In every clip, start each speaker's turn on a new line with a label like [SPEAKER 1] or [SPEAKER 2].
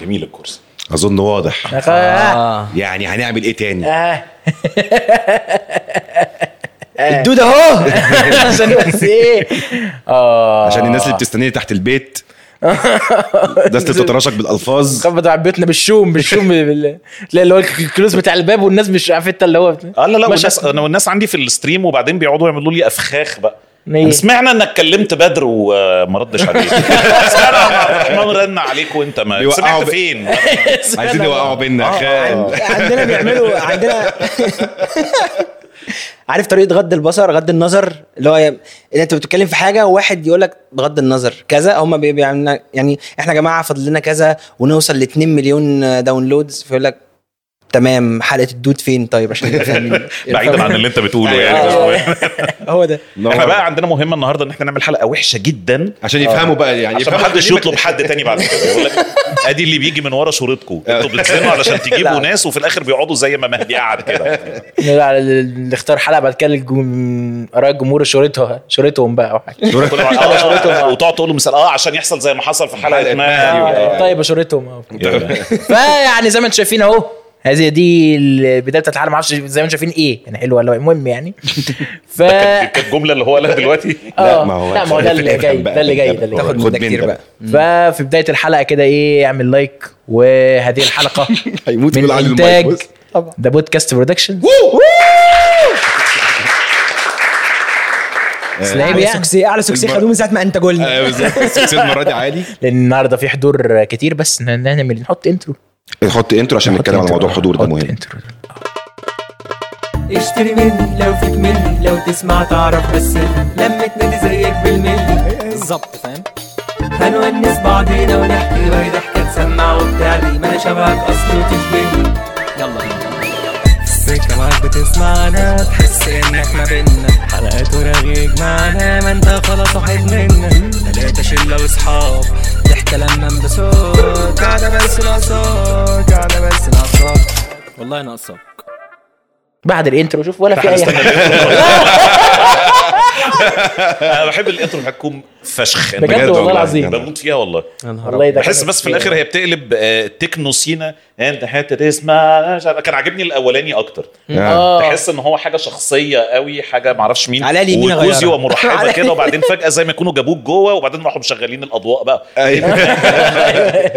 [SPEAKER 1] جميل الكورس اظن واضح
[SPEAKER 2] آه.
[SPEAKER 1] يعني هنعمل ايه تاني
[SPEAKER 2] آه.
[SPEAKER 3] الدود اهو
[SPEAKER 2] عشان بس ايه
[SPEAKER 3] آه.
[SPEAKER 2] اه
[SPEAKER 1] عشان الناس اللي بتستنيني تحت البيت ناس تتراشق بالالفاظ
[SPEAKER 2] خبط على بيوتنا بالشوم بالشوم بال- تلاقي اللي هو الكلوز بتاع الباب والناس مش عارف انت اللي هو
[SPEAKER 4] اه لا لا
[SPEAKER 2] مش
[SPEAKER 4] والناس انا والناس عندي في الستريم وبعدين بيقعدوا يعملوا لي افخاخ بقى
[SPEAKER 2] إيه؟
[SPEAKER 4] أنا سمعنا انك كلمت بدر وما ردش عليك سمعنا عبد الرحمن رن عليك وانت آه، ما
[SPEAKER 1] بيوقعوا
[SPEAKER 4] سمعت
[SPEAKER 1] ب-
[SPEAKER 4] فين
[SPEAKER 1] عايزين يوقعوا بينا خال
[SPEAKER 3] آه، عندنا بيعملوا عندنا عارف طريقه غض البصر غض النظر اللي هو يعني انت بتتكلم في حاجه وواحد يقول لك بغض النظر كذا هم بيعملنا يعني احنا يا جماعه فاضل لنا كذا ونوصل ل 2 مليون داونلودز فيقول لك تمام حلقه الدود فين طيب عشان نبقى فاهمين
[SPEAKER 4] بعيدا عن اللي انت بتقوله يعني
[SPEAKER 2] آه.
[SPEAKER 4] بس هو-
[SPEAKER 3] هو ده
[SPEAKER 4] احنا بقى عندنا مهمه النهارده ان احنا نعمل حلقه وحشه جدا
[SPEAKER 1] عشان
[SPEAKER 3] آه.
[SPEAKER 1] يفهموا بقى يعني
[SPEAKER 4] عشان
[SPEAKER 1] يفهموا
[SPEAKER 4] محدش
[SPEAKER 1] تقريباً-
[SPEAKER 4] يطلب حد تاني بعد كده يقول لك ادي اللي بيجي من ورا صورتكم انتوا بتزنوا علشان تجيبوا
[SPEAKER 3] لا.
[SPEAKER 4] ناس وفي الاخر بيقعدوا زي ما مهدي قعد كده
[SPEAKER 2] نقول على اللي اختار حلقه بعد كده الجم- اراء الجمهور شريتها شريتهم بقى او حاجه
[SPEAKER 4] تقول له آه، شريطهم. وتقعد تقول له مثال اه عشان يحصل زي ما حصل في حلقه
[SPEAKER 1] حلقة
[SPEAKER 4] ما
[SPEAKER 1] مهدي.
[SPEAKER 2] طيب شريتهم اه فيعني زي ما انتم شايفين اهو هذه دي البدايه بتاعت الحلقه ما اعرفش زي ما انتم شايفين ايه يعني حلوه ولا المهم يعني ف
[SPEAKER 4] كانت كانت جمله اللي هو لا دلوقتي
[SPEAKER 2] اه لا ما هو ده اللي جاي ده اللي جاي ده اللي جاي
[SPEAKER 3] تاخد
[SPEAKER 1] خد
[SPEAKER 3] مده كتير
[SPEAKER 1] بنت
[SPEAKER 3] بقى
[SPEAKER 2] ففي بدايه الحلقه كده ايه اعمل لايك وهذه الحلقه
[SPEAKER 1] هيموت
[SPEAKER 2] من
[SPEAKER 1] يقول علي المايك
[SPEAKER 2] انتاج
[SPEAKER 1] بس.
[SPEAKER 2] ذا بودكاست برودكشن سلام
[SPEAKER 3] اعلى
[SPEAKER 2] يعني
[SPEAKER 3] سوكسي اعلى سوكسي
[SPEAKER 1] المرة-
[SPEAKER 3] خدوه من ساعه ما انتجوا لنا
[SPEAKER 1] آه، بالظبط. السكسس المره دي عادي
[SPEAKER 2] لان النهارده في حضور كتير بس ن- نعمل نحط انترو
[SPEAKER 1] نحط انترو عشان نتكلم على موضوع الحضور ده مهم
[SPEAKER 5] اشتري مني لو فيك مني لو تسمع تعرف بس لمة نادي زيك بالملي
[SPEAKER 3] بالظبط فاهم
[SPEAKER 5] هنونس بعضينا ونحكي وهي ضحكة تسمع وبتاع دي ما انا شبهك اصلي وتشبهني يلا السكة معاك بتسمعنا تحس انك ما بينا حلقات ورغيك معانا ما انت خلاص واحد منا تلاتة شلة واصحاب ضحكة لما بصوت قاعدة بس ناقصاك قاعدة بس ناقصاك والله ناقصاك
[SPEAKER 2] بعد الانترو شوف ولا في اي حاجه
[SPEAKER 4] انا بحب الانترو هتكون فشخ أنا
[SPEAKER 2] بجد
[SPEAKER 1] بجد
[SPEAKER 2] والله
[SPEAKER 1] والله.
[SPEAKER 2] العظيم
[SPEAKER 1] بجد.
[SPEAKER 4] بموت فيها والله
[SPEAKER 2] والله ده
[SPEAKER 4] بحس
[SPEAKER 2] كان-
[SPEAKER 4] بس في الاخر هي بتقلب آه، تكنو سينا انت حته تسمع مش عارف- كان عاجبني الاولاني اكتر
[SPEAKER 1] آه.
[SPEAKER 2] اه
[SPEAKER 4] تحس ان هو حاجه شخصيه قوي حاجه معرفش مين
[SPEAKER 3] على اليمين
[SPEAKER 4] وجوزي
[SPEAKER 3] غيرها.
[SPEAKER 4] ومرحبه
[SPEAKER 3] على
[SPEAKER 4] كده وبعدين فجاه زي ما يكونوا جابوك جوه وبعدين راحوا مشغلين الاضواء بقى
[SPEAKER 3] آه.
[SPEAKER 1] أيوة.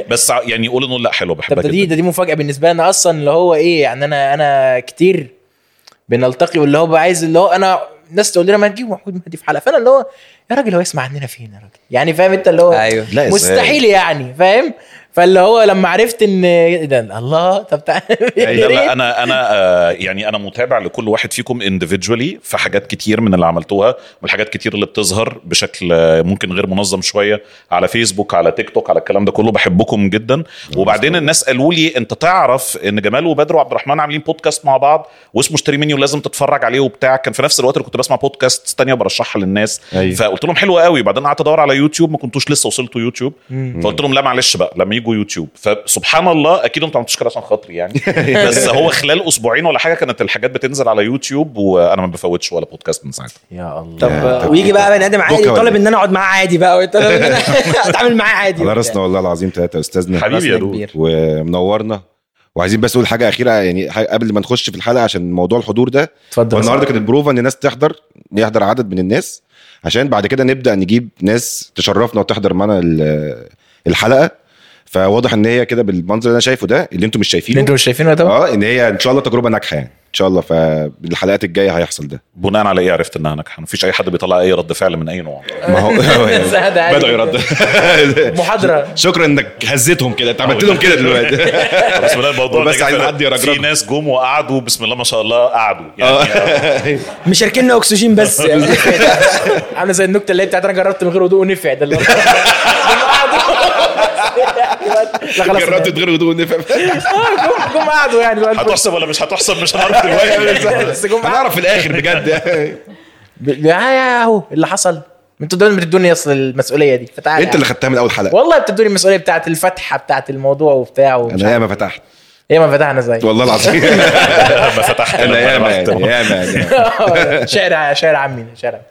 [SPEAKER 4] بس ع- يعني قول انه لا حلوه
[SPEAKER 2] طب
[SPEAKER 4] بحبها
[SPEAKER 2] ده دي
[SPEAKER 4] جدا
[SPEAKER 2] ده دي مفاجاه بالنسبه لنا اصلا اللي هو ايه يعني انا انا كتير بنلتقي واللي هو بقى عايز اللي هو انا ناس تقول لنا ما تجيب محمود مهدي في حلقه فانا اللي هو يا راجل هو يسمع عننا فين يا راجل يعني فاهم انت اللي هو
[SPEAKER 3] أيوه.
[SPEAKER 1] لا إزاي؟
[SPEAKER 2] مستحيل يعني فاهم فاللي هو لما عرفت ان إيه ده الله طب تعالى
[SPEAKER 3] إيه
[SPEAKER 4] لا إيه؟ لا انا انا آه، يعني انا متابع لكل واحد فيكم اندفجوالي في حاجات كتير من اللي عملتوها والحاجات كتير اللي بتظهر بشكل آه، ممكن غير منظم شويه على فيسبوك على تيك توك على الكلام ده كله بحبكم جدا وبعدين الناس قالوا لي انت تعرف ان جمال وبدر وعبد الرحمن عاملين بودكاست مع بعض واسمه اشتري مني ولازم تتفرج عليه وبتاع كان في نفس الوقت اللي كنت بسمع بودكاست تانية برشحها للناس
[SPEAKER 1] أيوة.
[SPEAKER 4] فقلت لهم حلوه قوي بعدين قعدت ادور على يوتيوب ما كنتوش لسه وصلتوا يوتيوب فقلت لهم لا معلش بقى لما يجوا يوتيوب فسبحان الله اكيد انتوا ما عملتوش كده عشان خاطري يعني بس هو خلال اسبوعين ولا حاجه كانت الحاجات بتنزل على يوتيوب وانا ما بفوتش ولا بودكاست من ساعتها
[SPEAKER 2] يا الله
[SPEAKER 3] طب ويجي بقى بني ادم عادي
[SPEAKER 1] دوكا ولا
[SPEAKER 3] يطالب
[SPEAKER 1] إيه؟
[SPEAKER 3] ان انا اقعد معاه عادي بقى ويطالب ان انا اتعامل معاه عادي
[SPEAKER 1] على راسنا والله العظيم ثلاثه استاذنا
[SPEAKER 4] حبيبي يا دود
[SPEAKER 3] كبير.
[SPEAKER 1] ومنورنا وعايزين بس نقول حاجه اخيره يعني حاجة قبل ما نخش في الحلقه عشان موضوع الحضور ده
[SPEAKER 2] اتفضل
[SPEAKER 1] والنهارده كانت بروفا ان الناس تحضر يحضر عدد من الناس عشان بعد كده نبدا نجيب ناس تشرفنا وتحضر معانا ال- الحلقه فواضح ان هي كده بالمنظر اللي انا شايفه ده اللي انتم مش
[SPEAKER 2] اللي
[SPEAKER 1] شايفينه
[SPEAKER 2] انتوا مش شايفينه ده
[SPEAKER 1] اه ان هي ان شاء الله تجربه ناجحه يعني ان شاء الله فالحلقات الجايه هيحصل ده
[SPEAKER 4] بناء على ايه عرفت انها ناجحه مفيش اي حد بيطلع اي رد فعل من اي نوع
[SPEAKER 1] ما هو
[SPEAKER 3] آه.
[SPEAKER 2] سهد عادي.
[SPEAKER 1] بدأوا يردوا
[SPEAKER 2] محاضره
[SPEAKER 1] شكرا انك هزيتهم كده انت عملت لهم كده دلوقتي
[SPEAKER 4] بسم الله الموضوع
[SPEAKER 1] بس
[SPEAKER 4] ناجح
[SPEAKER 1] عايزين
[SPEAKER 4] فعلا.
[SPEAKER 1] حد يرجرج.
[SPEAKER 4] في ناس جم وقعدوا بسم الله ما شاء الله قعدوا يعني
[SPEAKER 3] مشاركينا اكسجين بس يعني.
[SPEAKER 2] عامله زي النكته اللي هي بتاعت انا جربت من غير وضوء ونفع ده اللي هو- لا خلاص
[SPEAKER 1] جربت غير هدوء نفهم
[SPEAKER 2] جم جم قعدوا يعني بقى الفل.
[SPEAKER 4] هتحصل ولا مش هتحصل مش هنعرف دلوقتي
[SPEAKER 2] بس جم قعدوا
[SPEAKER 1] هنعرف في الاخر بجد يعني.
[SPEAKER 2] ب- يا يا اهو اللي حصل انتوا دايما بتدوني اصل المسؤوليه دي فتعالى
[SPEAKER 1] انت اللي خدتها من اول حلقه
[SPEAKER 2] والله بتدوني المسؤوليه بتاعت الفتحه بتاعت الموضوع وبتاع ومش
[SPEAKER 1] انا
[SPEAKER 2] عارف.
[SPEAKER 1] ياما فتحت
[SPEAKER 2] ايه ما فتحنا زي
[SPEAKER 1] والله العظيم
[SPEAKER 4] لما فتحت
[SPEAKER 1] انا
[SPEAKER 4] لما
[SPEAKER 1] ياما
[SPEAKER 4] رحت.
[SPEAKER 1] يعني، ياما يعني.
[SPEAKER 2] شعر شعر عمي شعر عمي.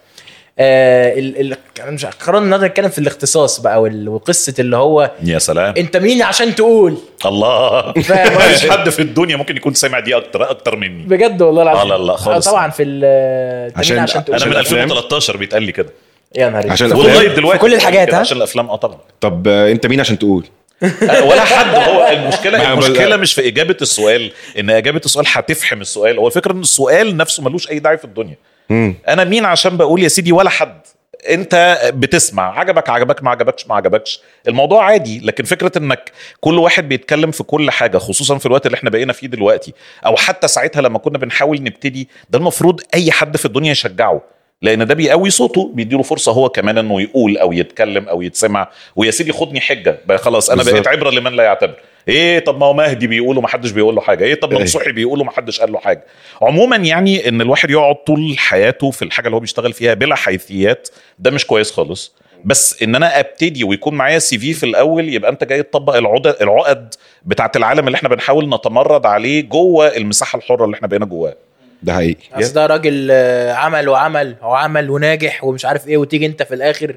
[SPEAKER 2] آه ال ال أنا مش قررنا النهارده نتكلم في الاختصاص بقى وال- وقصه اللي هو
[SPEAKER 4] يا سلام
[SPEAKER 2] انت مين عشان تقول
[SPEAKER 4] الله
[SPEAKER 2] فاهم
[SPEAKER 4] مفيش حد في الدنيا ممكن يكون سامع دي اكتر اكتر مني
[SPEAKER 2] بجد والله العظيم
[SPEAKER 4] لا، لا، خالص.
[SPEAKER 2] آه، طبعا في ال- أنت مين
[SPEAKER 1] عشان-
[SPEAKER 2] عشان
[SPEAKER 4] انا
[SPEAKER 2] تقول
[SPEAKER 1] عشان
[SPEAKER 4] من
[SPEAKER 1] الأفلام.
[SPEAKER 4] 2013 بيتقال لي كده
[SPEAKER 2] يا نهار
[SPEAKER 1] عشان
[SPEAKER 2] أسود.
[SPEAKER 1] الأفلام.
[SPEAKER 4] والله دلوقتي
[SPEAKER 3] في كل الحاجات،
[SPEAKER 4] كده
[SPEAKER 3] ها؟
[SPEAKER 4] عشان الافلام اه طبعا
[SPEAKER 1] طب آه، انت مين عشان تقول
[SPEAKER 4] آه، ولا حد هو
[SPEAKER 1] ما-
[SPEAKER 4] المشكله
[SPEAKER 1] بل-
[SPEAKER 4] المشكله مش في اجابه السؤال ان اجابه السؤال هتفحم السؤال هو الفكره ان السؤال نفسه ملوش اي داعي في الدنيا
[SPEAKER 1] مم.
[SPEAKER 4] انا مين عشان بقول يا سيدي ولا حد انت بتسمع عجبك عجبك ما عجبكش ما عجبكش الموضوع عادي لكن فكره انك كل واحد بيتكلم في كل حاجه خصوصا في الوقت اللي احنا بقينا فيه دلوقتي او حتى ساعتها لما كنا بنحاول نبتدي ده المفروض اي حد في الدنيا يشجعه لان ده بيقوي صوته بيديله فرصه هو كمان انه يقول او يتكلم او يتسمع ويا سيدي خدني حجه بقى خلاص انا
[SPEAKER 1] بالظبط.
[SPEAKER 4] بقيت عبره لمن لا يعتبر ايه طب ما هو مهدي بيقول ومحدش بيقول له حاجه ايه طب ما
[SPEAKER 1] إيه.
[SPEAKER 4] نصوحي بيقول ومحدش قال له حاجه عموما يعني ان الواحد يقعد طول حياته في الحاجه اللي هو بيشتغل فيها بلا حيثيات ده مش كويس خالص بس ان انا ابتدي ويكون معايا سي في في الاول يبقى انت جاي تطبق العقد العقد بتاعه العالم اللي احنا بنحاول نتمرد عليه جوه المساحه الحره اللي احنا بقينا جواها
[SPEAKER 1] ده حقيقي
[SPEAKER 2] اصل ده راجل آه، عمل وعمل وعمل وناجح ومش عارف ايه وتيجي انت في الاخر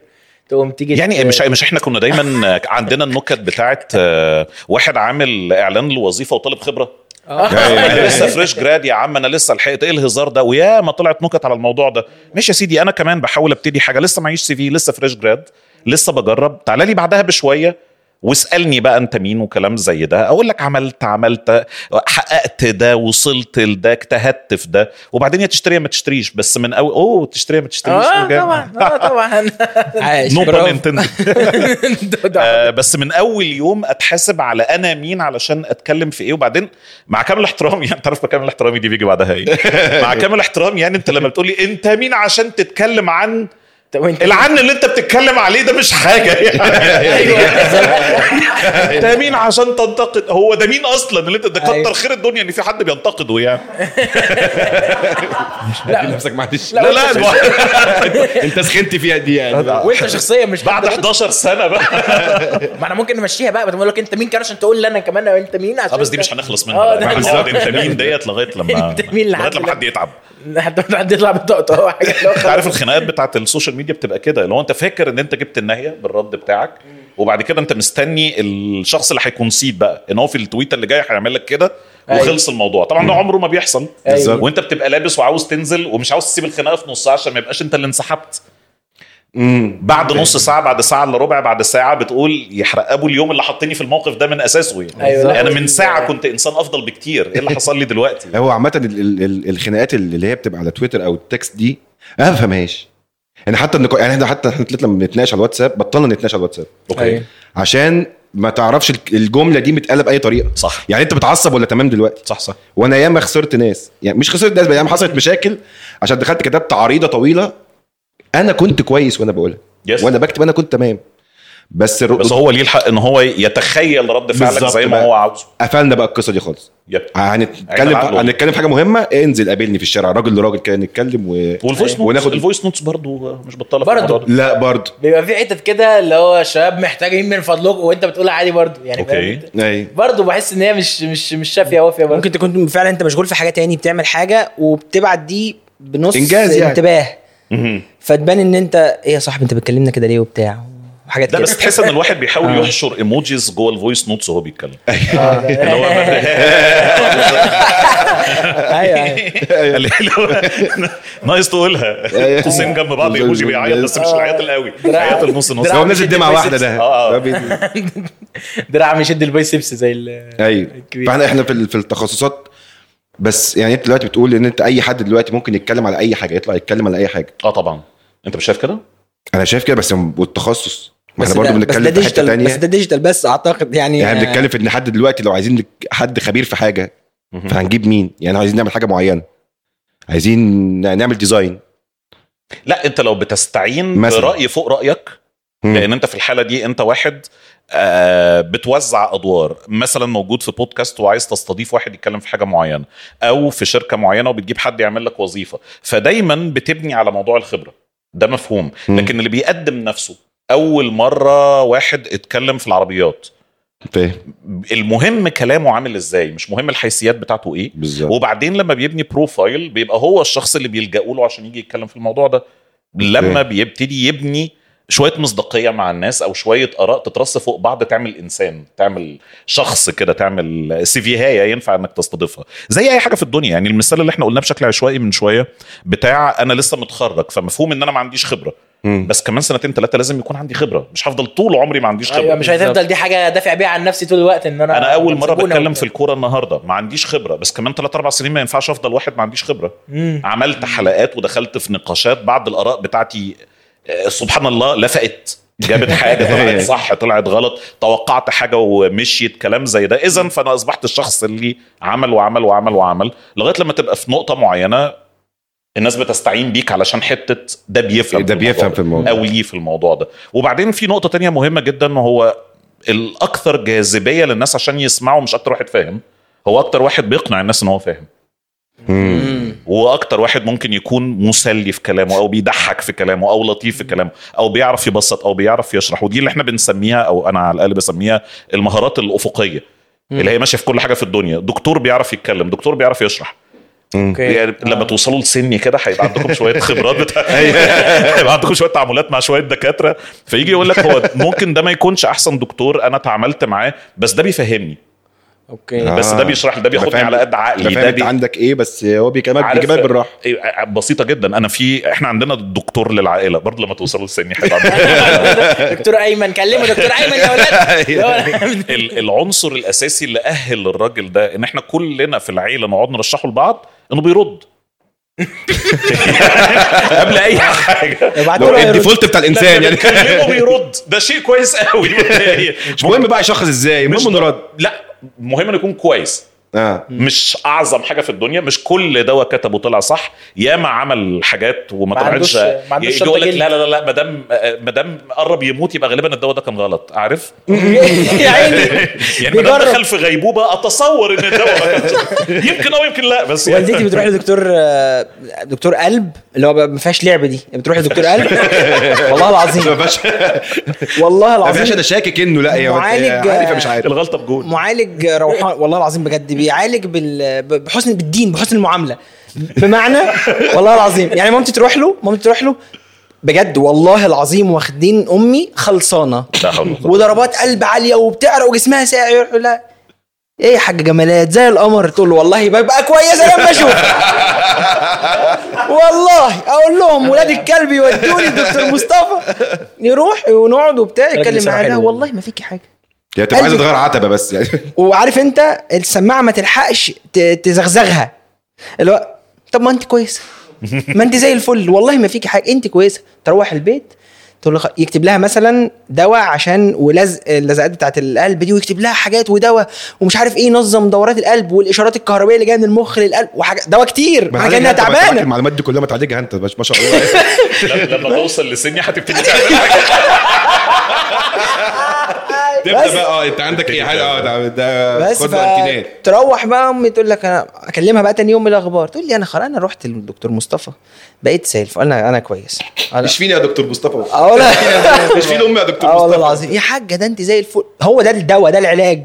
[SPEAKER 2] تقوم تيجي
[SPEAKER 4] يعني
[SPEAKER 2] ت-
[SPEAKER 4] مش مش احنا كنا دايما عندنا النكت بتاعه آه، واحد عامل اعلان لوظيفه وطالب خبره
[SPEAKER 2] آه.
[SPEAKER 4] انا لسه فريش جراد يا عم انا لسه لحقت ايه الهزار ده ويا ما طلعت نكت على الموضوع ده مش يا سيدي انا كمان بحاول ابتدي حاجه لسه معيش سي في لسه فريش جراد لسه بجرب تعالى لي بعدها بشويه واسالني بقى انت مين وكلام زي ده اقول لك عملت عملت حققت ده وصلت لده اجتهدت في ده وبعدين يا تشتري يا ما تشتريش بس من اول اوه تشتري يا ما تشتريش
[SPEAKER 2] اه طبعا اه طبعا
[SPEAKER 3] عايش
[SPEAKER 4] نو
[SPEAKER 3] برافو.
[SPEAKER 2] ده- ده-
[SPEAKER 4] آه، بس من اول يوم اتحاسب على انا مين علشان اتكلم في ايه وبعدين مع كامل احترامي يعني تعرف مع كامل احترامي دي بيجي بعدها ايه مع كامل احترامي يعني انت لما بتقول لي انت مين عشان تتكلم عن
[SPEAKER 2] طب وانت-
[SPEAKER 4] العن اللي انت بتتكلم عليه ده مش حاجه يعني انت مين عشان تنتقد هو ده مين اصلا اللي انت ده كتر
[SPEAKER 3] أيوة.
[SPEAKER 4] خير الدنيا ان في حد بينتقده يعني
[SPEAKER 1] نفسك معلش
[SPEAKER 4] لا لا الو-
[SPEAKER 1] انت سخنت فيها دي يعني
[SPEAKER 2] وانت شخصيا مش
[SPEAKER 4] بعد 11 سنه بقى
[SPEAKER 2] ما انا ممكن نمشيها بقى بقول لك انت مين كان عشان تقول لي انا كمان انت مين عشان
[SPEAKER 4] اه بس دي
[SPEAKER 2] انت-
[SPEAKER 4] مش هنخلص منها
[SPEAKER 2] آه،
[SPEAKER 4] بقى.
[SPEAKER 2] ده-
[SPEAKER 4] هنقعد انت مين ديت لغايه لما
[SPEAKER 2] انت مين
[SPEAKER 4] لغايه
[SPEAKER 2] لحد
[SPEAKER 4] لما حد
[SPEAKER 2] لما-
[SPEAKER 4] يتعب
[SPEAKER 2] حد حد يطلع بالطقطقه او حاجه اللي هو
[SPEAKER 4] انت عارف الخناقات بتاعت السوشيال ميديا بتبقى كده اللي هو انت فاكر ان انت جبت النهايه بالرد بتاعك وبعد كده انت مستني الشخص اللي هيكون سيد بقى ان هو في التويته اللي جاي هيعمل لك كده وخلص الموضوع طبعا ده عمره ما بيحصل
[SPEAKER 2] أيوة.
[SPEAKER 4] وانت بتبقى لابس وعاوز تنزل ومش عاوز تسيب الخناقه في نصها عشان ما يبقاش انت اللي انسحبت بعد نص ساعه بعد ساعه الا ربع بعد ساعه بتقول يحرق ابو اليوم اللي حطني في الموقف ده من اساسه يعني
[SPEAKER 2] أيوة، لا،
[SPEAKER 4] انا من
[SPEAKER 2] هو-
[SPEAKER 4] ساعه كنت انسان افضل بكتير ايه اللي حصل لي دلوقتي
[SPEAKER 1] هو عامة ال- ال- ال- الخناقات اللي هي بتبقى على تويتر او التكست دي انا ما بفهمهاش يعني حتى النقا... يعني احنا حتى احنا ثلاثه لما بنتناقش على الواتساب بطلنا نتناقش على الواتساب
[SPEAKER 2] أيوه.
[SPEAKER 4] اوكي
[SPEAKER 1] عشان ما تعرفش ال- الجمله دي متقاله باي طريقه
[SPEAKER 4] صح
[SPEAKER 1] يعني انت بتعصب ولا تمام دلوقتي
[SPEAKER 4] صح صح
[SPEAKER 1] وانا ياما خسرت ناس يعني مش خسرت ناس بقى، ياما حصلت مشاكل عشان دخلت كتبت عريضه طويله انا كنت كويس وانا بقولها
[SPEAKER 4] يس.
[SPEAKER 1] وانا بكتب انا كنت تمام بس الر...
[SPEAKER 4] بس هو ليه الحق ان هو يتخيل رد فعلك
[SPEAKER 1] بالظبط
[SPEAKER 4] زي ما
[SPEAKER 1] بقى. أيوة.
[SPEAKER 4] هو عاوزه
[SPEAKER 1] قفلنا بقى القصه دي خالص
[SPEAKER 4] يب. عين
[SPEAKER 1] هنتكلم
[SPEAKER 4] العقل.
[SPEAKER 1] هنتكلم في حاجه مهمه انزل قابلني في الشارع راجل لراجل كده نتكلم و...
[SPEAKER 4] والفويس نوتس
[SPEAKER 1] وناخد
[SPEAKER 4] الفويس نوتس برضه مش بطاله
[SPEAKER 2] برضه.
[SPEAKER 4] الموضوع ده.
[SPEAKER 1] لا برضه
[SPEAKER 2] بيبقى في حتت كده اللي هو شباب محتاجين من فضلكم وانت بتقول عادي برضو يعني
[SPEAKER 4] أوكي.
[SPEAKER 2] فاهم؟
[SPEAKER 1] اي
[SPEAKER 2] برضو بحس ان هي مش مش مش شافيه وافيه برضو
[SPEAKER 3] ممكن تكون فعلا انت مشغول في حاجه تاني بتعمل حاجه وبتبعت دي بنص
[SPEAKER 1] إنجاز يعني.
[SPEAKER 3] انتباه
[SPEAKER 4] مهم.
[SPEAKER 3] فتبان ان انت ايه يا صاحبي انت بتكلمنا كده ليه وبتاع وحاجات
[SPEAKER 4] ده
[SPEAKER 3] كده
[SPEAKER 4] بس تحس ان الواحد بيحاول
[SPEAKER 3] آه.
[SPEAKER 4] يحشر ايموجيز جوه الفويس نوتس وهو بيتكلم
[SPEAKER 1] أيوة.
[SPEAKER 4] اللي هو
[SPEAKER 3] ايوه
[SPEAKER 2] يعني.
[SPEAKER 3] ايوه
[SPEAKER 1] أيوة.
[SPEAKER 4] اللي هو نايس تقولها قوسين جنب بعض ايموجي بيعيط بس مش العياط القوي العياط النص نص
[SPEAKER 1] هو نازل دمعه واحده ده
[SPEAKER 4] آه، آه.
[SPEAKER 1] ده بي-
[SPEAKER 2] دراع مشد البايسبس زي ال
[SPEAKER 1] ايوه
[SPEAKER 2] الكبير.
[SPEAKER 1] فاحنا احنا في ال- في التخصصات بس يعني انت دلوقتي بتقول ان انت اي حد دلوقتي ممكن يتكلم على اي حاجه يطلع يتكلم على اي حاجه
[SPEAKER 4] اه طبعا انت مش شايف كده؟
[SPEAKER 1] انا شايف كده بس والتخصص ما احنا
[SPEAKER 3] بس
[SPEAKER 1] برضه
[SPEAKER 3] ده- بس ده
[SPEAKER 1] بنتكلم في حته
[SPEAKER 3] ديجيتال
[SPEAKER 1] تانية
[SPEAKER 3] بس ده ديجيتال بس اعتقد يعني
[SPEAKER 1] يعني
[SPEAKER 3] آه،
[SPEAKER 1] بنتكلم في ان حد دلوقتي لو عايزين لك- حد خبير في حاجه
[SPEAKER 4] مهم.
[SPEAKER 1] فهنجيب مين يعني عايزين نعمل حاجه معينه عايزين نعمل ديزاين
[SPEAKER 4] لا انت لو بتستعين
[SPEAKER 1] مثلاً.
[SPEAKER 4] براي فوق رايك
[SPEAKER 1] مم.
[SPEAKER 4] لان انت في الحاله دي انت واحد آه، بتوزع ادوار مثلا موجود في بودكاست وعايز تستضيف واحد يتكلم في حاجه معينه او في شركه معينه وبتجيب حد يعمل لك وظيفه فدايما بتبني على موضوع الخبره ده مفهوم
[SPEAKER 1] مم.
[SPEAKER 4] لكن اللي بيقدم نفسه اول مره واحد اتكلم في العربيات
[SPEAKER 1] فاهم
[SPEAKER 4] المهم كلامه عامل ازاي مش مهم الحيثيات بتاعته ايه
[SPEAKER 1] بالظبط
[SPEAKER 4] وبعدين لما بيبني بروفايل بيبقى هو الشخص اللي بيلجأوا له عشان يجي يتكلم في الموضوع ده لما بيبتدي يبني شويه مصداقيه مع الناس او شويه اراء تترص فوق بعض تعمل انسان تعمل شخص كده تعمل سيفيهايه ينفع انك تستضيفها زي اي حاجه في الدنيا يعني المثال اللي احنا قلناه بشكل عشوائي من شويه بتاع انا لسه متخرج فمفهوم ان انا ما عنديش خبره بس كمان سنتين ثلاثه لازم يكون عندي خبره مش هفضل طول عمري ما عنديش
[SPEAKER 2] أيوة،
[SPEAKER 4] خبره
[SPEAKER 5] ايوه مش هتفضل دي حاجه دافع بيها عن نفسي طول الوقت ان انا
[SPEAKER 4] انا اول مره
[SPEAKER 5] سيبونا
[SPEAKER 4] بتكلم
[SPEAKER 5] وبتاع.
[SPEAKER 4] في الكوره النهارده ما عنديش خبره بس كمان 3 4 سنين ما ينفعش افضل واحد ما عنديش خبره
[SPEAKER 5] مم.
[SPEAKER 4] عملت حلقات ودخلت في نقاشات بعض الاراء بتاعتي آه، سبحان الله لفقت جابت حاجه طلعت صح طلعت غلط توقعت حاجه ومشيت كلام زي ده اذا فانا اصبحت الشخص اللي عمل وعمل وعمل وعمل لغايه لما تبقى في نقطه معينه الناس بتستعين بيك علشان حته ده بيفهم
[SPEAKER 1] ده
[SPEAKER 4] في الموضوع
[SPEAKER 1] بيفهم في الموضوع.
[SPEAKER 4] او ليه في الموضوع ده وبعدين في نقطه تانية مهمه جدا هو الاكثر جاذبيه للناس عشان يسمعوا مش اكتر واحد فاهم هو اكتر واحد بيقنع الناس ان هو فاهم
[SPEAKER 1] مم.
[SPEAKER 4] واكتر واحد ممكن يكون مسلي في كلامه او بيضحك في كلامه او لطيف في كلامه او بيعرف يبسط او بيعرف يشرح ودي اللي احنا بنسميها او انا على الاقل بسميها المهارات الافقيه اللي هي ماشيه في كل حاجه في الدنيا دكتور بيعرف يتكلم دكتور بيعرف يشرح
[SPEAKER 1] إيه.
[SPEAKER 5] اوكي
[SPEAKER 4] يعني
[SPEAKER 1] آه.
[SPEAKER 4] لما توصلوا لسني كده هيبقى عندكم شويه خبرات بتاع
[SPEAKER 1] أيوة.
[SPEAKER 4] هيبقى عندكم شويه تعاملات مع شويه دكاتره فيجي يقول لك هو ممكن ده ما يكونش احسن دكتور انا تعاملت معاه بس ده بيفهمني
[SPEAKER 2] اوكي
[SPEAKER 4] بس ده
[SPEAKER 1] آه.
[SPEAKER 4] بيشرح لي، ده بياخدني
[SPEAKER 1] فاهم-
[SPEAKER 4] على قد عقلي،
[SPEAKER 1] أنا فاهم
[SPEAKER 4] ده
[SPEAKER 1] انت
[SPEAKER 4] بي-
[SPEAKER 1] عندك ايه بس هو بيكلمك
[SPEAKER 4] عارف-
[SPEAKER 1] بيجيبها بالراحه
[SPEAKER 4] إيه، بسيطه جدا انا في احنا عندنا الدكتور للعائله برضه لما توصلوا لسني هيبقى عندكم
[SPEAKER 5] دكتور ايمن كلمه دكتور ايمن يا ولاد
[SPEAKER 4] ال- العنصر الاساسي اللي اهل الراجل ده ان احنا كلنا في العيله نقعد نرشحه لبعض انه بيرد يعني قبل اي حاجه
[SPEAKER 1] لو
[SPEAKER 2] ابعتوا له يرد.
[SPEAKER 1] الديفولت بتاع الانسان
[SPEAKER 4] لما
[SPEAKER 1] يعني
[SPEAKER 4] بنكلمه بيرد ده شيء كويس قوي
[SPEAKER 1] مش مهم بقى يشخص ازاي المهم انه رد
[SPEAKER 4] لا مهم انه يكون كويس
[SPEAKER 1] اه
[SPEAKER 4] مش اعظم حاجه في الدنيا مش كل دواء كتبه طلع صح ياما عمل حاجات وما
[SPEAKER 5] ما
[SPEAKER 4] طلعتش
[SPEAKER 5] عندوش- ما عندوش
[SPEAKER 4] يجي
[SPEAKER 5] شطة
[SPEAKER 4] يقول لك
[SPEAKER 5] جلد.
[SPEAKER 4] لا لا لا لا ما دام ما دام قرب يموت يبقى غالبا الدواء ده كان غلط عارف
[SPEAKER 5] يا عيني
[SPEAKER 4] يعني ما دام
[SPEAKER 5] بيجرب.
[SPEAKER 4] دخل في غيبوبه اتصور ان الدواء ما كانش يمكن او يمكن لا بس يعني
[SPEAKER 2] والدتي بتروح لدكتور آه، دكتور قلب اللي هو بقى ما فيهاش لعب دي بتروح لدكتور قلب والله
[SPEAKER 1] ما
[SPEAKER 2] العظيم
[SPEAKER 1] فيهاش
[SPEAKER 2] والله
[SPEAKER 1] ما فيهاش انا
[SPEAKER 2] العظيم
[SPEAKER 1] شاكك انه لا يا
[SPEAKER 2] معالج-
[SPEAKER 1] عارف يا مش عارف
[SPEAKER 4] الغلطه بجول
[SPEAKER 2] معالج روحان والله العظيم بجد بيعالج بال... بحسن بالدين بحسن المعامله بمعنى والله العظيم يعني مامتي تروح له مامتي تروح له بجد والله العظيم واخدين امي خلصانه
[SPEAKER 4] لا حول ولا قوة.
[SPEAKER 2] وضربات قلب عاليه وبتعرق وجسمها ساعي يروح يقول لها ايه يا حاج جمالات زي القمر تقول له والله ببقى كويسه لما اشوف والله اقول لهم ولاد الكلب يودوني الدكتور مصطفى يروح ونقعد وبتاع يتكلم
[SPEAKER 5] لسانه
[SPEAKER 2] معاه لا
[SPEAKER 5] حلو.
[SPEAKER 2] والله ما فيكي حاجه
[SPEAKER 1] يعني تبقى عايز
[SPEAKER 2] قلبي.
[SPEAKER 1] تغير عتبه بس يعني
[SPEAKER 2] وعارف انت السماعه ما تلحقش ت- تزغزغها اللي هو طب ما انت كويسه ما انت زي الفل والله ما فيكي حاجه انت كويسه تروح البيت تقول له خ- يكتب لها مثلا دواء عشان ولزق اللزقات بتاعت القلب دي ويكتب لها حاجات ودواء ومش عارف ايه ينظم دورات القلب والاشارات الكهربائيه اللي جايه من المخ للقلب وحاجات دواء كتير
[SPEAKER 1] ما حضرتك
[SPEAKER 2] انا كانها
[SPEAKER 1] انت معاك
[SPEAKER 2] تعبانه
[SPEAKER 1] المعلومات دي كلها ما تعالجها انت مش ما شاء الله
[SPEAKER 4] لما- لما توصل لسني هتبتدي تعمل حاجه
[SPEAKER 1] تبدا بقى
[SPEAKER 4] آه،
[SPEAKER 1] اه انت عندك
[SPEAKER 4] إيه؟
[SPEAKER 1] ايه حاجه اه ده- ده
[SPEAKER 2] بس
[SPEAKER 1] خد انتينات
[SPEAKER 2] تروح بقى امي تقول لك انا اكلمها بقى تاني يوم إيه الاخبار تقول لي انا خلاص انا رحت للدكتور مصطفى بقيت سيلف انا انا كويس انا
[SPEAKER 1] اشفيني يا دكتور مصطفى
[SPEAKER 2] اقول
[SPEAKER 1] اشفيني امي يا دكتور
[SPEAKER 2] اه والله
[SPEAKER 1] مصطفى
[SPEAKER 2] العظيم يا حاجه ده انت زي الفل هو ده الدواء ده العلاج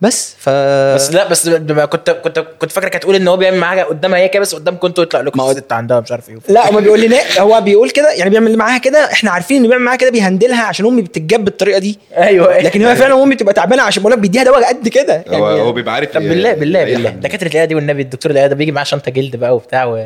[SPEAKER 2] بس ف
[SPEAKER 5] بس لا بس لما كنت كنت كنت فاكرك هتقول ان هو بيعمل معاها قدامها هي كده بس قدامكم انتوا يطلع لكم
[SPEAKER 2] ما هو-
[SPEAKER 5] الست عندها مش عارف ايه
[SPEAKER 2] لا هو بيقول لي لا هو بيقول كده يعني بيعمل معاها كده احنا عارفين انه بيعمل معاها كده بيهندلها عشان امي بتتجاب بالطريقه دي
[SPEAKER 5] ايوه
[SPEAKER 2] لكن هي فعلا امي بتبقى تعبانه عشان بقول لك بيديها دواء قد كده يعني
[SPEAKER 1] هو هو بيبقى عارف
[SPEAKER 5] طب
[SPEAKER 1] ايه-
[SPEAKER 5] بالله بالله
[SPEAKER 1] اي
[SPEAKER 5] بالله
[SPEAKER 1] حد.
[SPEAKER 5] دكاتره العياده دي والنبي الدكتور العياده ده بيجي معاه شنطه جلد بقى وبتاع و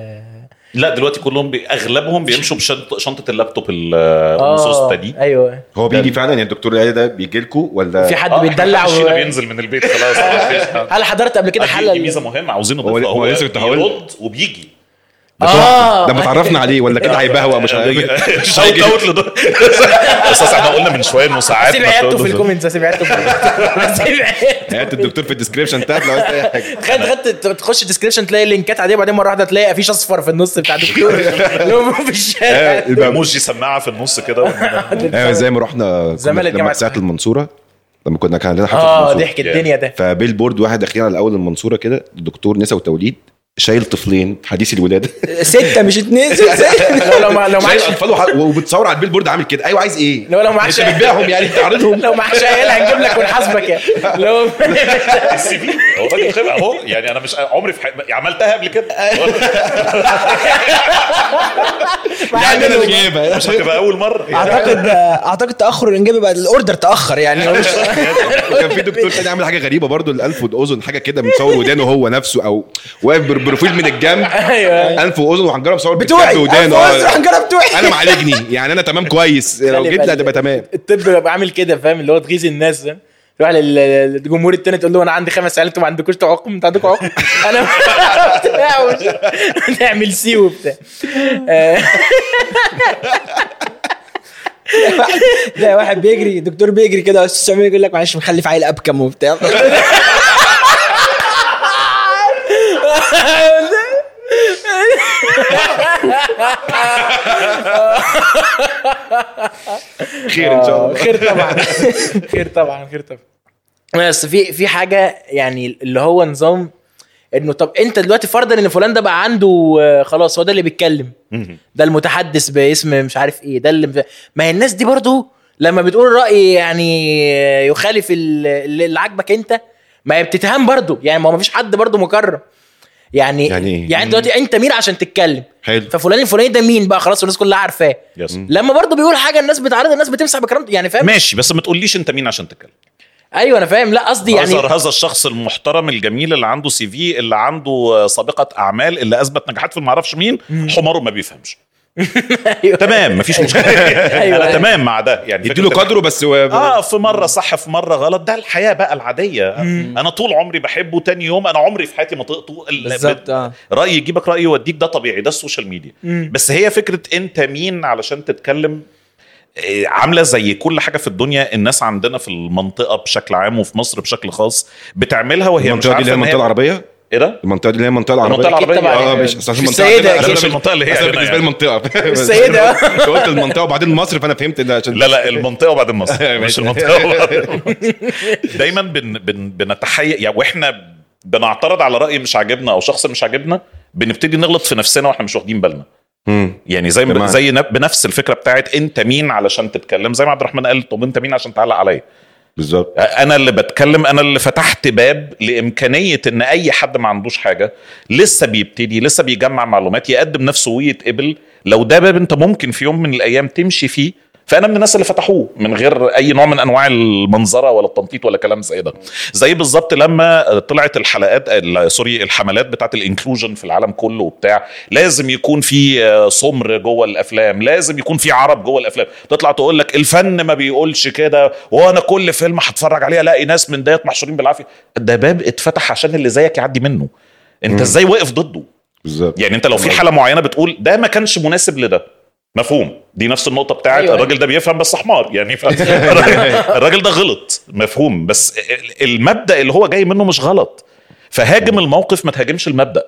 [SPEAKER 4] لا دلوقتي كلهم بي- اغلبهم بيمشوا بشنطه شنطه اللابتوب ال-
[SPEAKER 5] آه،
[SPEAKER 4] السوسته دي
[SPEAKER 5] ايوه
[SPEAKER 1] هو بيجي فعلا يعني الدكتور العيادي ده بيجي لكم ولا
[SPEAKER 5] في حد
[SPEAKER 4] آه، إحنا
[SPEAKER 5] بيتدلع
[SPEAKER 4] محدش
[SPEAKER 5] و...
[SPEAKER 4] فينا بينزل من البيت خلاص
[SPEAKER 5] هل حضرت قبل كده
[SPEAKER 4] دي- دي ميزه
[SPEAKER 5] حلقه
[SPEAKER 4] مهمه عاوزين
[SPEAKER 1] هو-
[SPEAKER 4] نضيفها
[SPEAKER 1] هو لسه كنت هقول لك.
[SPEAKER 4] بيرد وبيجي
[SPEAKER 1] ده
[SPEAKER 5] آه.
[SPEAKER 1] تحفة. ده ما تعرفنا عليه ولا كده هيبهوأ مش هيعمل.
[SPEAKER 2] أيوة.
[SPEAKER 4] شوت اوت لدول بس احنا قلنا من شويه انه ساعات
[SPEAKER 5] سيب
[SPEAKER 4] ما
[SPEAKER 5] عيادته
[SPEAKER 4] بتقعد-
[SPEAKER 5] في الكومنتس سيب عيادته في الكومنتس. سيب عيادته.
[SPEAKER 1] هات الدكتور في الديسكربشن تاب لو عايز اي حاجه
[SPEAKER 5] تخيل خدت تخش الديسكربشن تلاقي لينكات عاديه بعدين مره واحده تلاقي افيش اصفر في النص بتاع الدكتور اللي هو في الشارع
[SPEAKER 4] ايموجي سماعه في النص كده
[SPEAKER 1] ايوه أيوة. زي ما رحنا
[SPEAKER 5] زمالك
[SPEAKER 1] زمان لما
[SPEAKER 5] جامعة
[SPEAKER 2] إيه؟
[SPEAKER 1] ساعه المنصوره لما كنا
[SPEAKER 2] آه،
[SPEAKER 1] كان عندنا حفله
[SPEAKER 5] اه
[SPEAKER 1] المنصورة.
[SPEAKER 5] ضحك الدنيا ده
[SPEAKER 1] فبيل بورد واحد داخلين على اول المنصوره كده دكتور نساء وتوليد شايل طفلين في حديث الولاده
[SPEAKER 3] سته مش اتنين ستة.
[SPEAKER 2] لو لو ما- لو
[SPEAKER 1] شايل
[SPEAKER 2] معكش
[SPEAKER 1] اطفال وح- وبتصور على البيل بورد عامل كده ايوه عايز ايه؟
[SPEAKER 2] لو لو معكش
[SPEAKER 1] انت بتبيعهم يعني تعرضهم
[SPEAKER 2] لو معكش عيال هنجيب لك ونحاسبك يعني لو
[SPEAKER 5] يعني
[SPEAKER 4] السي في هو الراجل خبره اهو يعني انا مش عمري في حي... عملتها قبل كده
[SPEAKER 1] يعني انا اللي جايبها
[SPEAKER 4] مش هتبقى اول مره يعني
[SPEAKER 3] اعتقد
[SPEAKER 5] آه،
[SPEAKER 3] اعتقد تاخر الانجاب يبقى الاوردر تاخر يعني هو مش
[SPEAKER 1] وكان في دكتور تاني عامل حاجه غريبه برضو الانف والاذن حاجه كده مصور ودانه هو نفسه او واقف بروفيل من الجنب
[SPEAKER 2] أيوة.
[SPEAKER 1] انف واذن وحنجره مصور
[SPEAKER 3] بتوعي
[SPEAKER 1] بالكعب ودانه
[SPEAKER 3] أنا
[SPEAKER 1] آه.
[SPEAKER 3] فوز، حنجرة بتوعي.
[SPEAKER 1] انا معالجني يعني انا تمام كويس لو
[SPEAKER 2] خلي
[SPEAKER 1] جيت لا
[SPEAKER 2] بالك.
[SPEAKER 1] تبقى تمام
[SPEAKER 2] الطب بيبقى عامل كده فاهم اللي هو تغيظ الناس ده تروح لل- للجمهور التاني تقول له انا عندي خمس عيال انتوا ما عندكوش تعاقم انتوا عندكوا عقم انا بتاع ومش- نعمل سي وبتاع آه،
[SPEAKER 3] لا واحد بيجري دكتور بيجري كده استاذ عمر يقول لك معلش مخلف عيل ابكم وبتاع
[SPEAKER 1] خير ان شاء الله
[SPEAKER 2] خير طبعا خير طبعا خير طبعا بس في في حاجه يعني اللي هو نظام انه طب انت دلوقتي فرضا ان فلان ده بقى عنده آه، خلاص هو ده اللي بيتكلم ده المتحدث باسم مش عارف ايه ده اللي مش... ما هي الناس دي برضو لما بتقول راي يعني يخالف ال- اللي اللي عاجبك انت ما هي بتتهان برضو يعني ما هو مفيش حد برضو مكرم يعني
[SPEAKER 1] يعني
[SPEAKER 2] يعني,
[SPEAKER 1] إيه؟
[SPEAKER 2] يعني أنت دلوقتي انت مين عشان تتكلم
[SPEAKER 1] حلو
[SPEAKER 2] ففلان الفلاني ده مين بقى خلاص الناس كلها عارفاه
[SPEAKER 4] يس.
[SPEAKER 2] لما برضه بيقول حاجه الناس بتعارض الناس بتمسح بكرامته يعني فاهم
[SPEAKER 4] ماشي بس ما تقوليش انت مين عشان تتكلم
[SPEAKER 2] ايوه انا فاهم لا قصدي
[SPEAKER 4] يعني
[SPEAKER 2] يعني
[SPEAKER 4] هذا الشخص المحترم الجميل اللي عنده سي في اللي عنده سابقه اعمال اللي اثبت نجاحات في ما اعرفش مين حماره ما بيفهمش
[SPEAKER 2] أيوة.
[SPEAKER 4] تمام مفيش مشكله
[SPEAKER 2] أيوة.
[SPEAKER 4] انا تمام مع ده يعني
[SPEAKER 1] يديله
[SPEAKER 4] فكرة-
[SPEAKER 1] قدره بس هو
[SPEAKER 2] آه.
[SPEAKER 4] اه في مره صح في مره غلط ده الحياه بقى العاديه انا طول عمري بحبه تاني يوم انا عمري في حياتي ما طقته ال-
[SPEAKER 3] بالظبط اه
[SPEAKER 4] راي يجيبك راي يوديك ده طبيعي ده السوشيال ميديا
[SPEAKER 2] مم.
[SPEAKER 4] بس هي فكره انت مين علشان تتكلم آه، عامله زي كل حاجه في الدنيا الناس عندنا في المنطقه بشكل عام وفي مصر بشكل خاص بتعملها وهي مش
[SPEAKER 1] المنطقه
[SPEAKER 4] عارفه إن
[SPEAKER 1] دي اللي هي
[SPEAKER 4] هي-
[SPEAKER 1] المنطقه العربيه
[SPEAKER 4] ايه ده؟
[SPEAKER 1] المنطقه دي اللي هي المنطقه العربيه
[SPEAKER 4] المنطقة
[SPEAKER 3] أه،
[SPEAKER 4] العربية.
[SPEAKER 2] أكيد طبعا.
[SPEAKER 1] اه ماشي اصل
[SPEAKER 2] مش
[SPEAKER 1] المنطقه
[SPEAKER 2] السيدة
[SPEAKER 1] عندنا-
[SPEAKER 4] أكيد.
[SPEAKER 1] أصل
[SPEAKER 4] المنطقة اللي هي
[SPEAKER 1] أصل
[SPEAKER 4] عندنا
[SPEAKER 1] بالنسبه لي
[SPEAKER 4] يعني.
[SPEAKER 1] المنطقه
[SPEAKER 2] السيدة.
[SPEAKER 1] أنت قلت المنطقه وبعدين مصر فانا فهمت ده عشان
[SPEAKER 4] لا لا المنطقه وبعدين مصر مش
[SPEAKER 1] أيوة، ماشي.
[SPEAKER 4] المنطقه وبعدين مصر. دايما بن بن بنتحيز يعني واحنا بنعترض على راي مش عاجبنا او شخص مش عاجبنا بنبتدي نغلط في نفسنا واحنا مش واخدين بالنا
[SPEAKER 1] مم.
[SPEAKER 4] يعني زي ما
[SPEAKER 1] تمام.
[SPEAKER 4] زي نب- بنفس الفكره بتاعت انت مين علشان تتكلم زي ما عبد الرحمن قال طب انت مين عشان تعلق عليا
[SPEAKER 1] بالظبط
[SPEAKER 4] انا اللي بتكلم انا اللي فتحت باب لامكانيه ان اي حد ما عندوش حاجه لسه بيبتدي لسه بيجمع معلومات يقدم نفسه ويتقبل لو ده باب انت ممكن في يوم من الايام تمشي فيه فانا من الناس اللي فتحوه من غير اي نوع من انواع المنظره ولا التنطيط ولا كلام زي ده زي بالظبط لما طلعت الحلقات ال- سوري الحملات بتاعت الانكلوجن في العالم كله وبتاع لازم يكون في آه، سمر جوه الافلام لازم يكون في عرب جوه الافلام تطلع تقول لك الفن ما بيقولش كده وانا كل فيلم هتفرج عليه الاقي ناس من ديت محشورين بالعافيه ده باب اتفتح عشان اللي زيك يعدي منه انت ازاي واقف ضده
[SPEAKER 1] بالظبط
[SPEAKER 4] يعني انت لو في حاله معينه بتقول ده ما كانش مناسب لده مفهوم دي نفس النقطه بتاعت
[SPEAKER 2] أيوة.
[SPEAKER 4] أيوة. الراجل ده بيفهم بس حمار يعني ف... الراجل ده غلط مفهوم بس ال- المبدا اللي هو جاي منه مش غلط فهاجم
[SPEAKER 2] أيوة.
[SPEAKER 4] الموقف ما تهاجمش المبدا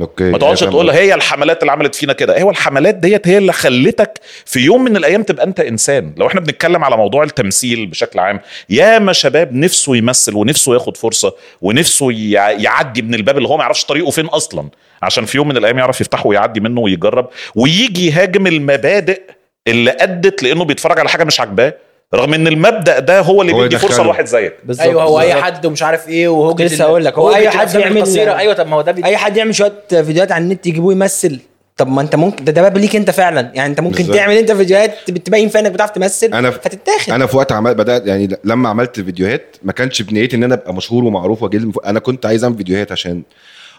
[SPEAKER 1] اوكي
[SPEAKER 4] ما تقعدش تقول هي الحملات اللي عملت فينا كده هو الحملات ديت هي اللي خلتك في يوم من الايام تبقى انت انسان لو احنا بنتكلم على موضوع التمثيل بشكل عام ياما شباب نفسه يمثل ونفسه ياخد فرصه ونفسه يع- يعدي من الباب اللي هو ما يعرفش طريقه فين اصلا عشان في يوم من الايام يعرف يفتحه ويعدي منه ويجرب ويجي يهاجم المبادئ اللي ادت لانه بيتفرج على حاجه مش عاجباه رغم ان المبدا ده هو اللي
[SPEAKER 1] هو
[SPEAKER 4] بيدي فرصه
[SPEAKER 1] يدخله.
[SPEAKER 4] لواحد زيك
[SPEAKER 3] بالظبط
[SPEAKER 2] ايوه هو اي
[SPEAKER 3] بالظبط.
[SPEAKER 2] حد ومش عارف ايه وهو
[SPEAKER 3] كنت لسه هقول لك، هو أي حد يعمل-
[SPEAKER 2] قصيره ايوه طب ما هو ده بي...
[SPEAKER 3] اي حد يعمل شويه فيديوهات على النت يجيبوه يمثل طب ما انت ممكن ده ده باب ليك انت فعلا يعني انت ممكن
[SPEAKER 1] بالظبط.
[SPEAKER 3] تعمل انت فيديوهات بتبين فيها انك بتعرف تمثل
[SPEAKER 1] انا في
[SPEAKER 3] فتتاخد
[SPEAKER 1] انا في وقت عمال بدات يعني ل- لما عملت فيديوهات ما كانش بنيتي ان انا ابقى مشهور ومعروف واجيب الم- انا كنت عايز اعمل فيديوهات عشان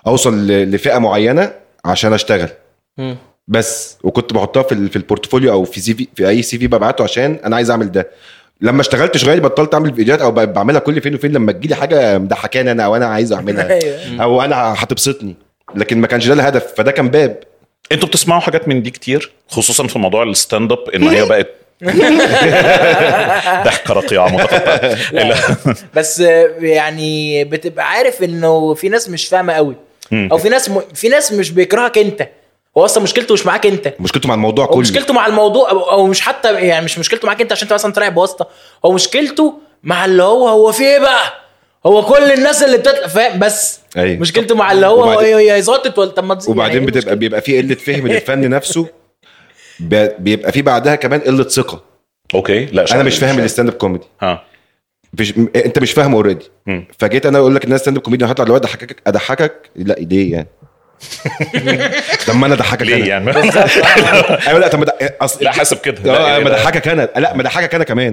[SPEAKER 1] اوصل ل- لفئه معينه عشان اشتغل
[SPEAKER 3] مم.
[SPEAKER 1] بس وكنت بحطها في ال- في البورتفوليو او في سي في في اي سي في ببعته عشان انا عايز اعمل ده لما اشتغلت شغالي بطلت اعمل فيديوهات او ب- بعملها كل فين وفين لما تجيلي حاجه مضحكاني انا او انا عايز اعملها
[SPEAKER 2] أيوة.
[SPEAKER 1] او انا هتبسطني لكن ما كانش ده الهدف فده كان باب
[SPEAKER 4] انتوا بتسمعوا حاجات من دي كتير خصوصا في موضوع الستاند اب ان هي بقت ضحكه رقيعه متقطعه لا.
[SPEAKER 2] بس آه، يعني بتبقى عارف انه في ناس مش فاهمه قوي او في ناس م... في ناس مش بيكرهك انت هو اصلا مشكلته مش معاك انت
[SPEAKER 1] مشكلته مع الموضوع
[SPEAKER 2] هو
[SPEAKER 1] كله
[SPEAKER 2] مشكلته مع الموضوع او أو مش حتى يعني مش مشكلته معاك انت عشان انت مثلا طالع بواسطه هو مشكلته مع اللي هو هو في ايه بقى هو كل الناس اللي بتطلع فاهم بس
[SPEAKER 1] أيوة.
[SPEAKER 2] مشكلته مع اللي هو
[SPEAKER 1] وبعدين-
[SPEAKER 2] هي هيزقطت ولا طب ما يعني تزيد
[SPEAKER 4] يعني إيه
[SPEAKER 1] وبعدين بتبقى بيبقى في قله فهم للفن نفسه ب- بيبقى في بعدها كمان قله ثقه
[SPEAKER 4] اوكي لا
[SPEAKER 1] انا مش فاهم الستاند اب كوميدي
[SPEAKER 4] ها
[SPEAKER 1] مش م- انت مش فاهمه اوريدي
[SPEAKER 4] مم.
[SPEAKER 1] فجيت انا اقول لك ان انا ستاند اب كوميدي هطلع دلوقتي اضحكك اضحكك لا ليه يعني طب ما انا اضحكك
[SPEAKER 4] ليه
[SPEAKER 1] انا
[SPEAKER 4] يعني
[SPEAKER 1] ايوه لا طب ما ده- اصل
[SPEAKER 4] لا حاسب كده لا،
[SPEAKER 1] اه
[SPEAKER 4] يعني
[SPEAKER 1] ما
[SPEAKER 4] ده-
[SPEAKER 1] اضحكك انا لا ما اضحكك انا كمان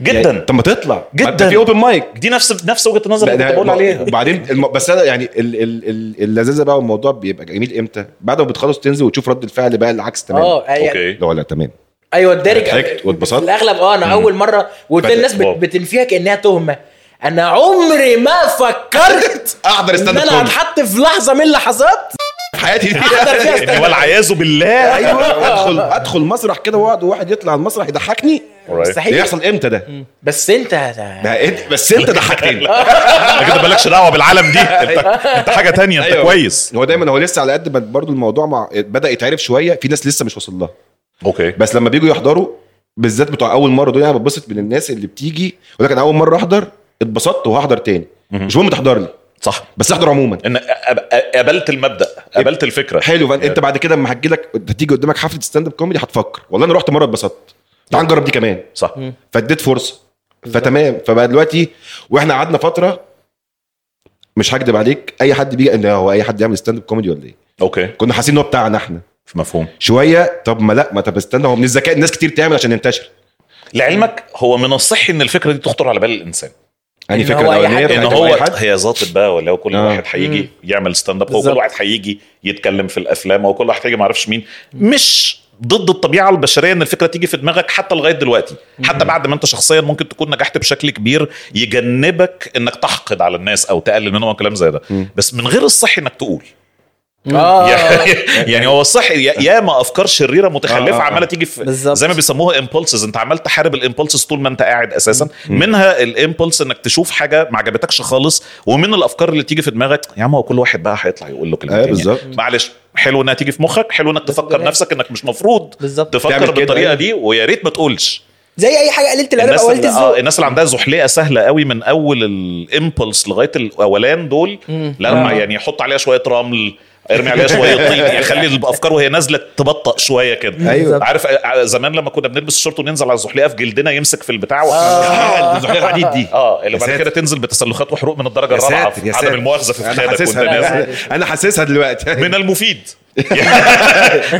[SPEAKER 1] يعني
[SPEAKER 4] جدا
[SPEAKER 1] طب ما تطلع ما انت
[SPEAKER 4] جدا.
[SPEAKER 1] في اوبن مايك
[SPEAKER 4] دي نفس نفس وجهه النظر
[SPEAKER 1] لا،
[SPEAKER 4] اللي
[SPEAKER 1] ده-
[SPEAKER 4] كنت بقول عليها
[SPEAKER 1] وبعدين الم... بس انا يعني ال... ال... ال... اللذاذه بقى والموضوع بيبقى جميل امتى؟ بعد ما بتخلص تنزل وتشوف رد الفعل بقى العكس تماما
[SPEAKER 4] آه،
[SPEAKER 2] اه يعني
[SPEAKER 4] اوكي
[SPEAKER 1] لا لا تمام
[SPEAKER 2] ايوه اتدارك
[SPEAKER 1] ضحكت
[SPEAKER 2] في
[SPEAKER 1] واتبسطت.
[SPEAKER 2] الاغلب اه انا اول مره وقلت
[SPEAKER 1] بدأ-
[SPEAKER 2] الناس بت-
[SPEAKER 4] واو.
[SPEAKER 2] بتنفيها كانها تهمه انا عمري ما فكرت
[SPEAKER 1] احضر
[SPEAKER 2] ان
[SPEAKER 1] ستاند اب
[SPEAKER 2] انا
[SPEAKER 1] كوميدي
[SPEAKER 2] هتحط في لحظه من لحظات
[SPEAKER 1] في حياتي دي
[SPEAKER 2] احضر فيها
[SPEAKER 4] يعني والعياذ بالله
[SPEAKER 1] ايوه ادخل ادخل مسرح كده واقعد وواحد يطلع على المسرح يضحكني
[SPEAKER 4] Alright.
[SPEAKER 1] ده يحصل امتى ده؟
[SPEAKER 2] بس انت هت-
[SPEAKER 1] ده إنت- بس انت ضحكتني
[SPEAKER 4] انت كده مالكش دعوه بالعالم دي انت انت حاجه تانية انت
[SPEAKER 1] أيوة.
[SPEAKER 4] كويس
[SPEAKER 1] هو دايما هو لسه على قد ما برضه الموضوع مع بدا يتعرف شويه في ناس لسه مش واصل لها
[SPEAKER 4] اوكي
[SPEAKER 1] بس لما بييجوا يحضروا بالذات بتوع اول مره دول انا بتبسط من الناس اللي بتيجي يقول لك انا اول مره احضر اتبسطت وهحضر تاني مش مهم تحضر لي
[SPEAKER 4] صح
[SPEAKER 1] بس احضر عموما
[SPEAKER 4] ان أب- قبلت المبدا قبلت الفكره
[SPEAKER 1] حلو بقى انت بعد كده لما هتجي لك هتيجي قدامك حفله ستاند اب كوميدي هتفكر والله انا رحت مره اتبسطت تعال نجرب دي كمان
[SPEAKER 4] صح
[SPEAKER 1] فاديت فرصه فتمام فبقى دلوقتي واحنا قعدنا فتره مش هكدب عليك اي حد بيجي إن هو اي حد يعمل ستاند اب كوميدي ولا ايه
[SPEAKER 4] اوكي
[SPEAKER 1] كنا حاسين ان هو بتاعنا احنا
[SPEAKER 4] مفهوم
[SPEAKER 1] شويه طب ما لا ما طب استنى هو من الذكاء الناس كتير تعمل عشان ينتشر
[SPEAKER 4] لعلمك هو من الصحي ان الفكره دي تخطر على بال الانسان
[SPEAKER 1] يعني
[SPEAKER 2] إن
[SPEAKER 1] فكره
[SPEAKER 2] هو أي
[SPEAKER 1] الاولانيه
[SPEAKER 2] حد-
[SPEAKER 1] بتاعت
[SPEAKER 4] ان هو
[SPEAKER 1] أي حد.
[SPEAKER 4] هي ظابط بقى ولا هو كل
[SPEAKER 1] آه.
[SPEAKER 4] واحد هيجي يعمل ستاند اب هو كل
[SPEAKER 2] بالظبط.
[SPEAKER 4] واحد هيجي يتكلم في الافلام هو كل واحد هيجي ما اعرفش مين مش ضد الطبيعه البشريه ان الفكره تيجي في دماغك حتى لغايه دلوقتي حتى بعد ما انت شخصيا ممكن تكون نجحت بشكل كبير يجنبك انك تحقد على الناس او تقلل منهم وكلام زي ده بس من غير الصحي انك تقول
[SPEAKER 2] اه
[SPEAKER 4] يعني هو الصحي يا- ياما افكار شريره
[SPEAKER 1] آه،
[SPEAKER 4] متخلفه
[SPEAKER 1] آه.
[SPEAKER 4] عماله تيجي في
[SPEAKER 3] بالظبط.
[SPEAKER 4] زي ما بيسموها امبولسز انت عمال تحارب الامبولسز طول ما انت قاعد اساسا منها الامبولس انك تشوف حاجه ما عجبتكش خالص ومن الافكار اللي تيجي في دماغك يا عم هو كل واحد بقى هيطلع يقول له كلمتين
[SPEAKER 1] آه،
[SPEAKER 4] يعني.
[SPEAKER 1] بالظبط.
[SPEAKER 4] معلش حلو انها تيجي في مخك حلو انك تفكر نفسك انك مش مفروض
[SPEAKER 3] بالظبط.
[SPEAKER 1] تعمل
[SPEAKER 4] تفكر
[SPEAKER 1] كده،
[SPEAKER 4] بالطريقه
[SPEAKER 1] أيوة.
[SPEAKER 4] دي ويا ريت ما تقولش
[SPEAKER 3] زي اي حاجه قليله الادب
[SPEAKER 4] الناس
[SPEAKER 3] او قليله
[SPEAKER 4] اللي, آه
[SPEAKER 3] الذوق
[SPEAKER 4] الناس اللي عندها زحليقه سهله قوي من اول الامبلس لغايه الاولان دول
[SPEAKER 1] آه.
[SPEAKER 4] لما يعني حط عليها شويه رمل ارمي عليها شويه طين يعني خلي الافكار وهي نازله تبطأ شويه كده
[SPEAKER 1] أيوة.
[SPEAKER 4] عارف آه، زمان لما كنا بنلبس الشورت وننزل على الزحليقه في جلدنا يمسك في البتاع
[SPEAKER 1] آه، الزحليقة الحديد دي.
[SPEAKER 4] اه اللي
[SPEAKER 1] يا
[SPEAKER 4] بعد
[SPEAKER 1] ساتر.
[SPEAKER 4] كده تنزل بتسلخات وحروق من الدرجه
[SPEAKER 1] يا
[SPEAKER 4] الرابعه
[SPEAKER 1] ساتر
[SPEAKER 4] في
[SPEAKER 1] يا ساتر
[SPEAKER 4] عدم المؤاخذه في
[SPEAKER 1] انا
[SPEAKER 4] خدك وانت
[SPEAKER 1] حاسسها أيوه.
[SPEAKER 4] نازل
[SPEAKER 1] دلوقتي. انا حاسسها دلوقتي
[SPEAKER 4] من المفيد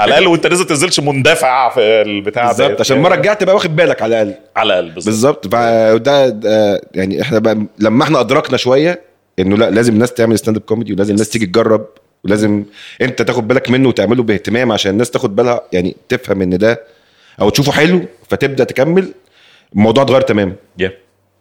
[SPEAKER 4] على الاقل وانت نازل تنزلش مندفع في البتاع ده
[SPEAKER 1] بالظبط عشان المره رجعت بقى واخد بالك على الاقل
[SPEAKER 4] على الاقل بالظبط
[SPEAKER 1] بالظبط فده ده- يعني احنا بقى لما احنا ادركنا شويه انه لا لازم الناس تعمل ستاند اب كوميدي ولازم الناس تيجي تجرب ولازم انت تاخد بالك منه وتعمله باهتمام عشان الناس تاخد بالها يعني تفهم ان ده او تشوفه حلو فتبدا تكمل الموضوع اتغير تماما
[SPEAKER 4] yeah.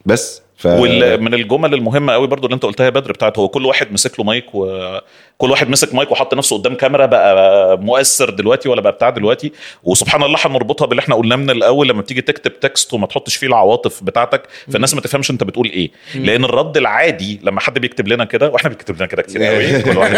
[SPEAKER 1] بس ف
[SPEAKER 4] ومن الجمل المهمه قوي برضو اللي انت قلتها يا بدر بتاعت هو كل واحد مسك له مايك وكل واحد مسك مايك وحط نفسه قدام كاميرا بقى مؤثر دلوقتي ولا بقى بتاع دلوقتي وسبحان الله هنربطها باللي احنا قلناه من الاول لما بتيجي تكتب تكست وما تحطش فيه العواطف بتاعتك فالناس ما تفهمش انت بتقول ايه لان الرد العادي لما حد بيكتب لنا كده واحنا بيكتب لنا كده كتير قوي كل واحد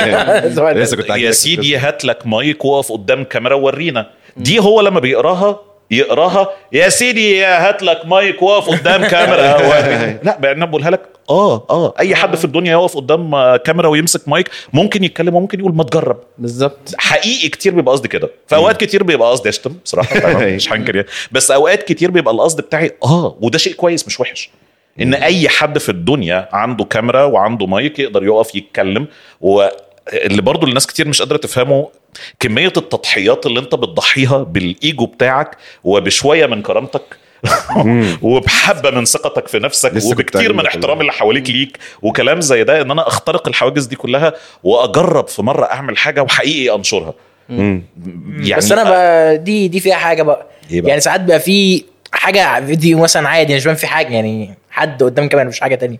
[SPEAKER 1] لسه كنت
[SPEAKER 4] يا سيدي هات لك مايك وقف قدام كاميرا وورينا دي هو لما بيقراها يقراها يا سيدي يا هات لك مايك وقف قدام كاميرا ورينا. لا بقى انا بقولها لك اه اه اي حد في الدنيا يقف قدام آه، كاميرا ويمسك مايك ممكن يتكلم وممكن يقول ما تجرب
[SPEAKER 3] بالظبط
[SPEAKER 4] حقيقي كتير بيبقى قصدي كده في اوقات كتير بيبقى قصدي اشتم بصراحه طبعاً، مش هنكر يعني بس اوقات كتير بيبقى القصد بتاعي اه وده شيء كويس مش وحش ان اي حد في الدنيا عنده كاميرا وعنده مايك يقدر يقف يتكلم واللي برضو الناس كتير مش قادره تفهمه كميه التضحيات اللي انت بتضحيها بالايجو بتاعك وبشويه من كرامتك وبحبه من ثقتك في نفسك
[SPEAKER 1] لسه كنت
[SPEAKER 4] وبكتير
[SPEAKER 1] هقول
[SPEAKER 4] من
[SPEAKER 1] لك
[SPEAKER 4] احترام
[SPEAKER 1] والله.
[SPEAKER 4] اللي حواليك ليك وكلام زي ده ان انا اخترق الحواجز دي كلها واجرب في مره اعمل حاجه وحقيقي انشرها يعني
[SPEAKER 2] بس انا بقى دي دي فيها حاجه بقى
[SPEAKER 4] إيه بقى؟
[SPEAKER 2] يعني ساعات بقى في حاجه فيديو مثلا عادي مش باين في حاجه يعني حد قدام كاميرا مش حاجه تانية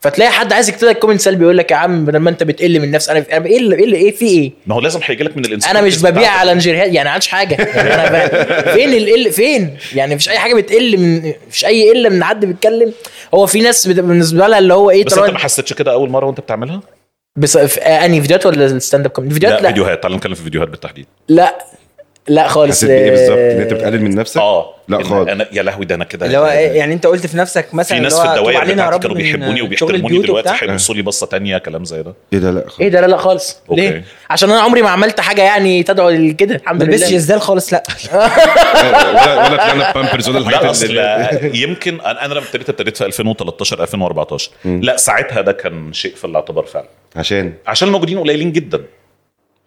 [SPEAKER 2] فتلاقي حد عايز يكتب لك كومنت سلبي يقول لك يا عم بدل ما انت بتقل من نفسك انا أنا ايه اللي ايه اللي ايه في ايه
[SPEAKER 4] ما هو لازم هيجي لك من الانسان
[SPEAKER 2] انا مش ببيع على نجيريات يعني عادش حاجه يعني انا بقى فين القل فين يعني مفيش اي حاجه بتقل من مفيش اي قله من حد بيتكلم هو في ناس بت- بالنسبه لها اللي هو ايه
[SPEAKER 4] بس
[SPEAKER 2] طالما
[SPEAKER 4] انت ما حسيتش كده اول مره وانت بتعملها؟
[SPEAKER 2] بس في آه، انهي فيديوهات ولا الستاند اب كوميدي فيديوهات
[SPEAKER 4] لا
[SPEAKER 2] لا
[SPEAKER 4] فيديوهات تعال نتكلم في الفيديوهات بالتحديد
[SPEAKER 2] لا لا خالص
[SPEAKER 1] حسيت بايه بالظبط ان
[SPEAKER 2] آه،
[SPEAKER 1] انت بتقلل من نفسك
[SPEAKER 4] اه
[SPEAKER 1] لا
[SPEAKER 4] إن
[SPEAKER 1] خالص
[SPEAKER 4] انا يا لهوي ده انا كده
[SPEAKER 3] اللي هو إيه، يعني انت قلت في نفسك مثلا
[SPEAKER 4] في
[SPEAKER 3] اللي
[SPEAKER 4] ناس
[SPEAKER 3] هو
[SPEAKER 4] في
[SPEAKER 3] طب
[SPEAKER 4] الدوائر
[SPEAKER 3] علينا يا
[SPEAKER 4] بتاعتي
[SPEAKER 3] رب
[SPEAKER 4] كانوا
[SPEAKER 3] من
[SPEAKER 4] بيحبوني
[SPEAKER 3] شغل
[SPEAKER 4] وبيحترموني
[SPEAKER 3] البيوت
[SPEAKER 4] دلوقتي
[SPEAKER 3] وبتاع.
[SPEAKER 4] هيبصوا لي بصه تانية كلام زي ده
[SPEAKER 1] ايه ده لا خالص
[SPEAKER 2] ايه ده لا لا خالص
[SPEAKER 4] أوكي.
[SPEAKER 2] ليه عشان انا عمري ما عملت حاجه يعني تدعو لكده الحمد
[SPEAKER 3] ما لبسش
[SPEAKER 2] لله
[SPEAKER 3] ازدال خالص لا
[SPEAKER 1] ولا ولا طلعنا بامبرز ولا
[SPEAKER 4] لا
[SPEAKER 1] الحاجات
[SPEAKER 4] اصل
[SPEAKER 1] اللي
[SPEAKER 4] يمكن انا أنا لما ابتديت ابتديت في 2013 2014 لا ساعتها ده كان شيء في الاعتبار فعلا
[SPEAKER 1] عشان
[SPEAKER 4] عشان الموجودين قليلين جدا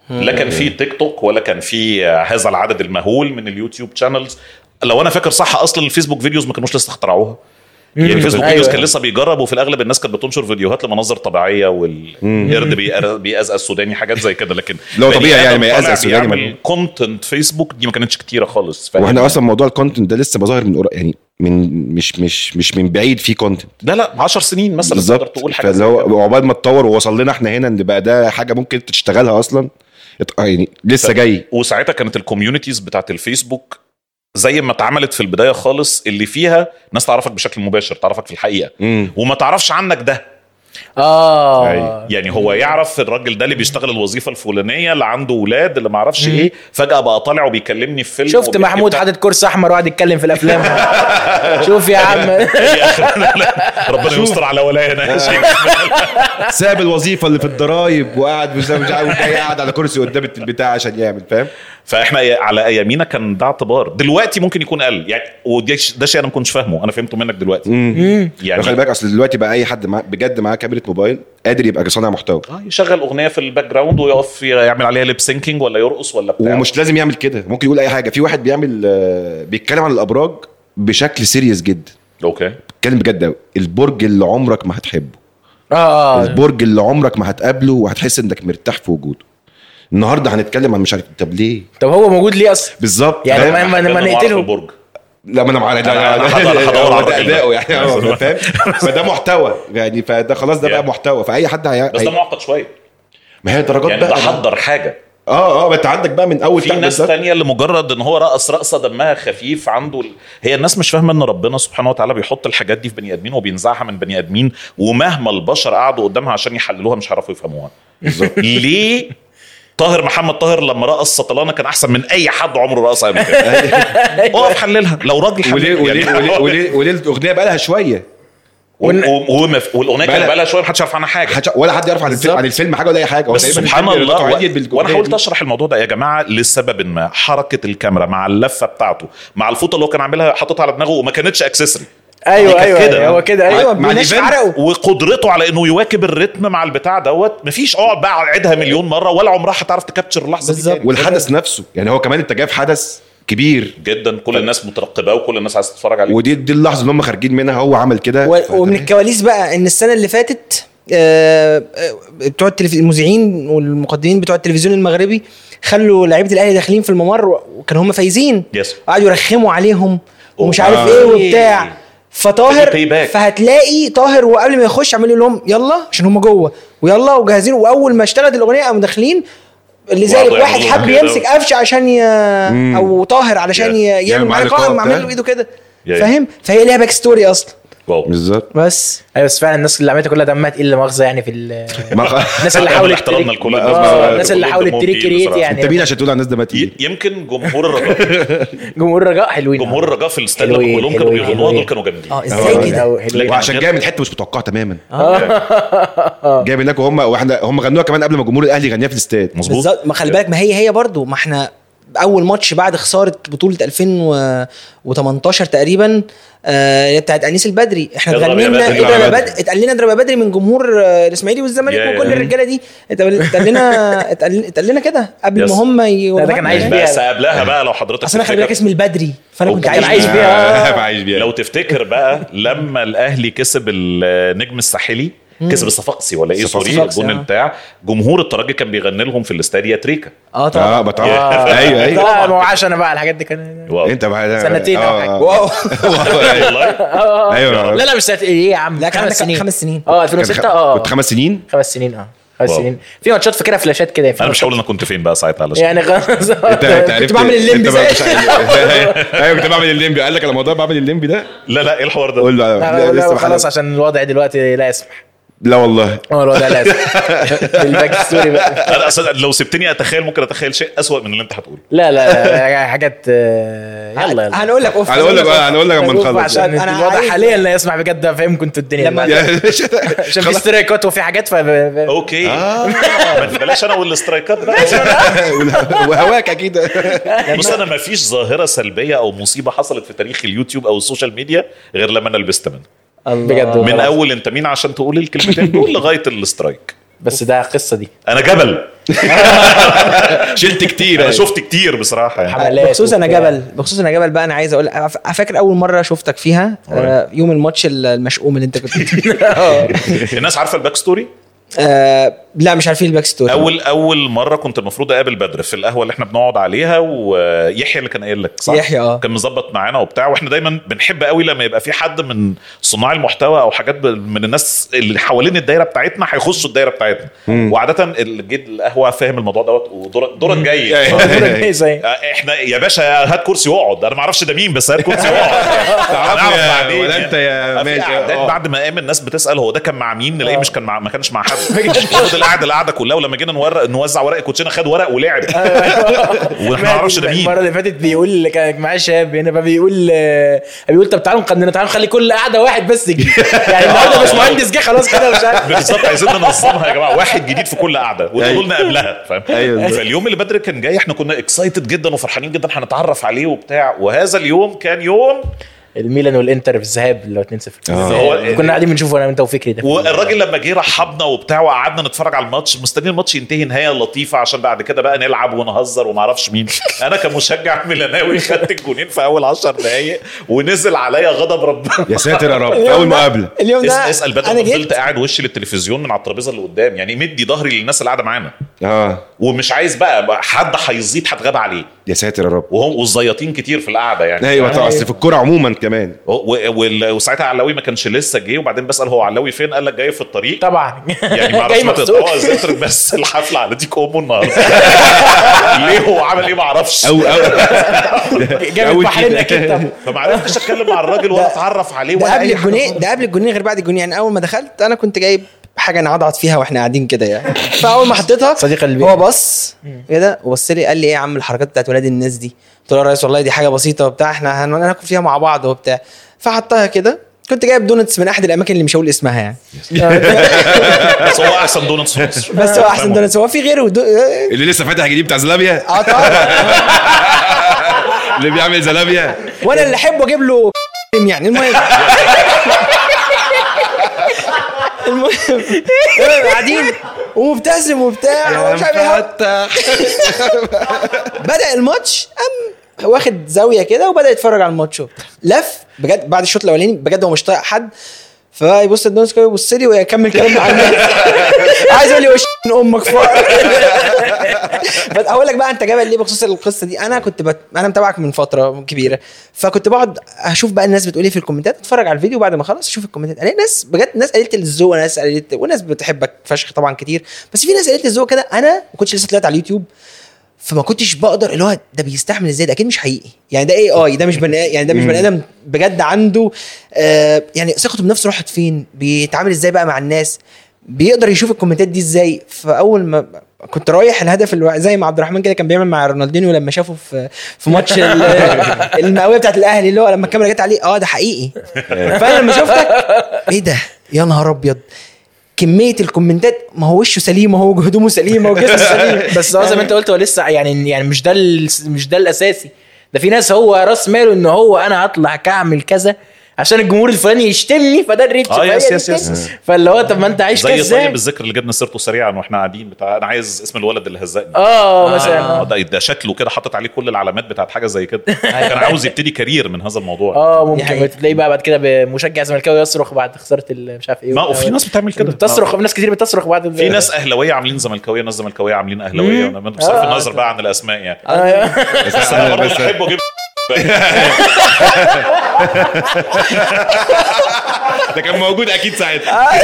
[SPEAKER 4] لا كان في تيك توك ولا كان في هذا العدد المهول من اليوتيوب شانلز لو انا فاكر صح اصلا الفيسبوك فيديوز ما كانوش لسه اخترعوها يعني الفيسبوك
[SPEAKER 2] أيوة.
[SPEAKER 4] فيديوز كان لسه بيجرب وفي الاغلب الناس كانت بتنشر فيديوهات لمناظر طبيعيه والقرد بيقر- بيأزأ السوداني حاجات زي كده لكن
[SPEAKER 1] لو طبيعي يعني ما يأزأ السوداني، ما-
[SPEAKER 4] السوداني كونتنت فيسبوك دي ما كانتش كتيره خالص فاهم؟
[SPEAKER 1] واحنا اصلا موضوع الكونتنت ده لسه بظاهر من قريب يعني من مش مش مش من بعيد في كونتنت
[SPEAKER 4] لا لا 10 سنين مثلا تقدر
[SPEAKER 1] بالظبط
[SPEAKER 4] تقول حاجه زي
[SPEAKER 1] فاللي هو
[SPEAKER 4] كده.
[SPEAKER 1] عقبال ما اتطور ووصل لنا احنا هنا ان بقى ده حاجه ممكن أنت تشتغلها اصلا ات- يعني لسه جاي
[SPEAKER 4] وساعتها كانت الكوميونيتيز بتاعت الفيسبوك زي ما اتعملت في البدايه خالص اللي فيها ناس تعرفك بشكل مباشر تعرفك في الحقيقه
[SPEAKER 1] مم.
[SPEAKER 4] وما تعرفش عنك ده
[SPEAKER 2] اه
[SPEAKER 4] يعني هو يعرف الراجل ده اللي بيشتغل الوظيفه الفلانيه اللي عنده ولاد اللي ما اعرفش ايه فجاه بقى طالع وبيكلمني في فيلم
[SPEAKER 2] شفت
[SPEAKER 4] وبيحكي
[SPEAKER 2] محمود
[SPEAKER 4] بتاع-
[SPEAKER 2] حاطط كرسي احمر وقعد يتكلم في الافلام شوف يا عم
[SPEAKER 4] يا أخي، لا، لا، ربنا يستر على ولايانا يا شيخ
[SPEAKER 1] ساب الوظيفه اللي في الضرايب وقعد مش عارف- مش عارف جاي قاعد على كرسي قدام البتاع عشان يعمل فاهم
[SPEAKER 4] فاحنا على ايامينا كان ده اعتبار دلوقتي ممكن يكون قل يعني وده ده شيء انا ما كنتش فاهمه انا فهمته منك دلوقتي
[SPEAKER 1] يعني خلي
[SPEAKER 4] يعني
[SPEAKER 1] بالك اصل دلوقتي بقى اي حد مع بجد معاه كاميرا موبايل قادر يبقى صانع محتوى
[SPEAKER 4] آه، يشغل اغنيه في الباك جراوند ويقف يعمل عليها ليب سينكينج ولا يرقص ولا بتاع
[SPEAKER 1] ومش لازم يعمل كده ممكن يقول اي حاجه في واحد بيعمل آه، بيتكلم عن الابراج بشكل سيريس جدا
[SPEAKER 4] اوكي
[SPEAKER 1] بيتكلم بجد أوي. البرج اللي عمرك ما هتحبه
[SPEAKER 2] اه اه
[SPEAKER 1] البرج آه، اللي عمرك ما هتقابله وهتحس انك مرتاح في وجوده النهارده هنتكلم عن مش عارف طب ليه
[SPEAKER 2] طب هو موجود ليه اصلا
[SPEAKER 1] بالظبط
[SPEAKER 2] يعني
[SPEAKER 1] فاهم؟
[SPEAKER 2] ما- ما- ما
[SPEAKER 4] أنا أعرف
[SPEAKER 2] نقتله.
[SPEAKER 4] البرج
[SPEAKER 1] لا ما انا معاه لا
[SPEAKER 4] أنا-
[SPEAKER 1] لا
[SPEAKER 4] أنا
[SPEAKER 1] لا
[SPEAKER 4] هدور- هدور على
[SPEAKER 1] ده
[SPEAKER 4] الراجل ده.
[SPEAKER 1] اداؤه يعني هو فاهم فده محتوى يعني فده خلاص ده بقى
[SPEAKER 4] Yeah.
[SPEAKER 1] محتوى فاي حد هي...
[SPEAKER 4] بس ده
[SPEAKER 1] هي...
[SPEAKER 4] معقد شويه
[SPEAKER 1] ما هي درجات
[SPEAKER 4] يعني ده
[SPEAKER 1] بقى
[SPEAKER 4] حضر حاجه
[SPEAKER 1] اه اه ما انت عندك بقى من اول
[SPEAKER 4] في
[SPEAKER 1] تحت
[SPEAKER 4] ناس
[SPEAKER 1] بالظبط.
[SPEAKER 4] تانية لمجرد ان هو رقص رقصه دمها خفيف عنده ال... هي الناس مش فاهمه ان ربنا سبحانه وتعالى بيحط الحاجات دي في بني ادمين وبينزعها من بني ادمين ومهما البشر قعدوا قدامها عشان يحللوها مش هيعرفوا يفهموها ليه طاهر محمد طاهر لما رقص سطلانه كان احسن من اي حد عمره رقص قبل كده اقف حللها لو راجل يعني- حللها
[SPEAKER 1] وليه وليه وليه وليه وليه الاغنيه بقى لها شويه
[SPEAKER 4] ون... والاغنيه كان
[SPEAKER 1] بلا-
[SPEAKER 4] بقى لها شويه محدش يعرف عنها حاجه
[SPEAKER 1] حتى- ولا حد يعرف عن الفيلم
[SPEAKER 2] بالظبط.
[SPEAKER 1] عن الفيلم حاجه ولا اي حاجه هو
[SPEAKER 4] بس
[SPEAKER 1] تقريباً
[SPEAKER 4] سبحان
[SPEAKER 1] الفيلم
[SPEAKER 4] الله
[SPEAKER 1] رفعه
[SPEAKER 4] و-
[SPEAKER 1] عديت بالجملة
[SPEAKER 4] وانا حاولت
[SPEAKER 1] دي.
[SPEAKER 4] اشرح الموضوع ده يا جماعه لسبب ما حركه الكاميرا مع اللفه بتاعته مع الفوطه اللي هو كان عاملها حاططها على دماغه وما كانتش اكسسوري دي
[SPEAKER 2] ايوه
[SPEAKER 4] كانت
[SPEAKER 2] ايوه
[SPEAKER 4] كده.
[SPEAKER 2] أيوة، هو كده ايوه
[SPEAKER 1] مع
[SPEAKER 2] بينشف
[SPEAKER 1] الإيفنت.
[SPEAKER 2] عرقه
[SPEAKER 4] وقدرته على انه يواكب الريتم مع البتاع دوت مفيش اقعد بقى عيدها مليون مره ولا عمرها هتعرف تكابتشر اللحظه دي
[SPEAKER 2] بالظبط.
[SPEAKER 4] تاني.
[SPEAKER 1] والحدث نفسه يعني هو كمان انت جاي في حدث كبير
[SPEAKER 4] جدا كل
[SPEAKER 2] طيب.
[SPEAKER 4] الناس مترقباه وكل الناس عايزه تتفرج عليه
[SPEAKER 1] ودي دي اللحظه اللي هم خارجين منها هو عمل كده
[SPEAKER 3] و- ومن الكواليس بقى ان السنه اللي فاتت آه، آه، بتوع التلف... المذيعين والمقدمين بتوع التلفزيون المغربي خلوا لعيبه الاهلي داخلين في الممر و- وكانوا هم فايزين
[SPEAKER 4] يس.
[SPEAKER 3] قعدوا يرخموا عليهم ومش عارف
[SPEAKER 4] آه.
[SPEAKER 3] ايه وبتاع فطاهر
[SPEAKER 4] فدي payback.
[SPEAKER 3] فهتلاقي طاهر وقبل ما يخش عامل لهم يلا عشان هم جوه ويلا وجاهزين واول ما اشتغلت الاغنيه قاموا داخلين لذلك
[SPEAKER 4] وقعدوا
[SPEAKER 3] واحد
[SPEAKER 4] يعملوا
[SPEAKER 3] حب
[SPEAKER 4] كده.
[SPEAKER 3] يمسك قفشه عشان ي... او طاهر علشان ي...
[SPEAKER 1] يعمل
[SPEAKER 3] يعمل
[SPEAKER 1] معاه
[SPEAKER 3] معاه
[SPEAKER 1] لقاء
[SPEAKER 3] لقاء
[SPEAKER 1] وبتاع.
[SPEAKER 3] عامل له ايده كده
[SPEAKER 4] يا-
[SPEAKER 3] فاهم فهي ليها باك ستوري اصلا
[SPEAKER 4] واو
[SPEAKER 1] بالظبط
[SPEAKER 3] بس
[SPEAKER 2] ايوه بس فعلا الناس اللي عملتها كلها دمها تقل لا مؤاخذه يعني في ال-
[SPEAKER 1] ما خ-
[SPEAKER 2] الناس اللي
[SPEAKER 4] أنا
[SPEAKER 2] حاولت
[SPEAKER 4] احترامنا
[SPEAKER 2] تريك-
[SPEAKER 4] لكل الناس
[SPEAKER 2] آه،
[SPEAKER 4] بقى.
[SPEAKER 2] الناس اللي
[SPEAKER 4] كلهم
[SPEAKER 2] حاولت
[SPEAKER 4] دمهم
[SPEAKER 2] تري
[SPEAKER 4] تقيل
[SPEAKER 2] كريت
[SPEAKER 4] بصراحة.
[SPEAKER 1] انت
[SPEAKER 2] يعني
[SPEAKER 1] مين عشان تقول على الناس ده
[SPEAKER 4] ي-
[SPEAKER 1] متي
[SPEAKER 4] يمكن جمهور الرجاء
[SPEAKER 2] جمهور الرجاء حلوين
[SPEAKER 4] جمهور الرجاء في الستاند اب
[SPEAKER 2] نعم. حلوين،
[SPEAKER 4] كلهم كانوا
[SPEAKER 2] حلوين،
[SPEAKER 4] بيغنوا
[SPEAKER 2] حلوين. آه،
[SPEAKER 4] دول كانوا جامدين
[SPEAKER 1] نعم.
[SPEAKER 3] اه ازاي كده
[SPEAKER 2] أو حلوين.
[SPEAKER 1] وعشان جاي من حته مش متوقعه تماما
[SPEAKER 2] آه.
[SPEAKER 1] جاي من هناك وهم واحنا هم غنوها كمان قبل ما جمهور الاهلي غنيها في الاستاد
[SPEAKER 4] مظبوط
[SPEAKER 3] بالظبط ما خلي بالك ما هي هي برضو ما احنا اول ماتش بعد خساره بطوله 2018 تقريبا آه، اللي بتاعت انيس البدري احنا
[SPEAKER 4] اضرب يا
[SPEAKER 3] اتغنينا
[SPEAKER 4] بدري،
[SPEAKER 1] اضرب يا
[SPEAKER 3] اضرب يا
[SPEAKER 1] بدري.
[SPEAKER 3] بدري. اتقال لنا اضرب يا بدري من جمهور آه، الاسماعيلي والزمالك
[SPEAKER 4] يا- يا-
[SPEAKER 3] وكل
[SPEAKER 4] يا.
[SPEAKER 3] الرجاله دي اتقال اتقال لنا اتقال اتقال لنا كده قبل
[SPEAKER 4] يس.
[SPEAKER 3] ما هم
[SPEAKER 2] لا،
[SPEAKER 3] يقولوا
[SPEAKER 2] ده كان عايش بيها.
[SPEAKER 4] بس قبلها بقى لو حضرتك
[SPEAKER 3] اصل انا خلي
[SPEAKER 4] تفتكر-
[SPEAKER 3] بالك اسمي البدري فانا كنت
[SPEAKER 4] أوكي.
[SPEAKER 3] عايش
[SPEAKER 4] كان عايش
[SPEAKER 3] بيها.
[SPEAKER 1] آه، عايش بيها
[SPEAKER 4] لو تفتكر بقى لما الاهلي كسب النجم الساحلي كسب الصفاقسي ولا ايه
[SPEAKER 1] الصفاقسي.
[SPEAKER 4] سوري الجون
[SPEAKER 3] الصفاقسي، آه.
[SPEAKER 4] بتاع جمهور الترجي كان بيغني لهم في الاستاد يا تريكا
[SPEAKER 3] اه طبعا
[SPEAKER 1] اه بطبع ايوه ايوه
[SPEAKER 2] لا ما وعاش انا بقى على الحاجات دي كان
[SPEAKER 4] واو.
[SPEAKER 1] انت بقى آه.
[SPEAKER 2] سنتين أو حاجة.
[SPEAKER 1] واو
[SPEAKER 4] والله
[SPEAKER 1] ايوه
[SPEAKER 2] لا لا مش سنة ايه يا عم
[SPEAKER 3] لا، كان عندك خمس سنين.
[SPEAKER 2] اه
[SPEAKER 1] كان
[SPEAKER 2] 2006
[SPEAKER 1] خ-
[SPEAKER 2] اه
[SPEAKER 1] كنت خمس سنين
[SPEAKER 2] خمس سنين اه خمس
[SPEAKER 4] واو.
[SPEAKER 2] سنين في ماتشات فاكرها فلاشات كده
[SPEAKER 4] انا
[SPEAKER 2] يعني
[SPEAKER 4] مش هقول انا كنت فين بقى ساعتها علشان
[SPEAKER 2] يعني خلاص
[SPEAKER 1] انت انت عرفت
[SPEAKER 3] بعمل الليمبي
[SPEAKER 1] انت بقى
[SPEAKER 3] زي-
[SPEAKER 1] مش عارف. ايوه كنت بعمل الليمبي قال لك انا موضوع بعمل الليمبي ده
[SPEAKER 4] لا لا ايه الحوار ده
[SPEAKER 1] قول له
[SPEAKER 2] لا، لا،
[SPEAKER 1] لسه
[SPEAKER 2] خلاص
[SPEAKER 1] خلاص
[SPEAKER 2] عشان الوضع دلوقتي لا يسمح
[SPEAKER 1] لا والله
[SPEAKER 2] اه لا ده لازم الباك ستوري بقى
[SPEAKER 4] انا اصلا لو سبتني اتخيل ممكن اتخيل شيء اسوء من اللي انت هتقوله
[SPEAKER 2] لا لا لا حاجات آه، يلا يلا
[SPEAKER 3] هنقول لك اوف
[SPEAKER 1] هنقول لك آه، هنقول لك اما نخلص
[SPEAKER 2] عشان
[SPEAKER 3] أنا
[SPEAKER 2] الوضع
[SPEAKER 3] عايز-
[SPEAKER 2] حاليا لا يسمع بجد افهمكم انتوا الدنيا
[SPEAKER 3] لما-
[SPEAKER 2] دلوقتي.
[SPEAKER 1] يعني
[SPEAKER 2] عشان في
[SPEAKER 1] خلاص.
[SPEAKER 2] استرايكات وفي حاجات ف
[SPEAKER 4] اوكي ما بلاش انا والاسترايكات بقى
[SPEAKER 1] وال- وهواك اكيد
[SPEAKER 4] بص انا ما فيش ظاهره سلبيه او مصيبه حصلت في تاريخ اليوتيوب او السوشيال ميديا غير لما انا لبست منها
[SPEAKER 2] بجد
[SPEAKER 4] من
[SPEAKER 2] والله.
[SPEAKER 4] اول انت مين عشان تقول الكلمتين دول لغايه الاسترايك
[SPEAKER 2] بس ده قصه دي
[SPEAKER 4] انا جبل
[SPEAKER 1] شلت كتير
[SPEAKER 4] انا
[SPEAKER 1] يعني.
[SPEAKER 4] شفت كتير بصراحه يعني
[SPEAKER 2] حملات
[SPEAKER 3] بخصوص انا
[SPEAKER 2] وبتاع.
[SPEAKER 3] جبل بخصوص انا جبل بقى انا عايز اقول أنا ف- فاكر اول مره شفتك فيها آه، يوم الماتش المشؤوم اللي انت كنت فيه.
[SPEAKER 4] الناس عارفه الباك ستوري
[SPEAKER 3] آه، لا مش عارفين الباك ستوري
[SPEAKER 4] اول اول مره كنت المفروض اقابل بدر في القهوه اللي احنا بنقعد عليها ويحيى اللي كان قايل لك صح
[SPEAKER 3] يحيى، اه.
[SPEAKER 4] كان مظبط معانا وبتاع واحنا دايما بنحب قوي لما يبقى في حد من صناع المحتوى او حاجات ب- من الناس اللي حوالين الدايره بتاعتنا هيخشوا الدايره بتاعتنا وعاده اللي جه القهوه فاهم الموضوع دوت ودورك دورك جاي
[SPEAKER 1] يعني.
[SPEAKER 2] إيه زي-
[SPEAKER 4] احنا يا باشا هات كرسي واقعد انا ما اعرفش ده مين بس هات كرسي واقعد
[SPEAKER 1] تعرفوا يا-
[SPEAKER 4] هنعرف بعدين
[SPEAKER 1] ولا
[SPEAKER 4] يعني.
[SPEAKER 1] انت يا
[SPEAKER 4] في
[SPEAKER 1] ماشي
[SPEAKER 4] قعدات
[SPEAKER 1] آه.
[SPEAKER 4] بعد ما قام الناس بتسال هو ده كان مع مين نلاقيه مش كان مع ما كانش مع حد خد القعده القعده كلها ولما جينا نورق نوزع ورق الكوتشينه خد ورق ولعب
[SPEAKER 1] آه.
[SPEAKER 4] وما اعرفش ده مين
[SPEAKER 2] المره اللي فاتت بيقول اللي كان معاه شاب هنا فبيقول آه، بيقول طب تعالوا نقنن تعالوا نخلي كل قاعده واحد بس يجي يعني النهارده مش مهندس جه خلاص كده مش عارف
[SPEAKER 4] بالظبط عايزين ننظمها يا جماعه واحد جديد في كل قعده وتقولوا لنا قبلها فاهم
[SPEAKER 1] أيوة بالظبط.
[SPEAKER 4] فاليوم اللي بدر كان جاي احنا كنا اكسايتد جدا وفرحانين جدا هنتعرف عليه وبتاع وهذا اليوم كان يوم
[SPEAKER 2] الميلان والانتر في الذهاب اللي هو 2
[SPEAKER 1] آه.
[SPEAKER 2] 0 كنا قاعدين بنشوفه انا وانت وفكري ده
[SPEAKER 4] والراجل لما جه رحبنا وبتاع وقعدنا نتفرج على الماتش مستنيين الماتش ينتهي نهايه لطيفه عشان بعد كده بقى نلعب ونهزر وما اعرفش مين انا كمشجع ميلاناوي خدت الجونين في اول 10 دقائق ونزل عليا غضب ربنا
[SPEAKER 1] يا ساتر يا رب اول مقابله
[SPEAKER 3] اليوم
[SPEAKER 4] اس-
[SPEAKER 3] ده
[SPEAKER 4] اسال بدل ما فضلت قاعد وشي للتلفزيون من على الترابيزه اللي قدام يعني مدي ظهري للناس اللي قاعده معانا
[SPEAKER 1] اه
[SPEAKER 4] ومش عايز بقى حد هيزيد هتغاب عليه
[SPEAKER 1] يا ساتر يا رب
[SPEAKER 4] وهم والزياطين كتير في القعده يعني
[SPEAKER 3] أيوة.
[SPEAKER 1] ايوه طبعا اصل في الكوره عموما كمان
[SPEAKER 4] و- وال- وساعتها علاوي ما كانش لسه جه وبعدين بسال هو علاوي فين قال لك جاي في الطريق
[SPEAKER 2] طبعا
[SPEAKER 4] يعني ما
[SPEAKER 2] جاي
[SPEAKER 4] اعرفش
[SPEAKER 2] مبسوط.
[SPEAKER 4] هو اترك بس الحفله على ديك امه النهارده ليه هو عمل ايه ما اعرفش
[SPEAKER 1] او او
[SPEAKER 2] جاب
[SPEAKER 1] أول
[SPEAKER 2] البحرين
[SPEAKER 1] كده.
[SPEAKER 2] اكيد طبعا
[SPEAKER 4] فما عرفتش اتكلم مع الراجل ولا اتعرف عليه
[SPEAKER 3] ده
[SPEAKER 4] ولا
[SPEAKER 3] قبل
[SPEAKER 4] اي حاجة.
[SPEAKER 3] الجونين ده قبل الجونين غير بعد الجونين يعني اول ما دخلت انا كنت جايب حاجه نعضعض فيها واحنا قاعدين كده يعني فاول ما حطيتها
[SPEAKER 2] صديق البيئة.
[SPEAKER 3] هو بص كده وبص لي قال لي ايه يا عم الحركات بتاعت ولاد الناس دي قلت له يا ريس والله دي حاجه بسيطه وبتاع احنا هن- هناكل فيها مع بعض وبتاع فحطها كده كنت جايب دونتس من احد الاماكن اللي مش هقول اسمها يعني
[SPEAKER 4] بس هو احسن دونتس في مصر
[SPEAKER 3] بس هو احسن دونتس هو في غيره دو...
[SPEAKER 1] اللي لسه فاتح جديد بتاع زلابيا
[SPEAKER 4] آه.
[SPEAKER 3] اه طبعا
[SPEAKER 1] اللي بيعمل زلابيا
[SPEAKER 3] وانا اللي احبه اجيب له يعني المهم المهم قاعدين ومبتسم وبتاع ومش عارف ايه بدا الماتش قام واخد زاويه كده وبدا يتفرج على الماتش وبتاع. لف بجد بعد الشوط الاولاني بجد هو مش طايق حد فيبص لدونسكا ويبص لي ويكمل كلام مع الناس عايز اقول لي وش من امك فار بس اقول لك بقى انت جبل ليه بخصوص القصه دي انا كنت بت... انا متابعك من فتره كبيره فكنت بقعد اشوف بقى الناس بتقول ايه في الكومنتات اتفرج على الفيديو بعد ما اخلص اشوف الكومنتات الاقي ناس بجد ناس قليله الذوق وناس قليله وناس بتحبك فشخ طبعا كتير بس في ناس قليله الذوق كده انا ما كنتش لسه طلعت على اليوتيوب فما كنتش بقدر اللي هو ده بيستحمل ازاي ده اكيد مش حقيقي يعني ده اي اي ده مش بني يعني ده مش بني ادم بجد عنده آه يعني ثقته بنفسه راحت فين بيتعامل ازاي بقى مع الناس بيقدر يشوف الكومنتات دي ازاي فاول ما كنت رايح الهدف الو... زي ما عبد الرحمن كده كان بيعمل مع رونالدينيو لما شافه في في ماتش ال- المقاويه بتاعت الاهلي اللي هو لما الكاميرا جت عليه اه ده حقيقي فانا لما شفتك ايه ده يا نهار ابيض كميه الكومنتات ما هو وشه سليم وهو هدومه سليمه وجسمه سليم
[SPEAKER 2] بس هو زي ما انت قلت هو لسه يعني يعني مش ده ال- مش ده الاساسي ده في ناس هو راس ماله ان هو انا هطلع كاعمل كذا عشان الجمهور الفلاني يشتمني فده الريتش
[SPEAKER 4] آه،
[SPEAKER 2] فهي
[SPEAKER 4] يس،
[SPEAKER 2] دي
[SPEAKER 4] يس، يس،
[SPEAKER 2] التاني. فاللي هو طب ما انت عايش كده
[SPEAKER 4] زي
[SPEAKER 2] ازاي
[SPEAKER 4] طيب الذكر اللي جبنا سيرته سريعا واحنا قاعدين بتاع انا عايز اسم الولد اللي هزقني
[SPEAKER 2] اه
[SPEAKER 1] يعني
[SPEAKER 2] مثلا
[SPEAKER 4] آه، ده ده شكله كده حاطط عليه كل العلامات بتاعت حاجه زي كده كان عاوز يبتدي كارير من هذا
[SPEAKER 1] آه،
[SPEAKER 4] الموضوع
[SPEAKER 2] اه
[SPEAKER 3] دي
[SPEAKER 2] ممكن
[SPEAKER 3] حقيقة.
[SPEAKER 2] تلاقيه بقى بعد كده مشجع زملكاوي يصرخ بعد خساره ال- مش عارف ايه
[SPEAKER 4] ما
[SPEAKER 1] يعني
[SPEAKER 4] وفي ناس بتعمل كده آه.
[SPEAKER 2] بتصرخ ناس كتير بتصرخ بعد ال-
[SPEAKER 4] في ناس اهلاويه عاملين زملكاويه ناس
[SPEAKER 1] آه،
[SPEAKER 4] زملكاويه عاملين اهلاويه بصرف النظر بقى عن الاسماء يعني
[SPEAKER 2] آه،
[SPEAKER 4] بس انا برضه بحبه جدا
[SPEAKER 1] ده كان موجود اكيد ساعتها
[SPEAKER 4] آه.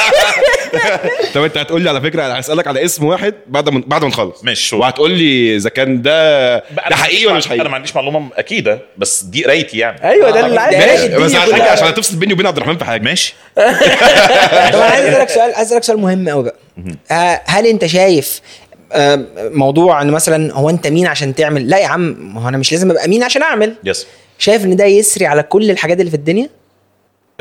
[SPEAKER 1] طب انت هتقول لي على فكره انا هسالك على اسم واحد بعد ما بعد ما نخلص
[SPEAKER 4] ماشي.
[SPEAKER 1] وهتقول لي اذا كان ده
[SPEAKER 4] بقى
[SPEAKER 1] ده حقيقي ولا
[SPEAKER 4] انا
[SPEAKER 1] مش
[SPEAKER 4] ما
[SPEAKER 1] حقيقي أيوة،
[SPEAKER 4] عنديش معلومه اكيده بس دي قرايتي يعني
[SPEAKER 2] ايوه ده اللي عايز
[SPEAKER 3] ماشي،
[SPEAKER 2] الدنيا
[SPEAKER 1] بس على
[SPEAKER 2] كلها.
[SPEAKER 1] حاجه عشان هتفصل بيني وبين عبد الرحمن في حاجه
[SPEAKER 4] ماشي
[SPEAKER 3] طب انا عايز اسالك سؤال عايز اسالك سؤال مهم قوي بقى آه، هل انت شايف آه، موضوع ان مثلا هو انت مين عشان تعمل لا يا عم ما هو انا مش لازم ابقى مين عشان اعمل
[SPEAKER 4] يس
[SPEAKER 3] شايف ان ده يسري على كل الحاجات اللي في الدنيا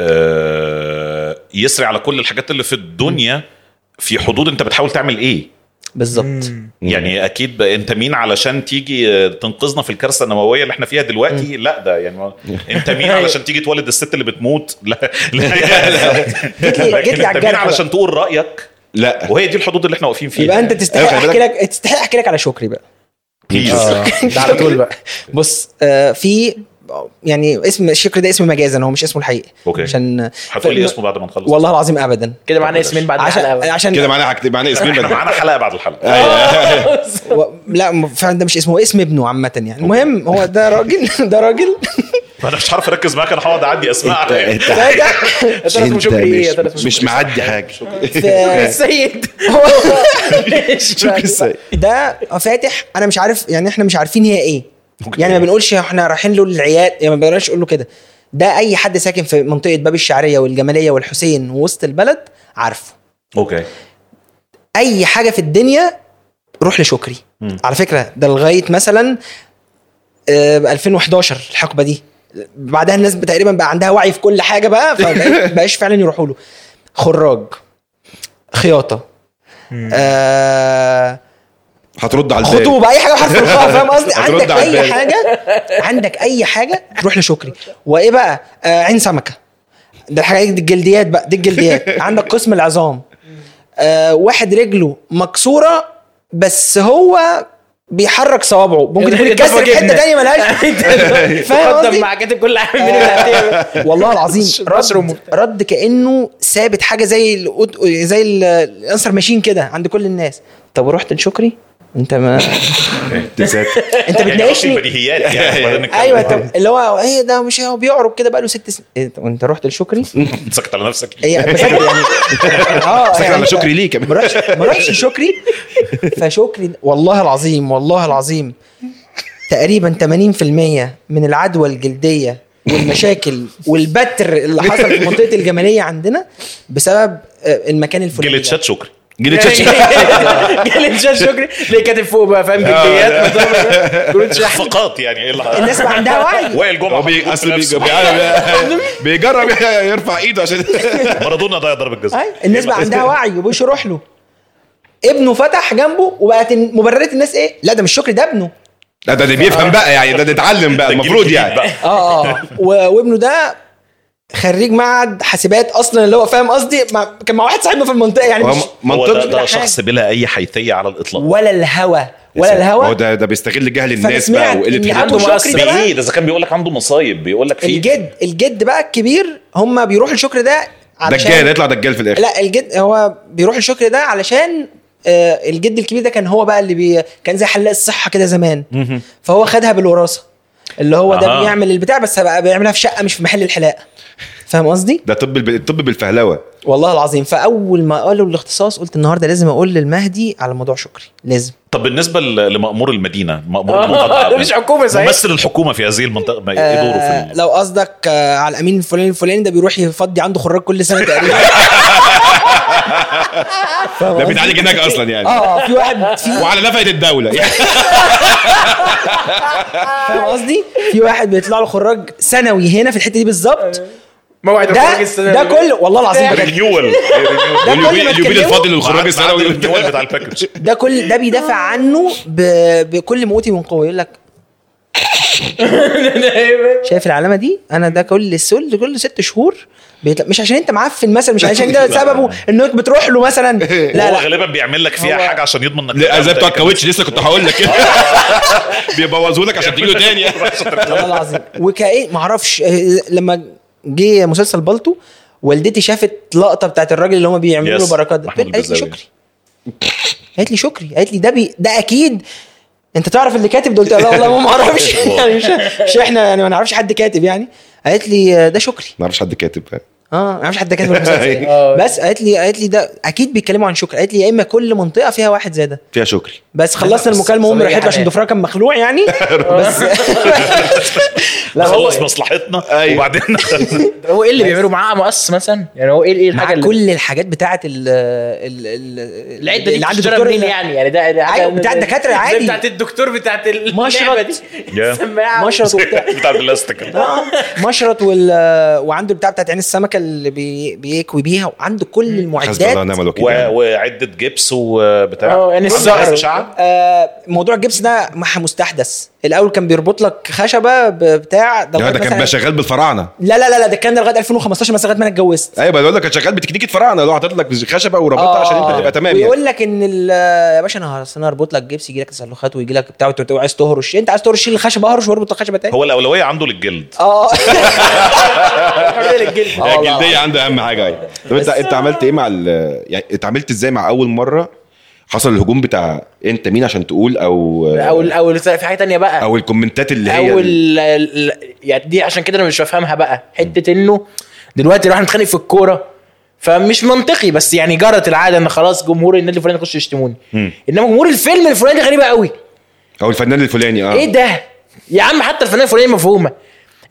[SPEAKER 4] آه، يسري على كل الحاجات اللي في الدنيا في حدود انت بتحاول تعمل ايه
[SPEAKER 3] بالظبط
[SPEAKER 4] يعني اكيد ب- انت مين علشان تيجي آه، تنقذنا في الكارثه النوويه اللي احنا فيها دلوقتي لا ده يعني ما- انت مين
[SPEAKER 3] أيوه.
[SPEAKER 4] علشان تيجي تولد الست اللي بتموت لا لا
[SPEAKER 3] جيت لي-
[SPEAKER 4] لكن
[SPEAKER 3] جيت لي على
[SPEAKER 4] انت مين
[SPEAKER 3] الجرح
[SPEAKER 4] علشان تقول رايك
[SPEAKER 1] لا
[SPEAKER 4] وهي دي الحدود اللي احنا واقفين فيها
[SPEAKER 3] يبقى انت
[SPEAKER 4] يعني.
[SPEAKER 1] أيوة،
[SPEAKER 3] تستحق
[SPEAKER 1] خلي
[SPEAKER 3] احكي لك تستحق احكي لك على شكري بقى آه.
[SPEAKER 4] Please.
[SPEAKER 2] ده على طول بقى
[SPEAKER 3] بص آه، في يعني اسم شكري ده اسم مجازا هو مش اسمه الحقيقي
[SPEAKER 4] اوكي.
[SPEAKER 3] عشان
[SPEAKER 4] هتقول لي
[SPEAKER 3] فالم-
[SPEAKER 4] اسمه بعد ما نخلص
[SPEAKER 3] والله العظيم ابدا
[SPEAKER 2] كده معانا اسمين بعد
[SPEAKER 3] عشان
[SPEAKER 2] الحلقه بقى.
[SPEAKER 3] عشان
[SPEAKER 1] كده معانا حاجتين معانا اسمين
[SPEAKER 3] طيب،
[SPEAKER 4] احنا
[SPEAKER 1] بدل
[SPEAKER 4] معانا حلقه بعد الحلقه
[SPEAKER 3] آه. و... لا م- فعلا ده مش اسمه هو اسم ابنه عامة يعني المهم هو ده راجل ده راجل
[SPEAKER 4] انا مش عارف اركز معاك انا هقعد طيب. اعدي اسماء على
[SPEAKER 1] انت
[SPEAKER 3] ده ده
[SPEAKER 2] يا
[SPEAKER 3] طيب،
[SPEAKER 2] ترى اسمه شكري ايه يا ترى
[SPEAKER 1] إيه، طيب، مش
[SPEAKER 2] اسمه
[SPEAKER 1] مش معدي حاجه
[SPEAKER 3] في-
[SPEAKER 2] السيد
[SPEAKER 1] شكري السيد
[SPEAKER 3] ده فاتح انا مش عارف يعني احنا مش عارفين هي ايه يعني ما بنقولش احنا رايحين له العيال يعني ما بنقولش نقول له كده ده اي حد ساكن في منطقه باب الشعريه والجماليه والحسين ووسط البلد عارفه
[SPEAKER 4] اوكي
[SPEAKER 3] اي حاجه في الدنيا روح لشكري
[SPEAKER 4] مم.
[SPEAKER 3] على فكره ده لغايه مثلا آه، 2011 الحقبه دي بعدها الناس تقريبا بقى عندها وعي في كل حاجه بقى فبقاش فعلا يروحوا له خراج خياطه آه
[SPEAKER 1] هترد على البال
[SPEAKER 3] خطوبه اي حاجه بحرف الخاء فاهم قصدي
[SPEAKER 1] هترد
[SPEAKER 3] عندك
[SPEAKER 1] على
[SPEAKER 3] اي
[SPEAKER 1] البال.
[SPEAKER 3] حاجه عندك اي حاجه تروح لشكري وايه بقى آه عين سمكه ده الحاجه دي الجلديات بقى دي الجلديات عندك قسم العظام آه واحد رجله مكسوره بس هو بيحرك صوابعه ممكن يكون
[SPEAKER 2] يعني
[SPEAKER 3] اتكسر في حته ثانيه ملهاش فاهم
[SPEAKER 2] قدم
[SPEAKER 3] قصدي
[SPEAKER 2] أيوة. مع كاتب كل عام مين اللي هتعمل
[SPEAKER 3] والله العظيم
[SPEAKER 2] مشروم
[SPEAKER 3] رد, رد كانه ثابت حاجه زي الأوت- زي ال- الانسر ماشين كده عند كل الناس طب ورحت لشكري انت ما
[SPEAKER 1] تسافر.
[SPEAKER 3] انت
[SPEAKER 4] يعني قصدي
[SPEAKER 3] بتناقشني
[SPEAKER 4] البديهيات يعني بعدين نتكلم.
[SPEAKER 3] ايوه طب اللي هو ايه ده مش هو بيعرج كده بقاله ست سنين إيه طب وانت رحت لشكري؟
[SPEAKER 4] سكت على نفسك
[SPEAKER 3] هي بشكل يعني اه
[SPEAKER 1] ساكت
[SPEAKER 3] يعني
[SPEAKER 1] على
[SPEAKER 3] أنت
[SPEAKER 1] شكري ليه كمان
[SPEAKER 3] ما رحتش ما رحتش لشكري فشكري والله العظيم والله العظيم تقريبا 80% من العدوى الجلديه والمشاكل والبتر اللي حصل في منطقه الجماليه عندنا بسبب آه، المكان الفلاني ده.
[SPEAKER 4] جلتشات شكري
[SPEAKER 1] جيلي تشاتشي
[SPEAKER 2] جالي شات شكري ليه كاتب فوق بقى فاهم
[SPEAKER 4] آه.
[SPEAKER 2] جديات
[SPEAKER 4] فقط يعني ايه اللي حصل؟
[SPEAKER 3] آه. الناس بقى عندها وعي
[SPEAKER 4] وائل
[SPEAKER 1] هو
[SPEAKER 4] جمعه
[SPEAKER 1] بي-
[SPEAKER 4] محطوط في
[SPEAKER 1] اصل
[SPEAKER 4] نفسه.
[SPEAKER 1] بيج- بيعرف- بيجرب يرفع ايده عشان
[SPEAKER 4] مارادونا ضيع ضربه
[SPEAKER 3] أي،
[SPEAKER 4] جزاء
[SPEAKER 3] الناس بقى
[SPEAKER 4] إيه،
[SPEAKER 3] عندها وعي وبيش يروح له ابنه فتح جنبه وبقت مبررات الناس ايه لا ده مش شكري ده ابنه
[SPEAKER 1] لا ده ده بيفهم بقى يعني ده ده اتعلم بقى
[SPEAKER 4] ده الجيل
[SPEAKER 1] المفروض
[SPEAKER 4] الجديد
[SPEAKER 1] يعني
[SPEAKER 4] بقى.
[SPEAKER 3] اه اه و- وابنه ده خريج معهد حاسبات اصلا اللي هو فاهم قصدي مع- كان مع واحد صاحبنا في المنطقه يعني
[SPEAKER 1] هو
[SPEAKER 3] مش
[SPEAKER 4] هو ده,
[SPEAKER 1] منطقي
[SPEAKER 4] ده شخص بلا اي حيثيه على الاطلاق
[SPEAKER 3] ولا الهوى ولا
[SPEAKER 1] هو
[SPEAKER 3] الهوى
[SPEAKER 1] ده ده بيستغل جهل الناس بقى
[SPEAKER 3] فسمعت
[SPEAKER 1] وقله
[SPEAKER 3] إن
[SPEAKER 1] حلوته.
[SPEAKER 3] عنده
[SPEAKER 2] مؤثر.
[SPEAKER 3] شكري ده بقى
[SPEAKER 4] بايه ده اذا كان بيقول لك عنده مصايب بيقول لك في
[SPEAKER 3] الجد الجد بقى الكبير هم بيروحوا الشكر ده علشان
[SPEAKER 1] دجال يطلع دجال في الاخر
[SPEAKER 3] لا الجد هو بيروح الشكر ده علشان آه، الجد الكبير ده كان هو بقى اللي بي كان زي حلاق الصحه كده زمان فهو خدها بالوراثه اللي هو ده
[SPEAKER 4] أها.
[SPEAKER 3] بيعمل البتاع بس بقى بيعملها في شقه مش في محل الحلاقه فاهم قصدي؟
[SPEAKER 1] ده طب الب- الطب بالفهلوه
[SPEAKER 3] والله العظيم فاول ما قالوا الاختصاص قلت النهارده لازم اقول للمهدي على موضوع شكري لازم
[SPEAKER 4] طب بالنسبه ل- لمأمور المدينه مأمور المنطقه
[SPEAKER 2] ده مش حكومه صحيح
[SPEAKER 4] ممثل الحكومه في هذه المنطقه ما- ايه دوره
[SPEAKER 3] آه
[SPEAKER 4] في ال-
[SPEAKER 3] لو قصدك آه على الامين الفلاني الفلاني ده بيروح يفضي عنده خراج كل سنه تقريبا فاهم
[SPEAKER 1] ده
[SPEAKER 3] قصدي؟
[SPEAKER 1] بيتعالج هناك اصلا يعني
[SPEAKER 3] اه آه، في واحد في
[SPEAKER 1] وعلى نفقه الدوله يعني
[SPEAKER 3] فاهم قصدي في واحد بيطلع له خراج سنوي هنا في الحته دي بالظبط
[SPEAKER 2] موعد
[SPEAKER 3] ده
[SPEAKER 2] الخروج السنه
[SPEAKER 3] ده
[SPEAKER 2] اللي-
[SPEAKER 3] كله والله العظيم بجد
[SPEAKER 4] رينيول
[SPEAKER 3] كل ما
[SPEAKER 1] اليوبيل اليوبيل
[SPEAKER 3] اتكلموا-
[SPEAKER 1] الفاضل للخروج السنوي
[SPEAKER 4] الرينيول بتاع الباكج
[SPEAKER 3] ده كل ده بيدافع عنه ب... بكل ما اوتي من قوه يقول لك شايف العلامه دي انا ده كل السل كل ست شهور بيطلع مش عشان انت معفن مثلا مش عشان ده
[SPEAKER 4] لا.
[SPEAKER 3] سببه انك بتروح له مثلا لا
[SPEAKER 4] هو
[SPEAKER 3] لا
[SPEAKER 4] غالبا بيعمل لك فيها
[SPEAKER 3] هو-
[SPEAKER 4] حاجه عشان يضمن انك
[SPEAKER 1] لا زي بتوع الكاوتش لسه كنت هقول لك كده بيبوظوا لك عشان تيجي له تاني
[SPEAKER 3] والله العظيم وكايه ما اعرفش لما جه مسلسل بالطو والدتي شافت لقطه بتاعت الراجل اللي هم بيعملوا له
[SPEAKER 4] يس،
[SPEAKER 3] بركات ده
[SPEAKER 4] محمود
[SPEAKER 3] قالت لي
[SPEAKER 4] البزاوي.
[SPEAKER 3] شكري قالت لي شكري قالت لي ده بي ده اكيد انت تعرف اللي كاتب ده قلت لها لا والله ما اعرفش
[SPEAKER 1] أيوة.
[SPEAKER 3] يعني مش مش احنا يعني ما نعرفش حد كاتب يعني قالت لي آه، ده شكري
[SPEAKER 1] ما اعرفش حد كاتب
[SPEAKER 3] اه ما اعرفش حد كاتب المسلسل
[SPEAKER 1] أيوة.
[SPEAKER 3] يعني.
[SPEAKER 2] آه.
[SPEAKER 3] بس قالت لي قالت لي ده اكيد بيتكلموا عن شكري قالت لي يا اما كل منطقه فيها واحد زي ده
[SPEAKER 1] فيها شكري
[SPEAKER 3] بس خلصنا
[SPEAKER 2] بس-
[SPEAKER 3] المكالمه وامي
[SPEAKER 2] بس
[SPEAKER 3] راحت له عشان
[SPEAKER 2] حلال.
[SPEAKER 3] ضفرها كان مخلوع يعني بس لا هو
[SPEAKER 4] خلص مصلحتنا وبعدين
[SPEAKER 2] هو
[SPEAKER 3] إيه
[SPEAKER 2] ايه اللي بيعملوا معاه مقص مثلا يعني هو ايه ايه الحاجه
[SPEAKER 3] مع
[SPEAKER 2] اللي
[SPEAKER 3] كل الحاجات بتاعه ال ال- ال-
[SPEAKER 2] العده دي
[SPEAKER 3] اللي عند
[SPEAKER 2] بتشترى
[SPEAKER 3] الدكتور
[SPEAKER 2] منين
[SPEAKER 3] ده.
[SPEAKER 2] يعني يعني ده ده
[SPEAKER 3] أيوة،
[SPEAKER 2] ده-
[SPEAKER 3] بتاع
[SPEAKER 2] ده-
[SPEAKER 3] الدكاترة
[SPEAKER 2] زي
[SPEAKER 3] عادي.
[SPEAKER 2] بتاعت الدكتور بتاعت اللعبة
[SPEAKER 3] مشرط.
[SPEAKER 2] دي
[SPEAKER 4] يا.
[SPEAKER 2] السماعه
[SPEAKER 3] مشرط وبتاع
[SPEAKER 4] بتاع البلاستيك
[SPEAKER 3] آه، مشرط وال وعنده البتاع بتاعت عين السمكه اللي بي... بيكوي بيها وعنده كل
[SPEAKER 1] حسبي الله
[SPEAKER 3] المعدات
[SPEAKER 1] ونعم الوكيل يعني
[SPEAKER 4] و- وعده جبس وبتاع
[SPEAKER 2] اه، يعني الزهر.
[SPEAKER 4] عايز اشعه
[SPEAKER 3] آه، موضوع الجبس ده مح- مستحدث الاول كان بيربط لك خشبه بتاع ده
[SPEAKER 1] لا
[SPEAKER 3] لغاية
[SPEAKER 1] ده كان
[SPEAKER 3] مثلاً-
[SPEAKER 1] بقى شغال بالفراعنه
[SPEAKER 3] لا لا لا لا، ده الكلام ده لغايه 2015 مثلا لغايه ما انا اتجوزت
[SPEAKER 1] ايوه بقول لك كان شغال بتكنيك الفراعنه اللي هو حاطط لك خشبه وربطها
[SPEAKER 3] آه.
[SPEAKER 1] عشان انت تبقى تمام يعني
[SPEAKER 3] ويقول لك ان ال- يا باشا انا هرس- انا هربط لك جبس يجي لك تسلخات ويجي لك بتاع وتقول- وتقول عايز تهرش انت عايز تهرش شيل الخشبه هرش واربط الخشبه تاني
[SPEAKER 4] هو الاولويه عنده للجلد
[SPEAKER 3] اه
[SPEAKER 1] هي
[SPEAKER 3] آه، والله
[SPEAKER 1] الجلديه عنده اهم حاجه ايوه طب انت انت عملت ايه مع ال- يعني اتعاملت ازاي مع اول مره حصل الهجوم بتاع انت مين عشان تقول او
[SPEAKER 2] او او في حاجه تانية بقى
[SPEAKER 1] او الكومنتات اللي هي
[SPEAKER 2] او
[SPEAKER 1] ال-
[SPEAKER 2] ال- ال- يعني دي عشان كده انا مش بفهمها بقى حته انه دلوقتي راح نتخانق في الكوره فمش منطقي بس يعني جرت العاده ان خلاص جمهور النادي الفلاني يخش يشتموني انما جمهور الفيلم الفلاني دي غريبه قوي
[SPEAKER 1] او الفنان الفلاني
[SPEAKER 3] إيه
[SPEAKER 1] اه
[SPEAKER 2] ايه ده يا عم حتى الفلانيه الفلانيه مفهومه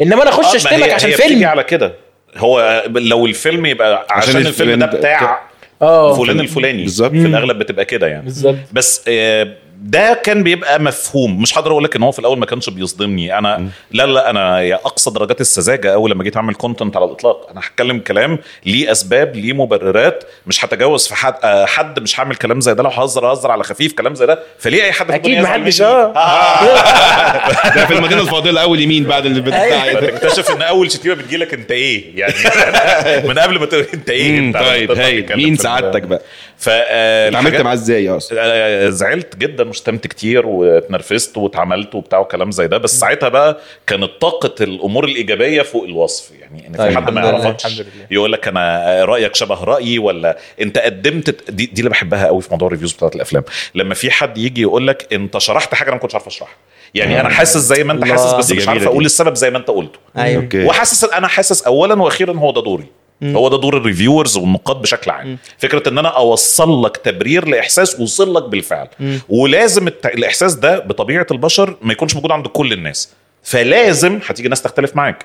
[SPEAKER 2] انما انا
[SPEAKER 4] آه، ما
[SPEAKER 2] اخش اشتمك
[SPEAKER 4] هي-
[SPEAKER 2] عشان
[SPEAKER 4] هي بتيجي
[SPEAKER 2] فيلم
[SPEAKER 4] على كده هو لو الفيلم يبقى عشان,
[SPEAKER 1] عشان
[SPEAKER 4] الفيلم ده
[SPEAKER 1] الفيلم
[SPEAKER 4] بتاع
[SPEAKER 2] اه
[SPEAKER 4] فلان الفلاني
[SPEAKER 1] بالظبط.
[SPEAKER 4] في الاغلب بتبقى كده يعني
[SPEAKER 2] بالظبط
[SPEAKER 4] بس آه، ده كان بيبقى مفهوم مش هقدر اقول لك ان هو في الاول ما كانش بيصدمني انا لا لا انا يا اقصى درجات السذاجه اول لما جيت اعمل كونتنت على الاطلاق انا هتكلم كلام ليه اسباب ليه مبررات مش هتجاوز في حد آه، حد مش هعمل كلام زي ده لو هزر هزر على خفيف كلام زي ده فليه اي حد في
[SPEAKER 2] أكيد
[SPEAKER 4] الدنيا يزعل
[SPEAKER 2] محدش،
[SPEAKER 4] مني؟ آه.
[SPEAKER 2] آه.
[SPEAKER 1] ده في المدينه الفاضله اول يمين بعد اللي بتاع
[SPEAKER 4] يعني أيوه.
[SPEAKER 1] إيه
[SPEAKER 4] فتكتشف ان اول شتيمه بتجيلك انت ايه يعني من قبل ما تقول انت ايه
[SPEAKER 1] مم،
[SPEAKER 4] انت عمال
[SPEAKER 1] طيب
[SPEAKER 4] تطلع
[SPEAKER 1] هاي
[SPEAKER 4] تتكلم
[SPEAKER 1] مين
[SPEAKER 4] في ال-
[SPEAKER 1] سعادتك بقى
[SPEAKER 4] ف آه،
[SPEAKER 1] اتعاملت
[SPEAKER 4] الحاجات-
[SPEAKER 1] معاه ازاي اصلا
[SPEAKER 4] آه، زعلت جدا وشتمت كتير واتنرفزت واتعملت وبتاع وكلام زي ده بس ساعتها بقى كانت طاقه الامور الايجابيه فوق الوصف يعني ان في
[SPEAKER 3] طيب،
[SPEAKER 4] حد ما
[SPEAKER 3] الحمد لله،
[SPEAKER 4] يعرفكش يقول لك انا آه، رايك شبه رايي ولا انت قدمت دي, دي اللي بحبها قوي في موضوع الريفيوز بتاعت الافلام لما في حد يجي يقول لك انت شرحت حاجه انا ما كنتش عارف اشرحها يعني انا حاسس زي ما انت
[SPEAKER 3] الله.
[SPEAKER 4] حاسس بس
[SPEAKER 1] دي
[SPEAKER 4] مش
[SPEAKER 1] جميلة
[SPEAKER 4] عارف
[SPEAKER 1] دي.
[SPEAKER 4] اقول السبب زي ما انت قلته
[SPEAKER 3] ايوه
[SPEAKER 1] اوكي
[SPEAKER 4] وحاسس انا حاسس اولا واخيرا هو ده دوري هو ده دور الريفيورز والنقاد بشكل عام فكره ان انا اوصل لك تبرير لاحساس وصل لك بالفعل ولازم الت... الاحساس ده بطبيعه البشر ما يكونش موجود عند كل الناس فلازم هتيجي ناس تختلف معاك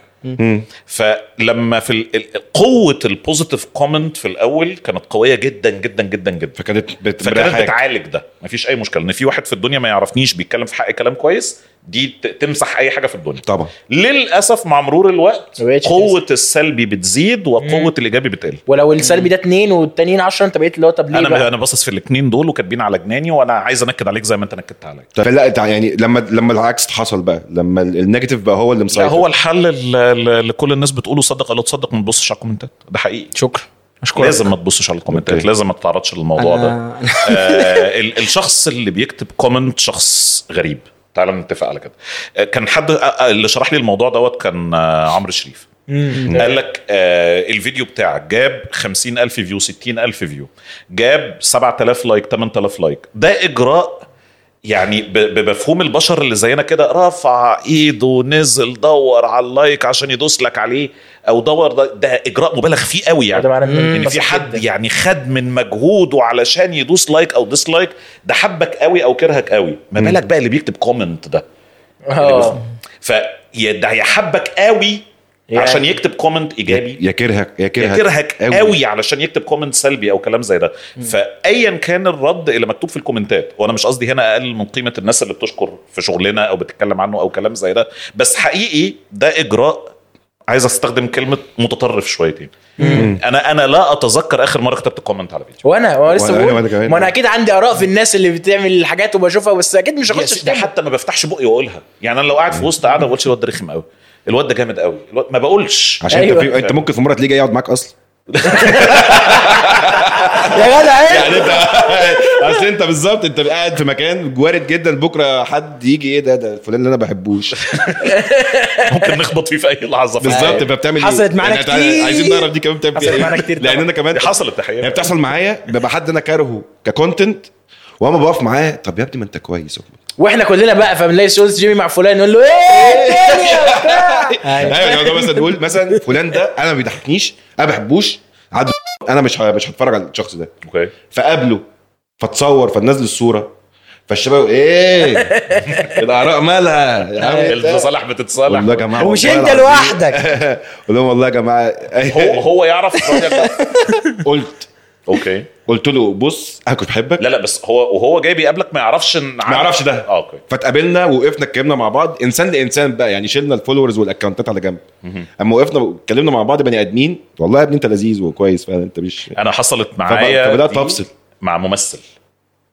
[SPEAKER 4] فلما في ال- ال- قوه البوزيتيف كومنت في الاول كانت قويه جدا جدا جدا جدا
[SPEAKER 1] فكانت بت-
[SPEAKER 4] فكانت
[SPEAKER 1] مريحاك.
[SPEAKER 4] بتعالج ده مفيش اي مشكله ان في واحد في الدنيا ما يعرفنيش بيتكلم في حقي كلام كويس دي ت- تمسح اي حاجه في الدنيا
[SPEAKER 1] طبعا
[SPEAKER 4] للاسف مع مرور الوقت
[SPEAKER 2] ما بقتش
[SPEAKER 4] قوه السلبي بتزيد وقوه الايجابي بتقل
[SPEAKER 2] ولو السلبي ده اتنين والتانيين 10 انت بقيت اللي هو طب ليه
[SPEAKER 4] انا
[SPEAKER 2] بقى؟
[SPEAKER 4] انا باصص في الاثنين دول وكاتبين على جناني وانا عايز انكد عليك زي ما انت نكدت عليا
[SPEAKER 1] طب لا تع- يعني لما لما العكس حصل بقى لما ال- النيجاتيف بقى هو اللي
[SPEAKER 4] لا
[SPEAKER 1] مسيطر
[SPEAKER 4] هو الحل اللي كل الناس بتقوله صدق او لا تصدق ما تبصش على الكومنتات ده حقيقي
[SPEAKER 3] شكرا اشكرك
[SPEAKER 4] لازم ما تبصش على الكومنتات
[SPEAKER 1] أوكي.
[SPEAKER 4] لازم ما تتعرضش للموضوع ده
[SPEAKER 3] أنا-
[SPEAKER 4] آه، ال- الشخص اللي بيكتب كومنت شخص غريب تعال نتفق على كده آه، كان حد آه، آه، اللي شرح لي الموضوع دوت كان آه، عمرو شريف قال لك آه الفيديو بتاعك جاب 50000 فيو 60000 فيو جاب 7000 لايك 8000 لايك ده اجراء يعني ب- ب- بمفهوم البشر اللي زينا كده رفع ايده نزل دور على اللايك عشان يدوس لك عليه او دور ده, ده اجراء مبالغ فيه قوي يعني
[SPEAKER 2] ده معناه إن
[SPEAKER 4] ان في
[SPEAKER 2] بسيط
[SPEAKER 4] حد
[SPEAKER 2] جداً.
[SPEAKER 4] يعني خد من مجهوده علشان يدوس لايك او ديسلايك ده حبك قوي او كرهك قوي ما بالك بقى اللي بيكتب كومنت ده
[SPEAKER 1] أيوة. أيوه.
[SPEAKER 2] اه
[SPEAKER 4] فيا ده هيحبك قوي
[SPEAKER 2] يعني.
[SPEAKER 4] عشان يكتب كومنت ايجابي
[SPEAKER 1] يا كرهك يا كرهك
[SPEAKER 4] يكرهك يعني قوي علشان يكتب كومنت سلبي او كلام زي ده فايا كان الرد اللي مكتوب في الكومنتات وانا مش قصدي هنا اقل من قيمه الناس اللي بتشكر في شغلنا او بتتكلم عنه او كلام زي ده بس حقيقي ده اجراء عايز استخدم كلمه متطرف شويتين انا انا لا اتذكر اخر مره كتبت كومنت على فيديو
[SPEAKER 2] وانا وانا لسه
[SPEAKER 1] وأنا-
[SPEAKER 2] بقول
[SPEAKER 1] وأنا كمان.
[SPEAKER 2] ما انا اكيد عندي اراء في الناس اللي بتعمل الحاجات وبشوفها بس اكيد مش هخش
[SPEAKER 4] يس، ده
[SPEAKER 2] اشتمها
[SPEAKER 4] حتى ما بفتحش بقي واقولها يعني انا لو قاعد في وسط قاعده ما بقولش الواد ده رخم قوي الواد ده جامد قوي الواد- ما بقولش
[SPEAKER 1] عشان
[SPEAKER 2] أيوة.
[SPEAKER 1] انت في... انت ممكن في مره تلاقيه جاي يقعد معاك اصلا
[SPEAKER 2] يا جدع ايه
[SPEAKER 1] يعني
[SPEAKER 3] إيه؟
[SPEAKER 1] انت اصل انت بالظبط انت قاعد في مكان وارد جدا بكره حد يجي ايه ده ده فلان اللي انا بحبوش
[SPEAKER 4] ممكن نخبط فيه في اي لحظه
[SPEAKER 1] بالظبط انت بتعمل ايه؟
[SPEAKER 3] حصلت معانا
[SPEAKER 1] يعني تعالى-
[SPEAKER 3] كتير.
[SPEAKER 1] عايزين نعرف دي كمان بتعمل
[SPEAKER 2] حصلت
[SPEAKER 1] فيها
[SPEAKER 2] معانا
[SPEAKER 1] ايه؟
[SPEAKER 2] كتير
[SPEAKER 1] لان
[SPEAKER 2] طبعا.
[SPEAKER 1] انا كمان
[SPEAKER 4] دي حصلت تحيه
[SPEAKER 1] يعني بتحصل معايا بيبقى حد انا كارهه ككونتنت واما بقف معاه طب يا ابني ما انت كويس
[SPEAKER 2] واحنا كلنا بقى فبنلاقي سولز جيمي مع فلان نقول له ايه الدنيا
[SPEAKER 1] يعني
[SPEAKER 2] وبتاع؟
[SPEAKER 1] ايوه يعني هو مثلا تقول مثلا فلان ده انا ما بيضحكنيش انا ما بحبوش عدو انا مش ه- مش هتفرج على الشخص ده
[SPEAKER 4] اوكي
[SPEAKER 1] فقابله فتصور فنزل الصوره فالشباب ايه الاراء مالها يا عم
[SPEAKER 4] أيوة. بتتصالح بتتصالح
[SPEAKER 1] والله يا جماعه
[SPEAKER 3] ومش
[SPEAKER 1] والله
[SPEAKER 3] انت
[SPEAKER 1] العظيم.
[SPEAKER 3] لوحدك.
[SPEAKER 1] قول لهم والله يا جماعه
[SPEAKER 4] هو هو يعرف الراجل ده
[SPEAKER 1] قلت
[SPEAKER 4] اوكي
[SPEAKER 1] قلت له بص انا كنت بحبك
[SPEAKER 4] لا لا بس هو وهو جاي بيقابلك ما يعرفش ان
[SPEAKER 1] ما يعرفش ده
[SPEAKER 4] اه اوكي
[SPEAKER 1] فاتقابلنا وقفنا اتكلمنا مع بعض انسان لانسان بقى يعني شلنا الفولورز والاكونتات على جنب اما وقفنا اتكلمنا مع بعض بني ادمين والله يا ابني انت لذيذ وكويس فعلا انت مش
[SPEAKER 4] انا حصلت معايا
[SPEAKER 1] فبدأ- فبدأت
[SPEAKER 4] دي
[SPEAKER 1] أفصل.
[SPEAKER 4] مع ممثل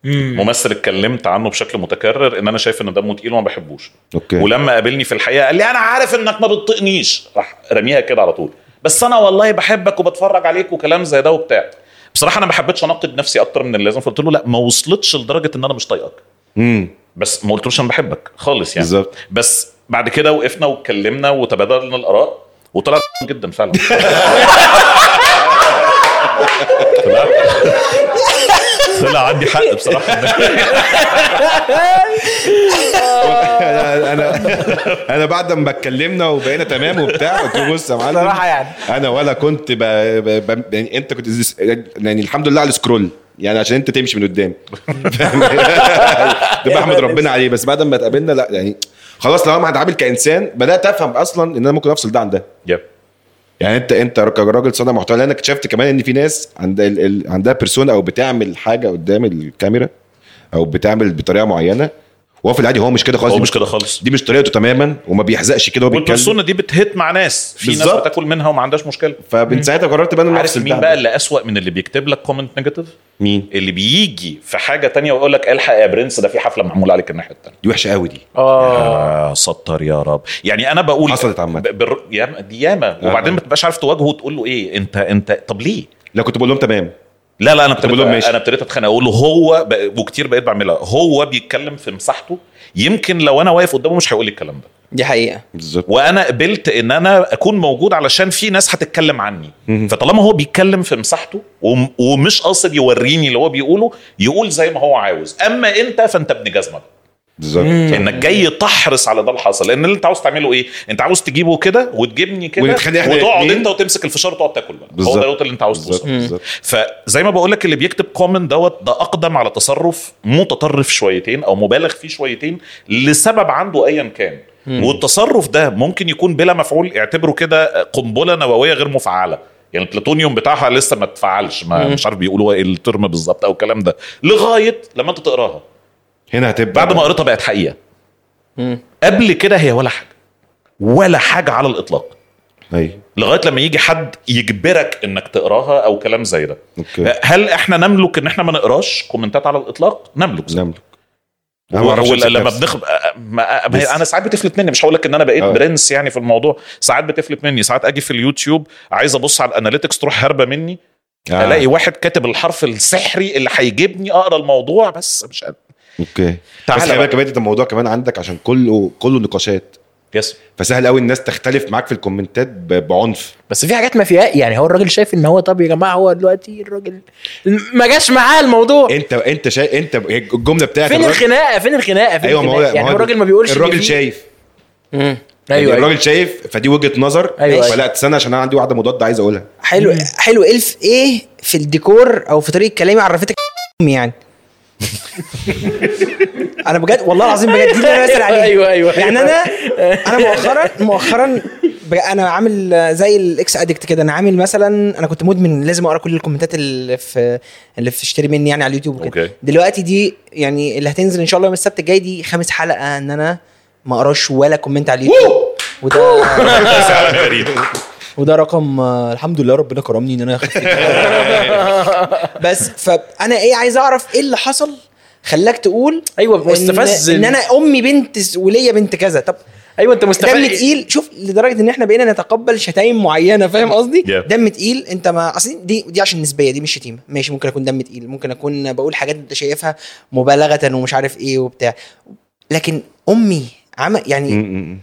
[SPEAKER 4] ممثل اتكلمت عنه بشكل متكرر ان انا شايف ان دمه تقيل وما بحبوش
[SPEAKER 1] اوكي
[SPEAKER 4] ولما قابلني في الحقيقه قال لي انا عارف انك ما بتطقنيش راح رميها كده على طول بس انا والله بحبك وبتفرج عليك وكلام زي ده وبتاع بصراحه انا ما حبيتش انقد نفسي اكتر من اللازم فقلت له لا ما وصلتش لدرجه ان انا مش طايقك
[SPEAKER 1] امم
[SPEAKER 4] بس ما قلتلوش انا بحبك خالص يعني
[SPEAKER 1] بالظبط.
[SPEAKER 4] بس بعد كده وقفنا واتكلمنا وتبادلنا الاراء وطلع جدا فعلا طلع طلع عندي حق بصراحه
[SPEAKER 1] انا انا انا بعد ما اتكلمنا وبقينا تمام وبتاع قلت له بص يا معلم
[SPEAKER 2] صراحة يعني.
[SPEAKER 1] انا ولا كنت ب... ب... ب... يعني انت كنت زي- يعني الحمد لله على السكرول يعني عشان انت تمشي من قدام فاهم؟ ده بحمد ربنا عليه بس بعد ما اتقابلنا لا يعني خلاص لو انا هتعامل كانسان بدات افهم اصلا ان انا ممكن افصل ده عن ده
[SPEAKER 4] يب.
[SPEAKER 1] يعني انت انت كراجل صانع محتوى لان اكتشفت كمان ان في ناس عند ال... ال... عندها بيرسونا او بتعمل حاجه قدام الكاميرا او بتعمل بطريقه معينه وهو في العادي هو مش كده خالص
[SPEAKER 4] هو
[SPEAKER 1] دي
[SPEAKER 4] مش كده خالص
[SPEAKER 1] دي مش طريقته تماما وما بيحزقش كده هو بيتكلم
[SPEAKER 4] والبرسونا دي بتهت مع ناس في ناس
[SPEAKER 1] بالظبط.
[SPEAKER 4] بتاكل منها وما عندهاش مشكله
[SPEAKER 1] فمن ساعتها قررت بقى ان انا
[SPEAKER 4] عارف
[SPEAKER 1] افصل
[SPEAKER 4] مين
[SPEAKER 1] ده
[SPEAKER 4] بقى
[SPEAKER 1] عن ده.
[SPEAKER 4] اللي اسوأ من اللي بيكتب لك كومنت نيجاتيف
[SPEAKER 1] مين
[SPEAKER 4] اللي بيجي في حاجه تانية ويقول لك الحق يا برنس ده في حفله معموله عليك الناحيه التانية
[SPEAKER 1] دي وحشه قوي دي
[SPEAKER 2] اه
[SPEAKER 4] آه سطر يا رب يعني انا بقول
[SPEAKER 1] حصلت عامة.
[SPEAKER 4] ب- بر... ياما دي ياما
[SPEAKER 1] آه.
[SPEAKER 4] وبعدين ما تبقاش عارف تواجهه وتقول له ايه انت انت طب ليه
[SPEAKER 1] لا كنت بقول لهم تمام
[SPEAKER 4] لا لا انا كنت
[SPEAKER 1] طب قول لهم
[SPEAKER 4] بقى-
[SPEAKER 1] ماشي.
[SPEAKER 4] انا ابتديت اتخانق اقول له هو ب... وكتير بقيت بعملها هو بيتكلم في مساحته يمكن لو انا واقف قدامه مش هيقول لي الكلام ده
[SPEAKER 3] دي حقيقه
[SPEAKER 1] بالظبط
[SPEAKER 4] وانا قبلت ان انا اكون موجود علشان في ناس هتتكلم عني فطالما هو بيتكلم في مساحته وم... ومش قاصد يوريني اللي هو بيقوله يقول زي ما هو عاوز اما انت فانت ابن جزمه
[SPEAKER 1] بالظبط
[SPEAKER 4] انك جاي تحرص على ده اللي حصل لان اللي انت عاوز تعمله ايه؟ انت عاوز تجيبه كده وتجيبني كده
[SPEAKER 1] ونتخانق احنا
[SPEAKER 4] وتقعد
[SPEAKER 1] الاتنين.
[SPEAKER 4] انت وتمسك الفشار وتقعد تاكل بقى هو
[SPEAKER 1] بالظبط.
[SPEAKER 4] ده الوقت اللي انت عاوز
[SPEAKER 1] بالظبط
[SPEAKER 4] توصله
[SPEAKER 1] بالظبط
[SPEAKER 4] فزي ما بقول لك اللي بيكتب كومنت دوت ده اقدم على تصرف متطرف شويتين او مبالغ فيه شويتين لسبب عنده ايا كان والتصرف ده ممكن يكون بلا مفعول اعتبره كده قنبله نوويه غير مفعله يعني البلوتونيوم بتاعها لسه ما اتفعلش ما مش عارف بيقولوا ايه الترم بالظبط او الكلام ده لغايه لما انت تقراها
[SPEAKER 1] هنا هتبقى
[SPEAKER 4] بعد ما قريتها بقت حقيقه قبل كده هي ولا حاجه ولا حاجه على الاطلاق
[SPEAKER 1] ايوه
[SPEAKER 4] لغايه لما يجي حد يجبرك انك تقراها او كلام زي ده
[SPEAKER 1] اوكي
[SPEAKER 4] هل احنا نملك ان احنا ما نقراش كومنتات على الاطلاق نملك
[SPEAKER 1] نملك
[SPEAKER 4] و-
[SPEAKER 1] نعم. أنا ما أعرفش
[SPEAKER 4] ولا
[SPEAKER 1] أمسك
[SPEAKER 4] لما
[SPEAKER 1] نفسي.
[SPEAKER 4] بنخ ما... ما
[SPEAKER 1] بس.
[SPEAKER 4] هي انا ساعات بتفلت مني مش هقول لك ان انا بقيت
[SPEAKER 1] آه.
[SPEAKER 4] برنس يعني في الموضوع ساعات بتفلت مني ساعات اجي في اليوتيوب عايز ابص على الاناليتكس تروح هاربه مني
[SPEAKER 1] آه.
[SPEAKER 4] الاقي واحد كاتب الحرف السحري اللي هيجيبني اقرا الموضوع بس مش قادر
[SPEAKER 1] اوكي
[SPEAKER 4] تعال
[SPEAKER 1] تعالى بس
[SPEAKER 4] بقى.
[SPEAKER 1] خلي بالك كمان انت الموضوع كمان عندك عشان كله كله نقاشات
[SPEAKER 4] يس
[SPEAKER 1] فسهل قوي الناس تختلف معاك في الكومنتات ب- بعنف
[SPEAKER 2] بس في حاجات ما فيها يعني هو الراجل شايف ان هو طب يا جماعه هو دلوقتي الراجل ما جاش معاه الموضوع
[SPEAKER 1] انت انت شايف انت الجمله بتاعتك
[SPEAKER 2] فين
[SPEAKER 1] الراجل-
[SPEAKER 2] الخناقه فين الخناقه فين
[SPEAKER 1] ايوه ما هو
[SPEAKER 2] الخناقة؟ يعني
[SPEAKER 1] هو
[SPEAKER 2] الراجل ما بيقولش إن
[SPEAKER 1] الراجل
[SPEAKER 2] في-
[SPEAKER 1] شايف
[SPEAKER 2] ايوه
[SPEAKER 1] ايوه
[SPEAKER 2] أيوة.
[SPEAKER 1] الراجل شايف فدي وجهه نظر
[SPEAKER 2] أيوة، أيوة.
[SPEAKER 1] فلا استنى عشان انا عندي واحده مضاده عايز اقولها
[SPEAKER 3] حلو حلو الف ايه في الديكور او في طريقه كلامي عرفتك امي يعني انا بجد والله العظيم بجد دي اللي انا بسال عليها
[SPEAKER 2] أيوة، أيوة، أيوة.
[SPEAKER 3] يعني انا انا مؤخرا مؤخرا بج- انا عامل زي الاكس ادكت كده انا عامل مثلا انا كنت مدمن لازم اقرا كل الكومنتات اللي في اللي في اشتري مني يعني على اليوتيوب وكده
[SPEAKER 4] أوكي.
[SPEAKER 3] دلوقتي دي يعني اللي هتنزل ان شاء الله يوم السبت الجاي دي خامس حلقه ان انا ما اقراش ولا كومنت على اليوتيوب وده
[SPEAKER 4] فعلا غريب
[SPEAKER 3] وده رقم آه، الحمد لله ربنا كرمني ان انا اخد بس فانا ايه عايز اعرف ايه اللي حصل خلاك تقول
[SPEAKER 2] أيوة،
[SPEAKER 3] إن-
[SPEAKER 2] مستفز
[SPEAKER 3] ان انا امي بنت س- وليا بنت كذا طب
[SPEAKER 2] ايوه انت مستفاد
[SPEAKER 3] دم تقيل شوف لدرجه ان احنا بقينا نتقبل شتايم معينه فاهم قصدي
[SPEAKER 4] Yeah.
[SPEAKER 3] دم تقيل انت ما اصل دي دي عشان نسبيه دي مش شتيمه ماشي ممكن اكون دم تقيل ممكن اكون بقول حاجات انت شايفها إيه مبالغه ومش عارف ايه وبتاع لكن امي عم يعني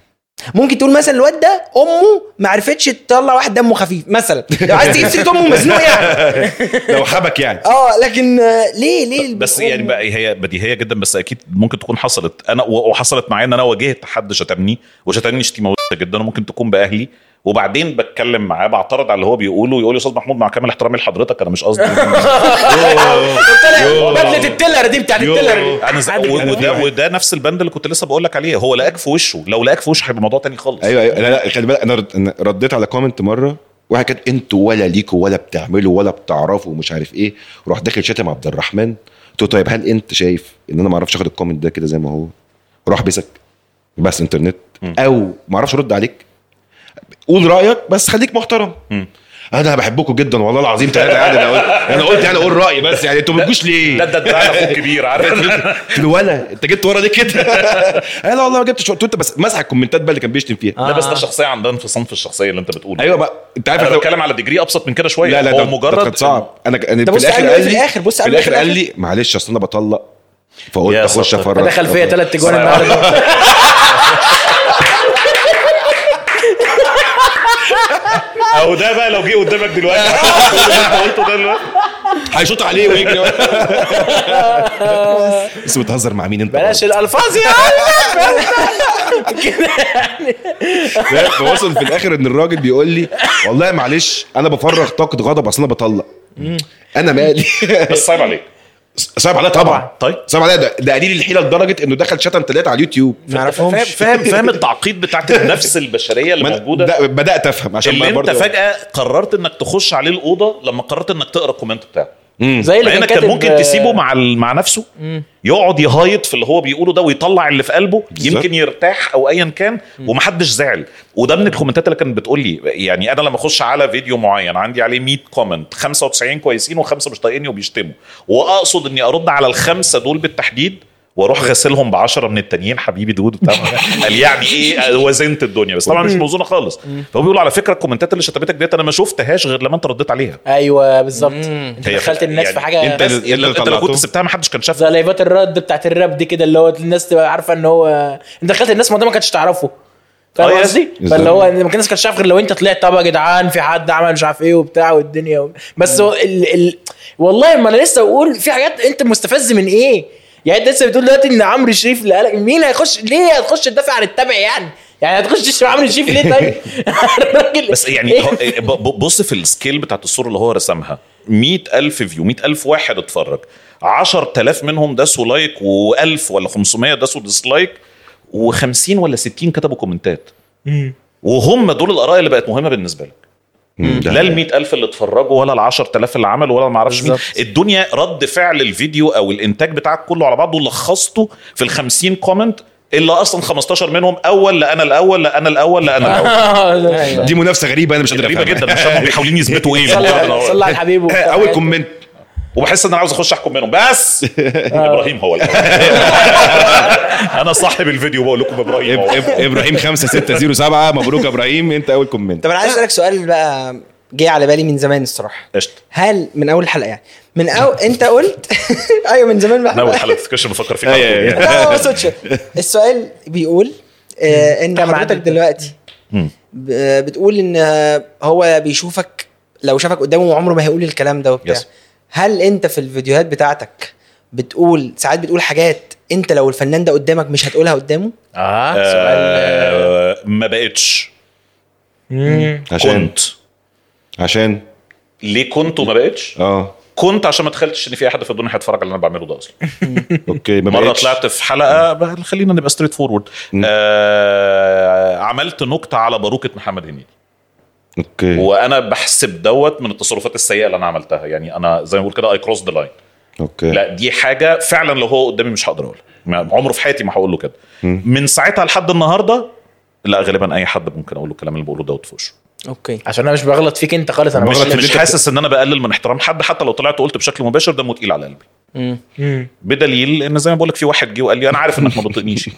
[SPEAKER 3] ممكن تقول مثلا الواد ده امه ما عرفتش تطلع واحد دمه خفيف مثلا لو عايز تجيب سيره امه مزنوق يعني
[SPEAKER 1] لو حبك يعني
[SPEAKER 3] اه لكن آه، ليه ليه
[SPEAKER 4] بس يعني بقى هي بديهيه جدا بس اكيد ممكن تكون حصلت انا و- وحصلت معايا ان انا واجهت حد شتمني وشتمني شتيمه وحشة جدا وممكن تكون باهلي وبعدين بتكلم معاه بعترض على اللي هو بيقوله يقول لي استاذ محمود مع كامل احترامي لحضرتك انا مش قصدي يوه.
[SPEAKER 2] بدله التيلر دي بتاعت التيلر
[SPEAKER 4] انا ز-
[SPEAKER 2] عادي.
[SPEAKER 4] و- وده وده نفس البند اللي كنت لسه بقول لك عليه هو لقاك في وشه لو لقاك في وشه هيبقى موضوع تاني خالص
[SPEAKER 1] ايوه ايوه لا لا خلي بالك انا رد- أنا رديت على كومنت مره واحد كان انتوا ولا ليكوا ولا بتعملوا ولا بتعرفوا ومش عارف ايه وراح داخل شاتم عبد الرحمن قلت له طيب هل انت شايف ان انا ما اعرفش اخد الكومنت ده كده زي ما هو راح بسك بس انترنت او ما اعرفش ارد عليك قول رايك بس خليك محترم انا بحبكم جدا والله العظيم ثلاثه يعني انا قلت انا قلت يعني اقول رايي بس يعني انتوا ما تجوش ليه
[SPEAKER 4] ده ده ده على اخوك كبير عارف
[SPEAKER 1] قلت له ولا انت جبت ورا ليه كده؟ لا والله ما جبتش قلت له انت بس مسح الكومنتات بقى اللي كان بيشتم فيها
[SPEAKER 3] آه.
[SPEAKER 4] ده بس ده شخصيه عندها انفصام في الشخصيه اللي انت بتقوله
[SPEAKER 1] ايوه بقى انت عارف
[SPEAKER 4] انا
[SPEAKER 1] احنا-
[SPEAKER 4] بتكلم على ديجري ابسط من كده شويه
[SPEAKER 1] لا لا
[SPEAKER 4] هو
[SPEAKER 1] ده مجرد
[SPEAKER 4] مجرد
[SPEAKER 1] كان صعب انا انا
[SPEAKER 3] ده
[SPEAKER 1] في
[SPEAKER 3] بص
[SPEAKER 1] الاخر
[SPEAKER 3] قال
[SPEAKER 1] قال
[SPEAKER 3] له ايه في
[SPEAKER 1] لي
[SPEAKER 3] الآخر؟ بص
[SPEAKER 1] في
[SPEAKER 3] قال له ايه في
[SPEAKER 1] الاخر قال
[SPEAKER 3] الآخر؟
[SPEAKER 1] لي معلش اصل انا بطلق فقلت
[SPEAKER 4] يا
[SPEAKER 1] اخش
[SPEAKER 4] ساتر.
[SPEAKER 1] افرج
[SPEAKER 2] دخل فيا ثلاث تجوان النهارده
[SPEAKER 4] او ده بقى لو جه قدامك دلوقتي انت قلته ده دلوقتي
[SPEAKER 1] هيشوط عليه ويجري بس بتهزر مع مين انت
[SPEAKER 2] بلاش الالفاظ يا
[SPEAKER 1] برضه؟ فوصل في الاخر ان الراجل بيقول لي والله معلش انا بفرغ طاقه غضب اصل انا بطلق انا مالي
[SPEAKER 4] بس صعب عليك
[SPEAKER 1] صعب عليا طبعا
[SPEAKER 4] طيب.
[SPEAKER 1] صعب عليا ده ده قليل الحيله لدرجه انه دخل شتم ثلاثه على اليوتيوب
[SPEAKER 3] ما
[SPEAKER 4] نعم.
[SPEAKER 3] اعرفهمش
[SPEAKER 4] فاهم فاهم فاهم التعقيد بتاعت النفس البشريه اللي
[SPEAKER 1] ما أنا-
[SPEAKER 4] موجوده
[SPEAKER 1] ده- بدات افهم عشان
[SPEAKER 4] اللي
[SPEAKER 1] ما
[SPEAKER 4] انت
[SPEAKER 1] برضه-
[SPEAKER 4] فجاه قررت انك تخش عليه الاوضه لما قررت انك تقرا الكومنت بتاعه
[SPEAKER 2] زي
[SPEAKER 4] مع انك كان
[SPEAKER 2] كاتب،
[SPEAKER 4] ممكن
[SPEAKER 2] آه،
[SPEAKER 4] تسيبه مع ال- مع نفسه يقعد يهايط في اللي هو بيقوله ده ويطلع اللي في قلبه يمكن يرتاح او ايا كان ومحدش زعل وده من الكومنتات اللي كانت بتقول لي يعني انا لما اخش على فيديو معين عندي عليه 100 كومنت 95 كويسين وخمسه مش طايقيني وبيشتموا واقصد اني ارد على الخمسه دول بالتحديد واروح غسلهم ب 10 من التانيين حبيبي دود وبتاع. قال يعني ايه وزنت الدنيا بس طبعا مش موزونه خالص فهو بيقول على فكره الكومنتات اللي شتمتك ديت انا ما شفتهاش غير لما انت رديت عليها
[SPEAKER 2] ايوه بالظبط انت
[SPEAKER 4] هي
[SPEAKER 2] دخلت الناس
[SPEAKER 4] يعني
[SPEAKER 2] في حاجه
[SPEAKER 1] انت
[SPEAKER 4] بس
[SPEAKER 1] اللي-
[SPEAKER 4] لو-
[SPEAKER 1] اللي
[SPEAKER 4] انت لو
[SPEAKER 1] طلعته.
[SPEAKER 4] كنت سبتها ما حدش كان شافها
[SPEAKER 2] زي لايفات الرد بتاعت الراب دي كده اللي هو الناس تبقى عارفه ان هو انت دخلت الناس الموضوع ما كانتش تعرفه
[SPEAKER 4] اه
[SPEAKER 2] فاهم
[SPEAKER 4] يا-
[SPEAKER 2] قصدي؟ فاللي هو ما كان الناس كانت شايف غير لو انت طلعت طب يا جدعان في حد عمل مش عارف ايه وبتاع والدنيا و... بس هو
[SPEAKER 4] أيوه.
[SPEAKER 2] ال... ال... والله ما انا لسه بقول في حاجات انت مستفز من ايه؟ يعني انت لسه بتقول دلوقتي ان عمرو شريف اللي قالك مين هيخش ليه هتخش تدافع عن التابع يعني؟ يعني هتخش تشتم عمرو شريف ليه طيب؟ الراجل
[SPEAKER 4] بس يعني هو- ب- ب- بص في السكيل بتاعت الصوره اللي هو رسمها 100000 فيو 100000 واحد اتفرج 10000 منهم داسوا لايك و1000 ولا 500 داسوا ديسلايك و50 ولا 60 كتبوا كومنتات وهم دول الاراء اللي بقت مهمه بالنسبه لك
[SPEAKER 1] ده-
[SPEAKER 4] لا ال 100000 اللي اتفرجوا ولا ال 10000 اللي عملوا ولا ما اعرفش مين الدنيا رد فعل الفيديو او الانتاج بتاعك كله على بعضه لخصته في ال 50 كومنت الا اصلا 15 منهم اول لا انا الاول لا انا الاول لا انا الاول
[SPEAKER 2] آه،
[SPEAKER 1] دي منافسه غريبه انا مش قادر
[SPEAKER 4] غريبه
[SPEAKER 1] أفهمها.
[SPEAKER 4] جدا مش هم بيحاولين يثبتوا ايه
[SPEAKER 2] صلي
[SPEAKER 4] بالظبط.
[SPEAKER 2] على- صلي على الحبيب وبتاع.
[SPEAKER 1] اول كومنت
[SPEAKER 4] وبحس ان انا عاوز اخش احكم منهم بس ابراهيم هو الأول. انا صاحب الفيديو بقول لكم ابراهيم هو.
[SPEAKER 1] إب- ابراهيم 5607 مبروك يا ابراهيم انت اول كومنت
[SPEAKER 3] طب انا عايز
[SPEAKER 4] آه.
[SPEAKER 3] اسالك سؤال بقى جه على بالي من زمان الصراحه
[SPEAKER 4] قشطه
[SPEAKER 3] هل من اول حلقه يعني من اول انت قلت ايوه من زمان
[SPEAKER 4] انا اول
[SPEAKER 3] بقى
[SPEAKER 4] حلقه تفكرش بفكر فيك
[SPEAKER 1] أي-
[SPEAKER 4] على
[SPEAKER 1] أي-
[SPEAKER 4] طول.
[SPEAKER 1] أي.
[SPEAKER 3] لا ما اقصدش السؤال بيقول آه ان
[SPEAKER 2] كم
[SPEAKER 3] حضرتك
[SPEAKER 2] عدد؟
[SPEAKER 3] دلوقتي
[SPEAKER 4] مم.
[SPEAKER 3] ب- بتقول ان آه، هو بيشوفك لو شافك قدامه عمره ما هيقول الكلام ده وبتاع
[SPEAKER 4] يس.
[SPEAKER 3] هل انت في الفيديوهات بتاعتك بتقول ساعات بتقول حاجات انت لو الفنان ده قدامك مش هتقولها قدامه
[SPEAKER 2] اه سؤال
[SPEAKER 4] آه، ما بقتش
[SPEAKER 2] مم.
[SPEAKER 1] عشان
[SPEAKER 4] كنت
[SPEAKER 1] عشان
[SPEAKER 4] ليه كنت وما بقتش
[SPEAKER 1] اه
[SPEAKER 4] كنت عشان ما تخيلتش ان في اي حد في الدنيا هيتفرج على اللي انا بعمله ده اصلا
[SPEAKER 1] اوكي ما
[SPEAKER 4] مره
[SPEAKER 1] بقتش.
[SPEAKER 4] طلعت في حلقه بقى خلينا نبقى ستريت فورورد آه عملت نكته على باروكه محمد هنيدي
[SPEAKER 1] اوكي
[SPEAKER 4] وانا بحسب دوت من التصرفات السيئه اللي انا عملتها يعني انا زي ما بقول كده اي كروس ذا لاين
[SPEAKER 1] اوكي
[SPEAKER 4] لا دي حاجه فعلا لو هو قدامي مش هقدر اقولها ما- عمره في حياتي ما هقول له كده من ساعتها لحد النهارده لا غالبا اي حد ممكن اقول له الكلام اللي بقوله دوت في وشه
[SPEAKER 3] اوكي
[SPEAKER 2] عشان انا مش بغلط فيك انت خالص انا
[SPEAKER 1] بغلط
[SPEAKER 2] بغلط
[SPEAKER 1] اللي
[SPEAKER 4] مش يعني
[SPEAKER 1] انت
[SPEAKER 4] حاسس ان انا بقلل من احترام حد حتى لو طلعت وقلت بشكل مباشر دمه تقيل على قلبي بدليل ان زي ما بقول لك في واحد جه وقال لي انا عارف انك ما بتطيقنيش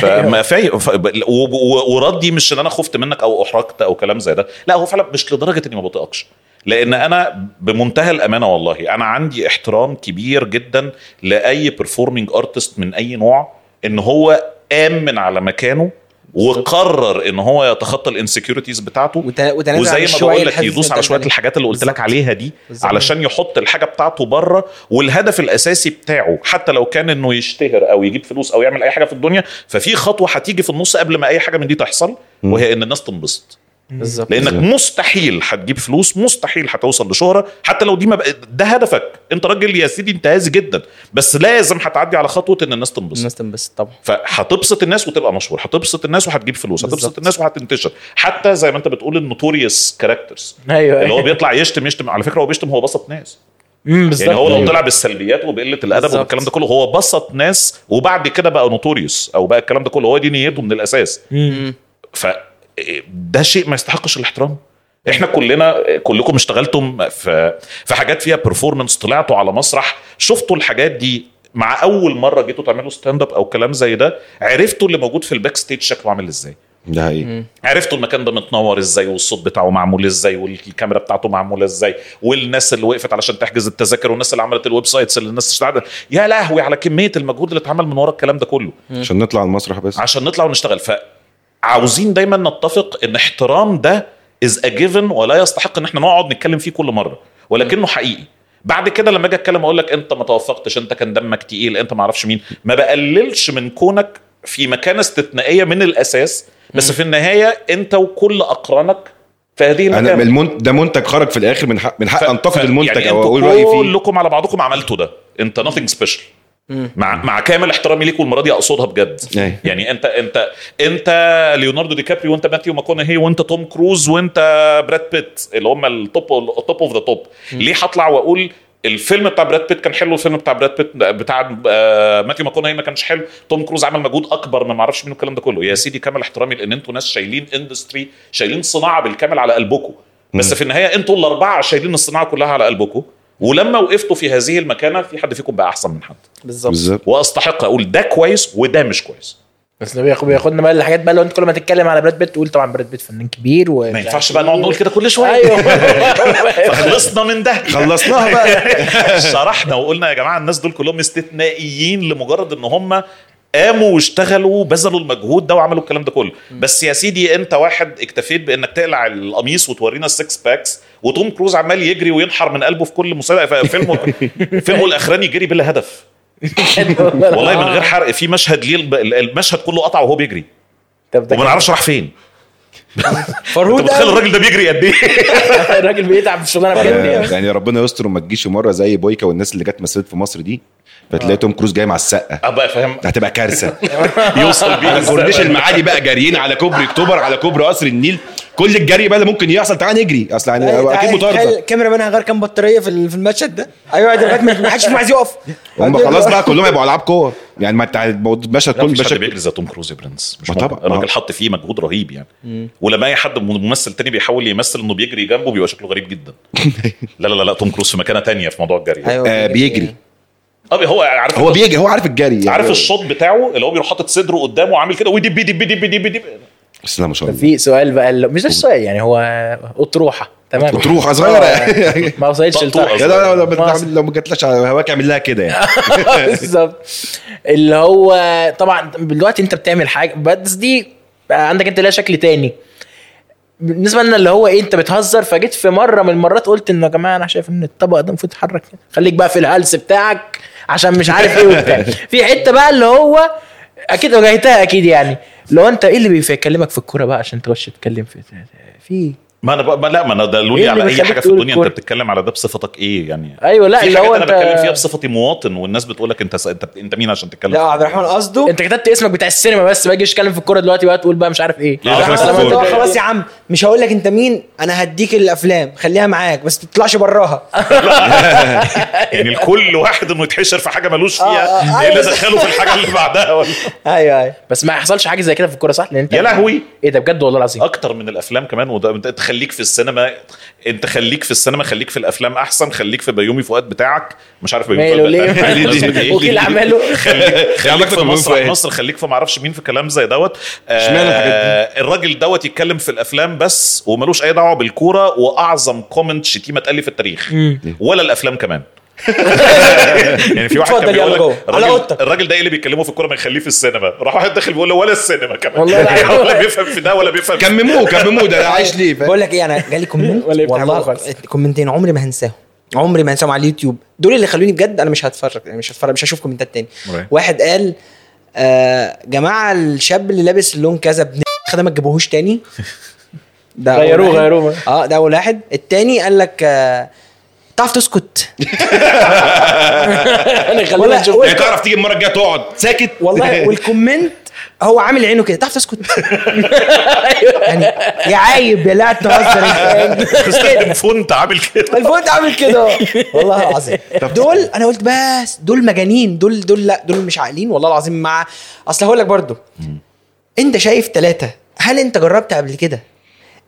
[SPEAKER 4] فما في ف- ب- و- و- وردي مش ان انا خفت منك او احرجت او كلام زي ده لا هو فعلا مش لدرجه اني ما بطيقكش لان انا بمنتهى الامانه والله انا عندي احترام كبير جدا لاي performing ارتست من اي نوع ان هو امن على مكانه وقرر ان هو يتخطى الانسكيورتيز بتاعته
[SPEAKER 3] وت- وتنازل عن
[SPEAKER 4] وزي ما
[SPEAKER 3] شوية
[SPEAKER 4] بقول لك
[SPEAKER 3] الحاجات
[SPEAKER 4] يدوس
[SPEAKER 3] اللي
[SPEAKER 4] على
[SPEAKER 3] قلت
[SPEAKER 4] شويه
[SPEAKER 3] عليها.
[SPEAKER 4] الحاجات اللي قلت لك عليها دي
[SPEAKER 3] بالظبط.
[SPEAKER 4] علشان يحط الحاجه بتاعته بره والهدف الاساسي بتاعه حتى لو كان انه يشتهر او يجيب فلوس او يعمل اي حاجه في الدنيا ففي خطوه هتيجي في النص قبل ما اي حاجه من دي تحصل وهي ان الناس تنبسط
[SPEAKER 2] بالظبط
[SPEAKER 4] لانك مستحيل هتجيب فلوس مستحيل هتوصل لشهره حتى لو دي ما بقى ده هدفك انت راجل يا سيدي انت هازي جدا بس لازم هتعدي على خطوه ان الناس تنبسط
[SPEAKER 3] الناس تنبسط طبعا
[SPEAKER 4] فهتبسط الناس وتبقى مشهور هتبسط الناس وهتجيب فلوس هتبسط
[SPEAKER 3] بالظبط.
[SPEAKER 4] الناس وهتنتشر حتى زي ما انت بتقول النوتوريوس كاركترز
[SPEAKER 2] ايوه
[SPEAKER 4] اللي هو بيطلع يشتم يشتم على فكره هو بيشتم هو بسط ناس
[SPEAKER 2] امم
[SPEAKER 4] يعني هو
[SPEAKER 2] بالظبط
[SPEAKER 4] لو
[SPEAKER 1] أيوة.
[SPEAKER 4] طلع بالسلبيات وبقله الادب
[SPEAKER 3] بالظبط.
[SPEAKER 4] والكلام ده كله هو بسط ناس وبعد كده بقى نوتوريوس او بقى الكلام ده كله هو دي نيته من الاساس
[SPEAKER 2] مم.
[SPEAKER 4] ف ده شيء ما يستحقش الاحترام احنا كلنا كلكم اشتغلتم في في حاجات فيها بيرفورمانس طلعتوا على مسرح شفتوا الحاجات دي مع اول مره جيتوا تعملوا ستاند اب او كلام زي ده عرفتوا اللي موجود في الباك ستيج شكله عامل ازاي
[SPEAKER 1] ده حقيقي
[SPEAKER 4] عرفتوا المكان ده متنور ازاي والصوت بتاعه معمول ازاي والكاميرا بتاعته معموله ازاي والناس اللي وقفت علشان تحجز التذاكر والناس اللي عملت الويب سايتس اللي الناس اشتغلت يا لهوي على كميه المجهود اللي اتعمل من ورا الكلام ده كله
[SPEAKER 1] عشان نطلع على المسرح بس
[SPEAKER 4] عشان نطلع ونشتغل فعاوزين دايما نتفق ان احترام ده از ا جيفن ولا يستحق ان احنا نقعد نتكلم فيه كل مره ولكنه حقيقي بعد كده لما اجي اتكلم اقول لك انت ما توفقتش انت كان دمك تقيل انت ما اعرفش مين ما بقللش من كونك في مكانه استثنائيه من الاساس بس في النهايه انت وكل اقرانك في هذه
[SPEAKER 1] انا
[SPEAKER 4] المكانه
[SPEAKER 1] من المن... ده منتج خرج في الاخر من حق من حق
[SPEAKER 4] ف-
[SPEAKER 1] انتقد
[SPEAKER 4] ف-
[SPEAKER 1] المنتج
[SPEAKER 4] يعني
[SPEAKER 1] او
[SPEAKER 4] انتوا
[SPEAKER 1] اقول رايي فيه
[SPEAKER 4] كلكم على بعضكم عملتوا ده انت nothing special مع مع كامل احترامي ليك والمره دي اقصدها بجد
[SPEAKER 1] أي.
[SPEAKER 4] يعني انت انت انت ليوناردو دي كابري وانت ماثيو ماكونهي وانت توم كروز وانت براد بيت اللي هم التوب التوب اوف ذا توب ليه هطلع واقول الفيلم بتاع براد بيت كان حلو الفيلم بتاع براد بيت بتاع آه، ماثيو ماكونهي ما كانش حلو توم كروز عمل مجهود اكبر ما معرفش منه الكلام ده كله يا سيدي كامل احترامي لان انتوا ناس شايلين اندستري شايلين صناعه بالكامل على قلبكم بس في النهايه انتوا الاربعه شايلين الصناعه كلها على قلبكم ولما وقفتوا في هذه المكانه في حد فيكم بقى احسن من حد
[SPEAKER 2] بالظبط
[SPEAKER 1] بالظبط
[SPEAKER 4] واستحق اقول ده كويس وده مش كويس
[SPEAKER 2] بس ده بياخد- بياخدنا بقى الحاجات بقى لو انت كل ما تتكلم على براد بيت تقول طبعا براد بيت فنان كبير و
[SPEAKER 4] ما ينفعش بقى نقعد نقول كده كل شويه
[SPEAKER 2] ايوه
[SPEAKER 4] خلصنا من ده
[SPEAKER 1] أيوه. خلصناها بقى
[SPEAKER 4] شرحنا وقلنا يا جماعه الناس دول كلهم استثنائيين لمجرد ان هم قاموا واشتغلوا وبذلوا المجهود ده وعملوا الكلام ده كله بس يا سيدي انت واحد اكتفيت بانك تقلع القميص وتورينا السكس باكس وتوم كروز عمال يجري وينحر من قلبه في كل مسابقه في فيلمه فيلمه الاخراني جري بلا هدف والله من غير حرق في مشهد ليه الب- المشهد كله قطع وهو بيجري
[SPEAKER 2] طب ده
[SPEAKER 4] وما نعرفش راح فين انت
[SPEAKER 2] فرهود
[SPEAKER 4] متخيل
[SPEAKER 2] قوي.
[SPEAKER 4] الراجل ده بيجري قد ايه
[SPEAKER 2] الراجل بيتعب في الشغلانه بجد
[SPEAKER 4] آه.
[SPEAKER 2] يعني.
[SPEAKER 1] يعني ربنا يستر وما تجيش مره زي بويكا والناس اللي جت مثلت في مصر دي فتلاقي توم كروز جاي مع السقه
[SPEAKER 4] ابقى فاهم
[SPEAKER 1] هتبقى كارثه
[SPEAKER 4] يوصل بيه
[SPEAKER 1] كورنيش المعادي بقى جاريين على كوبري اكتوبر على كوبري قصر النيل كل الجري بقى اللي ممكن يحصل تعال نجري اصل يعني اكيد
[SPEAKER 3] أيوة، تخيل
[SPEAKER 1] مطارده
[SPEAKER 3] الكاميرا منها غير كام بطاريه في ال- في المشهد ده ايوه ده لغايه ما ما حدش فيهم عايز يقف
[SPEAKER 1] هم خلاص بقى كلهم هيبقوا العاب قوه يعني ما انت مشهد
[SPEAKER 4] لا
[SPEAKER 1] كل
[SPEAKER 4] مفيش حد
[SPEAKER 1] مشهد
[SPEAKER 4] بيجري زي توم كروز يا برنس مش
[SPEAKER 1] ما
[SPEAKER 4] طبعا
[SPEAKER 1] طبعا.
[SPEAKER 4] الراجل
[SPEAKER 1] آه.
[SPEAKER 4] حط فيه مجهود رهيب يعني ولما اي حد ممثل تاني بيحاول يمثل انه بيجري جنبه بيبقى شكله غريب جدا لا لا لا, لا توم كروز في مكانه تانية في موضوع الجري
[SPEAKER 3] أيوة.
[SPEAKER 1] آه، بيجري
[SPEAKER 4] اه هو عارف
[SPEAKER 1] هو بيجري هو عارف الجري يعني.
[SPEAKER 4] عارف الشوط بتاعه اللي هو بيروح حاطط صدره قدامه وعامل كده ودب دب دب دب دب
[SPEAKER 1] بسم الله ما شاء
[SPEAKER 2] طب
[SPEAKER 1] الله
[SPEAKER 2] في سؤال بقى اللي... مش ده السؤال يعني هو اطروحه تمام
[SPEAKER 1] اطروحة صغيرة.
[SPEAKER 2] آه، ما وصلتش
[SPEAKER 4] طقطوقة
[SPEAKER 2] لتحت
[SPEAKER 1] لا لا لا،
[SPEAKER 2] ما
[SPEAKER 1] لو ما جاتلاش على هواك اعمل لها كده يعني
[SPEAKER 2] بالظبط اللي هو طبعا دلوقتي انت بتعمل حاجه بس دي بقى عندك انت لها شكل تاني بالنسبه لنا اللي هو ايه انت بتهزر فجيت في مره من المرات قلت انه يا جماعه انا شايف ان الطبق ده المفروض يتحرك كده. خليك بقى في الهلس بتاعك عشان مش عارف ايه وبتاع في حته بقى اللي هو اكيد واجهتها اكيد يعني لو انت ايه اللي بيكلمك في الكوره بقى عشان تخش تتكلم في في
[SPEAKER 4] ما انا بقى ما لا ما انا ده لوني
[SPEAKER 2] إيه اللي
[SPEAKER 4] على اي
[SPEAKER 2] بيخليك
[SPEAKER 4] حاجه في
[SPEAKER 2] تقول
[SPEAKER 4] الدنيا انت
[SPEAKER 2] الكورة؟
[SPEAKER 4] بتتكلم على ده بصفتك ايه يعني
[SPEAKER 2] ايوه لا
[SPEAKER 4] في
[SPEAKER 2] اللي
[SPEAKER 4] حاجات
[SPEAKER 2] هو
[SPEAKER 4] انا
[SPEAKER 2] انت
[SPEAKER 4] بتكلم فيها بصفتي مواطن والناس بتقول لك انت انت انت مين عشان تتكلم
[SPEAKER 3] لا عبد الرحمن قصده
[SPEAKER 2] انت كتبت اسمك بتاع السينما بس باجي اتكلم في الكوره دلوقتي بقى تقول بقى مش عارف ايه
[SPEAKER 4] لا،
[SPEAKER 3] عبد
[SPEAKER 4] خلاص يعني.
[SPEAKER 3] الرحمن
[SPEAKER 4] الكورة.
[SPEAKER 3] قصده خلاص يا عم مش هقول لك انت مين انا هديك الافلام خليها معاك بس ما تطلعش براها
[SPEAKER 4] يعني لكل واحد انه يتحشر في حاجه ملوش
[SPEAKER 3] آه،
[SPEAKER 4] فيها
[SPEAKER 3] آه،
[SPEAKER 4] ايه اللي
[SPEAKER 3] أيوة.
[SPEAKER 4] دخله في الحاجه اللي بعدها ولا
[SPEAKER 3] ايوه ايوه
[SPEAKER 2] بس ما يحصلش حاجه زي كده في الكوره صح لان انت
[SPEAKER 4] يا لهوي
[SPEAKER 2] ايه ده بجد والله العظيم
[SPEAKER 4] اكتر من الافلام كمان وده انت أنت خليك في السينما انت خليك في السينما خليك في الافلام احسن خليك في بيومي فؤاد بتاعك مش عارف بيومي
[SPEAKER 2] ماله
[SPEAKER 4] فؤاد بتاعك.
[SPEAKER 2] ليه
[SPEAKER 4] بالنسبة لإيه؟
[SPEAKER 2] وكيل اعماله
[SPEAKER 4] خليك, خليك
[SPEAKER 1] علاقتك
[SPEAKER 4] في
[SPEAKER 1] ببيومي
[SPEAKER 4] مسرح
[SPEAKER 1] فؤاد؟
[SPEAKER 4] مصر خليك في معرفش مين في كلام زي دوت
[SPEAKER 1] اشمعنى الحاجات
[SPEAKER 4] آه الراجل دوت يتكلم في الافلام بس وملوش اي دعوه بالكوره واعظم كومنت شتيمه اتقال لي في التاريخ ولا الافلام كمان يعني في واحد كان
[SPEAKER 2] اتفضل يلا
[SPEAKER 4] بيقول
[SPEAKER 2] جوه.
[SPEAKER 4] لك
[SPEAKER 2] على
[SPEAKER 4] الراجل,
[SPEAKER 2] قطة.
[SPEAKER 4] الراجل ده إيه اللي بيتكلموا في الكوره ما يخليه في السينما راح واحد داخل بيقول له ولا السينما كمان
[SPEAKER 2] والله العظيم.
[SPEAKER 4] يعني ولا بيفهم في ده ولا بيفهم في
[SPEAKER 1] كمموه كمموه ده عايش ليه فاهم؟
[SPEAKER 3] بقول لك ايه انا جالي كومنت
[SPEAKER 2] ولا يفتح بقه
[SPEAKER 3] والله
[SPEAKER 2] خالص.
[SPEAKER 3] كومنتين عمري ما هنساهم عمري ما هنساهم على اليوتيوب دول اللي خلوني بجد انا مش هتفرج يعني مش هتفرج مش هشوف كومنتات تاني
[SPEAKER 4] أوكي.
[SPEAKER 3] واحد قال آه جماعه الشاب اللي لابس اللون كذا ابن خدمه ما تجيبوهوش تاني ده أول
[SPEAKER 2] غيروه-
[SPEAKER 3] واحد.
[SPEAKER 2] غيروه.
[SPEAKER 3] اه ده اول واحد التاني قال لك آه تعرف تسكت
[SPEAKER 2] انا خلينا
[SPEAKER 3] ولا-
[SPEAKER 2] نشوف
[SPEAKER 3] ولا-
[SPEAKER 1] يعني تعرف تيجي المره الجايه تقعد ساكت
[SPEAKER 3] والله والكومنت هو عامل عينه كده تعرف تسكت يعني يا عايب يا لا تهزر انت كده
[SPEAKER 4] فونت عامل كده
[SPEAKER 3] الفوت عامل كده والله العظيم دول انا قلت بس دول مجانين دول دول لا دول مش عاقلين والله العظيم مع اصل هقول لك برضو انت شايف ثلاثة هل انت جربت قبل كده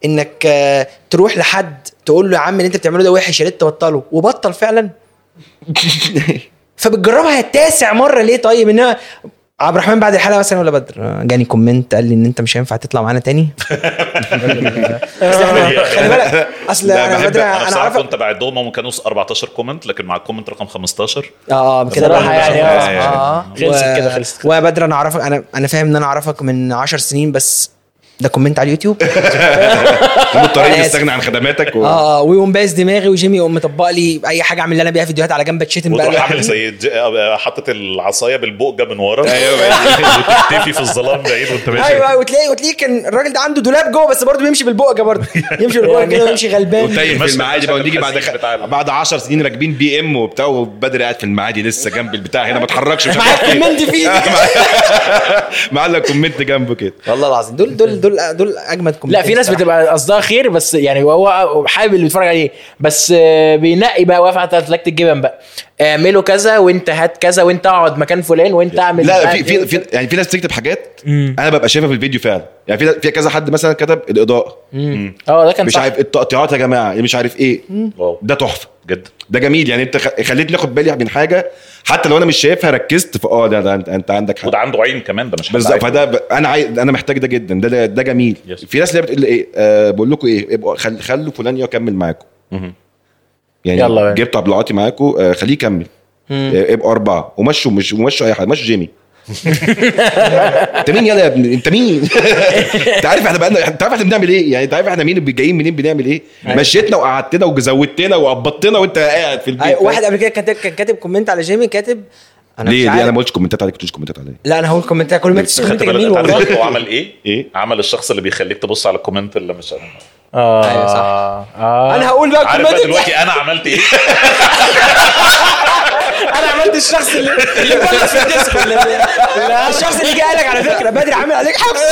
[SPEAKER 3] انك آه، تروح لحد تقول له يا عم اللي انت بتعمله ده وحش يا ريت تبطله وبطل فعلا فبتجربها التاسع مره ليه طيب انما عبد الرحمن بعد الحلقه مثلا ولا بدر آه، جاني كومنت قال لي ان انت مش هينفع تطلع معانا تاني أصل إحنا- يعني خلي بالك اصل
[SPEAKER 4] يعني لا،
[SPEAKER 3] انا
[SPEAKER 4] بحب-
[SPEAKER 3] بدر
[SPEAKER 4] انا
[SPEAKER 3] انا
[SPEAKER 4] بصراحه
[SPEAKER 3] عارفك
[SPEAKER 4] كنت بعدهم هم كانوا 14 كومنت لكن مع الكومنت رقم 15
[SPEAKER 3] اه اه كده
[SPEAKER 2] بصراحة
[SPEAKER 3] بقى-
[SPEAKER 2] يعني،
[SPEAKER 4] آه.
[SPEAKER 3] اه
[SPEAKER 2] خلصت كده، خلصت
[SPEAKER 3] كده وبدر انا اعرفك انا انا فاهم ان انا اعرفك من 10 سنين بس ده كومنت على اليوتيوب آه،
[SPEAKER 1] مضطرين
[SPEAKER 3] أنا آسف.
[SPEAKER 1] نستغنى عن خدماتك و...
[SPEAKER 3] اه اه ويقوم بايس دماغي وجيمي يقوم مطبق لي اي حاجه اعمل لنا بيها فيديوهات على جنب اتشتم بقى
[SPEAKER 4] وتروح عامل
[SPEAKER 3] لوحدي.
[SPEAKER 4] زي ج- آه، حاطط العصايه بالبوجه من ورا
[SPEAKER 1] أيوة،
[SPEAKER 4] وتختفي في الظلام بعيد وانت ماشي
[SPEAKER 3] ايوه ايوه وتلاقي وتلاقي كان الراجل ده عنده دولاب جوه بس برضه بيمشي بالبقجه برضه يمشي بالبقجه كده ويمشي غلبان
[SPEAKER 1] وتايه في
[SPEAKER 4] المشهد
[SPEAKER 1] المعادي بقى ونيجي بعد
[SPEAKER 4] الحزين بتاعنا.
[SPEAKER 1] بعد 10 سنين راكبين بي ام وبتاع وبدري قاعد في المعادي لسه جنب البتاع هنا ما اتحركش مش
[SPEAKER 3] معاك
[SPEAKER 1] عارف إيه.
[SPEAKER 3] كومنت فيه
[SPEAKER 1] معلق كومنت جنبه كده
[SPEAKER 3] والله العظيم دول دول دول دول اجمد كومنت
[SPEAKER 2] لا في ناس بتبقى قصدها خير بس يعني هو حابب اللي بيتفرج عليه بس آه، بينقي بقى واقف على تلاته الجبن بقى اعملوا كذا وانت هات كذا وانت اقعد مكان فلان وانت اعمل ايه.
[SPEAKER 1] لا في في في يعني في ناس بتكتب حاجات انا ببقى شايفها في الفيديو فعلا يعني في في كذا حد مثلا كتب الاضاءه
[SPEAKER 2] اه ده كان
[SPEAKER 1] مش
[SPEAKER 2] صح.
[SPEAKER 1] عارف إيه التقطيعات يا جماعه مش عارف ايه
[SPEAKER 4] واو.
[SPEAKER 1] ده تحفه
[SPEAKER 4] جدا
[SPEAKER 1] ده جميل يعني انت خ- خليتني اخد بالي من حاجه حتى لو انا مش شايفها ركزت فاه ده, ده انت, انت عندك حق
[SPEAKER 4] وده عنده عين كمان ده مش حد
[SPEAKER 1] بالظبط
[SPEAKER 3] طيب.
[SPEAKER 4] عادي.
[SPEAKER 1] فده ب... انا عاي... انا محتاج ده جدا ده ده, ده جميل
[SPEAKER 4] Yes.
[SPEAKER 1] في ناس اللي بتقول ايه آه بقول لكم ايه ابقوا خل... خلوا فلان يكمل معاكم يعني
[SPEAKER 2] يلا بقى.
[SPEAKER 1] جبت عبد معاكم آه خليه يكمل آه ابقوا اربعه ومشوا مش ومشوا اي حد مشوا جيمي انت مين يلا يا ابني انت مين انت عارف احنا بقالنا انت عارف احنا بنعمل ايه يعني انت عارف احنا مين جايين منين بنعمل ايه
[SPEAKER 3] أيوة.
[SPEAKER 1] مشيتنا وقعدتنا وزودتنا وقبضتنا وانت قاعد في البيت
[SPEAKER 3] أي- أيوة، واحد قبل كده كان كان كاتب كومنت على جيمي كاتب انا
[SPEAKER 1] ليه
[SPEAKER 3] مش
[SPEAKER 1] ليه انا
[SPEAKER 3] عارف
[SPEAKER 1] ما قلتش كومنتات عليك ما قلتش كومنتات عليا
[SPEAKER 3] لا انا هقول كومنت كل ما تشوف
[SPEAKER 4] خدت بالك
[SPEAKER 3] كومنت جميل
[SPEAKER 4] انت عارف هو
[SPEAKER 3] والله
[SPEAKER 4] عمل ايه؟
[SPEAKER 1] ايه؟
[SPEAKER 4] عمل الشخص اللي بيخليك تبص على الكومنت اللي مش
[SPEAKER 2] اه
[SPEAKER 3] أيوة صح.
[SPEAKER 2] اه
[SPEAKER 3] انا هقول بقى
[SPEAKER 4] عارف بقى
[SPEAKER 3] الكومنت ده.
[SPEAKER 4] دلوقتي انا عملت ايه؟
[SPEAKER 3] انا عملت الشخص اللي اللي بلغ في الديسكو اللي- اللي- الشخص اللي جه قال لك على فكره بدري عامل عليك حاجه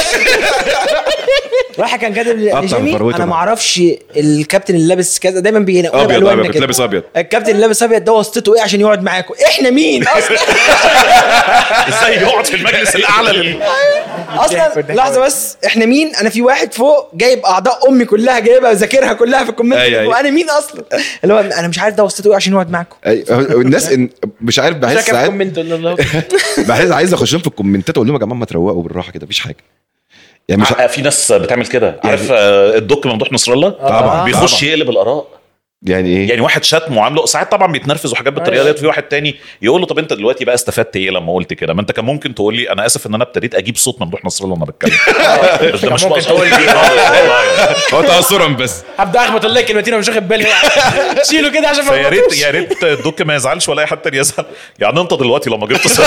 [SPEAKER 3] راح كان كاتب
[SPEAKER 1] قطع
[SPEAKER 3] لي-
[SPEAKER 1] من
[SPEAKER 3] لجيمي
[SPEAKER 1] فروته
[SPEAKER 3] انا
[SPEAKER 1] بقى.
[SPEAKER 3] ما اعرفش الكابتن اللي لابس كذا دايما بينقوا
[SPEAKER 1] أبيض،
[SPEAKER 3] بألواننا
[SPEAKER 1] أبيض،
[SPEAKER 3] كده.
[SPEAKER 1] لابس أبيض.
[SPEAKER 3] الكابتن اللي لابس ابيض ده واسطته ايه عشان يقعد معاكم احنا مين اصلا
[SPEAKER 4] ازاي يقعد في المجلس الاعلى لل
[SPEAKER 3] اصلا لحظه بس احنا مين انا في واحد فوق جايب اعضاء امي كلها جايبها ذاكرها كلها في الكومنت
[SPEAKER 1] أي- أي.
[SPEAKER 3] وانا مين اصلا اللي هو انا مش عارف ده واسطته ايه عشان يقعد معاكم
[SPEAKER 1] أي- هو- الناس إن- مش عارف بحس
[SPEAKER 2] مش عارف
[SPEAKER 1] ساعات
[SPEAKER 2] كومنت ولا لا.
[SPEAKER 1] بحس عايز اخشهم في الكومنتات اقول لهم يا جماعه ما تروقوا بالراحه كده مفيش حاجه يعني مش
[SPEAKER 4] آه، في ناس بتعمل كده
[SPEAKER 2] يعني
[SPEAKER 4] عارف آه، الدك ممدوح نصر الله
[SPEAKER 2] آه.
[SPEAKER 1] طبعا،
[SPEAKER 4] بيخش
[SPEAKER 1] طبعا.
[SPEAKER 4] يقلب الاراء
[SPEAKER 1] يعني ايه
[SPEAKER 4] يعني واحد شتمه وعامله ساعات طبعا بيتنرفز وحاجات
[SPEAKER 2] أيوة.
[SPEAKER 4] بالطريقه ديت في واحد تاني يقول له طب انت دلوقتي بقى استفدت ايه لما قلت كده ما انت كان ممكن تقول لي انا اسف ان انا ابتديت اجيب صوت ممدوح نصر الله وانا بتكلم آه. بس ده مش
[SPEAKER 2] ممكن
[SPEAKER 4] مقصود.
[SPEAKER 2] تقول لي.
[SPEAKER 4] آه، والله يعني.
[SPEAKER 1] هو تاثرا بس
[SPEAKER 2] هبدا اخبط الله كلمتين ومش واخد بالي شيله كده عشان ما
[SPEAKER 4] فيا ريت يعني.
[SPEAKER 2] أخبطوش.
[SPEAKER 4] يا ريت الدك ما يزعلش ولا اي حد تاني يزعل يعني انت دلوقتي لما جبت صوت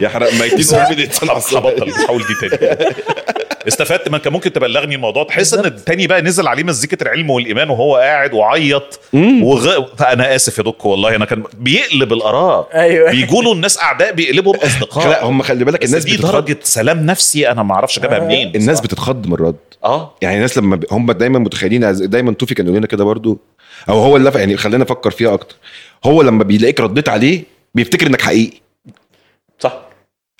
[SPEAKER 1] يا حرق ميتين ومين
[SPEAKER 4] هبطل مش هقول دي تاني استفدت ما انت ممكن تبلغني الموضوع تحس ان التاني بقى نزل عليه مزيكه العلم والايمان وهو قاعد وعيط وغ... فانا اسف يا دك والله انا كان بيقلب الاراء
[SPEAKER 2] أيوة.
[SPEAKER 4] بيقولوا الناس اعداء بيقلبوا اصدقاء
[SPEAKER 1] لا هم خلي بالك
[SPEAKER 4] الناس
[SPEAKER 1] الناس
[SPEAKER 4] دي
[SPEAKER 1] بتتخض
[SPEAKER 4] درجه سلام نفسي انا ما اعرفش جابها منين
[SPEAKER 1] الناس بتتخض من الرد
[SPEAKER 4] اه
[SPEAKER 1] يعني الناس لما ب... هم دايما متخيلين عز- دايما توفي كان يقول لنا كده برضو او هو اللي لف- يعني خلينا نفكر فيها اكتر هو لما بيلاقيك رديت عليه بيفتكر انك حقيقي
[SPEAKER 4] صح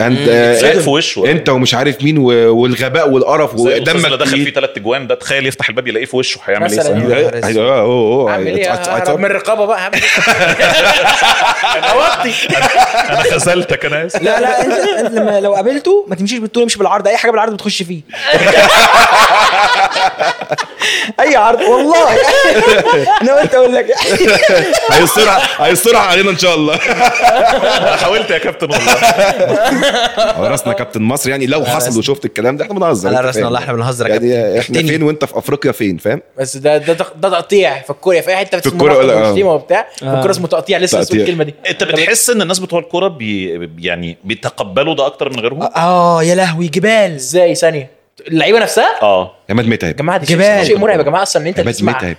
[SPEAKER 1] انت
[SPEAKER 4] اتزاد في وشه.
[SPEAKER 1] انت ومش عارف مين و- والغباء والقرف
[SPEAKER 4] زي الأستاذ اللي
[SPEAKER 1] ودمك
[SPEAKER 4] دخل
[SPEAKER 1] تقيل.
[SPEAKER 4] فيه ثلاث اجوان ده تخيل يفتح الباب يلاقيه في وشه هيعمل ايه
[SPEAKER 2] مثلاً.
[SPEAKER 4] ساعتها؟
[SPEAKER 1] أيوة،
[SPEAKER 3] يا نهار أسود.
[SPEAKER 1] أيوة، اوه اوه
[SPEAKER 2] عامل
[SPEAKER 1] I-
[SPEAKER 2] ايه
[SPEAKER 1] I- I- I-
[SPEAKER 2] ههرب من الرقابه بقى هعمل ايه اوطي
[SPEAKER 4] انا خذلتك انا اسف
[SPEAKER 3] لا لا انت, انت لما لو قابلته ما تمشيش بالطول امشي بالعرض اي حاجه بالعرض بتخش فيه اي عرض والله انا قلت اقول لك
[SPEAKER 1] هيصرع هيصرع علينا ان شاء الله
[SPEAKER 4] انا حاولت يا كابتن والله
[SPEAKER 1] على اه، راسنا كابتن مصر يعني لو حصل
[SPEAKER 3] راسنا.
[SPEAKER 1] وشفت الكلام ده احنا بنهزر
[SPEAKER 3] على
[SPEAKER 1] أنت
[SPEAKER 3] راسنا
[SPEAKER 1] فاهم.
[SPEAKER 3] والله احنا بنهزر يا
[SPEAKER 1] يعني
[SPEAKER 3] كابتن.
[SPEAKER 1] احنا
[SPEAKER 3] احتني.
[SPEAKER 1] فين وانت في افريقيا فين فاهم
[SPEAKER 2] بس ده ده تق- ده تقطيع في الكوره في اي حته
[SPEAKER 1] في
[SPEAKER 2] اسمه
[SPEAKER 1] الكورة،
[SPEAKER 2] مقطع
[SPEAKER 1] لا، آه.
[SPEAKER 2] وشتيمه وبتاع في
[SPEAKER 3] آه.
[SPEAKER 2] الكوره اسمه تقطيع لسه بس قلت
[SPEAKER 1] تقطيع.
[SPEAKER 2] الكلمه دي
[SPEAKER 4] انت بتحس ان الناس بتوع الكوره بي يعني بيتقبلوا ده اكتر من غيرهم؟
[SPEAKER 2] آه.
[SPEAKER 3] اه يا لهوي جبال
[SPEAKER 2] ازاي ثانيه اللعيبه نفسها
[SPEAKER 4] اه
[SPEAKER 1] يا ماد متعب
[SPEAKER 2] يا جماعه دي
[SPEAKER 3] جبال.
[SPEAKER 2] شيء- شيء مرعب يا جماعه اصلا ان انت
[SPEAKER 1] يا ماد
[SPEAKER 2] تسمع
[SPEAKER 1] متعب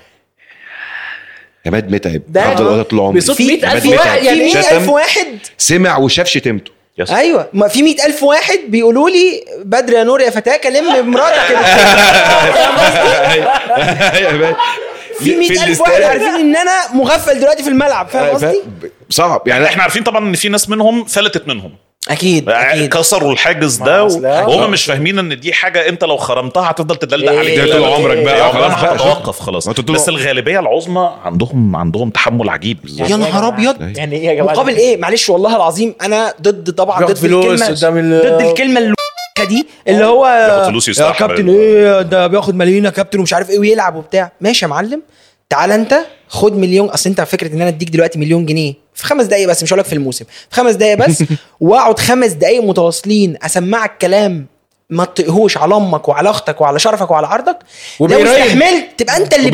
[SPEAKER 1] يا ماد متعب
[SPEAKER 2] ده
[SPEAKER 1] عبد القادر طول عمري
[SPEAKER 2] بصوت
[SPEAKER 3] في
[SPEAKER 2] 100000
[SPEAKER 1] متعب.
[SPEAKER 2] واحد يعني
[SPEAKER 3] في
[SPEAKER 2] ايه؟
[SPEAKER 3] 100000
[SPEAKER 1] شتم.
[SPEAKER 3] واحد
[SPEAKER 1] سمع وشاف شتمته
[SPEAKER 4] يس
[SPEAKER 3] ايوه ما في 100000 واحد بيقولوا لي بدر يا نور يا فتاه كلم مراتك يا-
[SPEAKER 1] يا ماد.
[SPEAKER 3] في 100000 واحد
[SPEAKER 1] الاستاد.
[SPEAKER 3] عارفين ان انا مغفل دلوقتي في الملعب فاهم قصدي؟
[SPEAKER 1] صعب يعني
[SPEAKER 4] احنا عارفين طبعا ان في ناس منهم فلتت منهم آه،
[SPEAKER 3] اكيد اكيد
[SPEAKER 4] كسروا الحاجز ده
[SPEAKER 2] أصل-
[SPEAKER 4] وهم مش فاهمين ان دي حاجه انت لو خرمتها هتفضل تدلدق
[SPEAKER 2] إيه،
[SPEAKER 4] عليك
[SPEAKER 2] ده طول عمرك بقى،
[SPEAKER 4] عمرها
[SPEAKER 1] خلاص
[SPEAKER 4] ما
[SPEAKER 1] بقى،
[SPEAKER 4] هتتوقف
[SPEAKER 1] ما
[SPEAKER 4] خلاص
[SPEAKER 1] أنت طول
[SPEAKER 4] بس
[SPEAKER 1] عمرك-
[SPEAKER 4] الغالبيه العظمى عندهم عندهم تحمل عجيب
[SPEAKER 3] يا نهار ابيض
[SPEAKER 2] يعني ايه يا جماعه
[SPEAKER 3] مقابل ايه معلش والله العظيم انا ضد طبعا
[SPEAKER 2] بياخد
[SPEAKER 3] ضد
[SPEAKER 2] فلوس
[SPEAKER 3] الكلمه
[SPEAKER 2] قدام ال- آه.
[SPEAKER 3] ضد الكلمه اللي دي اللي هو
[SPEAKER 4] بياخد فلوس
[SPEAKER 3] يا
[SPEAKER 4] يستحمل.
[SPEAKER 3] كابتن ايه ده بياخد ملايين يا كابتن ومش عارف ايه ويلعب وبتاع ماشي يا معلم تعال انت خد مليون اصل انت فكره ان انا اديك دلوقتي مليون جنيه في خمس دقايق بس مش هقول لك في الموسم في خمس دقايق بس واقعد خمس دقايق متواصلين اسمعك كلام ما تطقهوش على امك وعلى اختك وعلى شرفك وعلى عرضك لو
[SPEAKER 2] وبيرايم.
[SPEAKER 3] استحملت تبقى انت اللي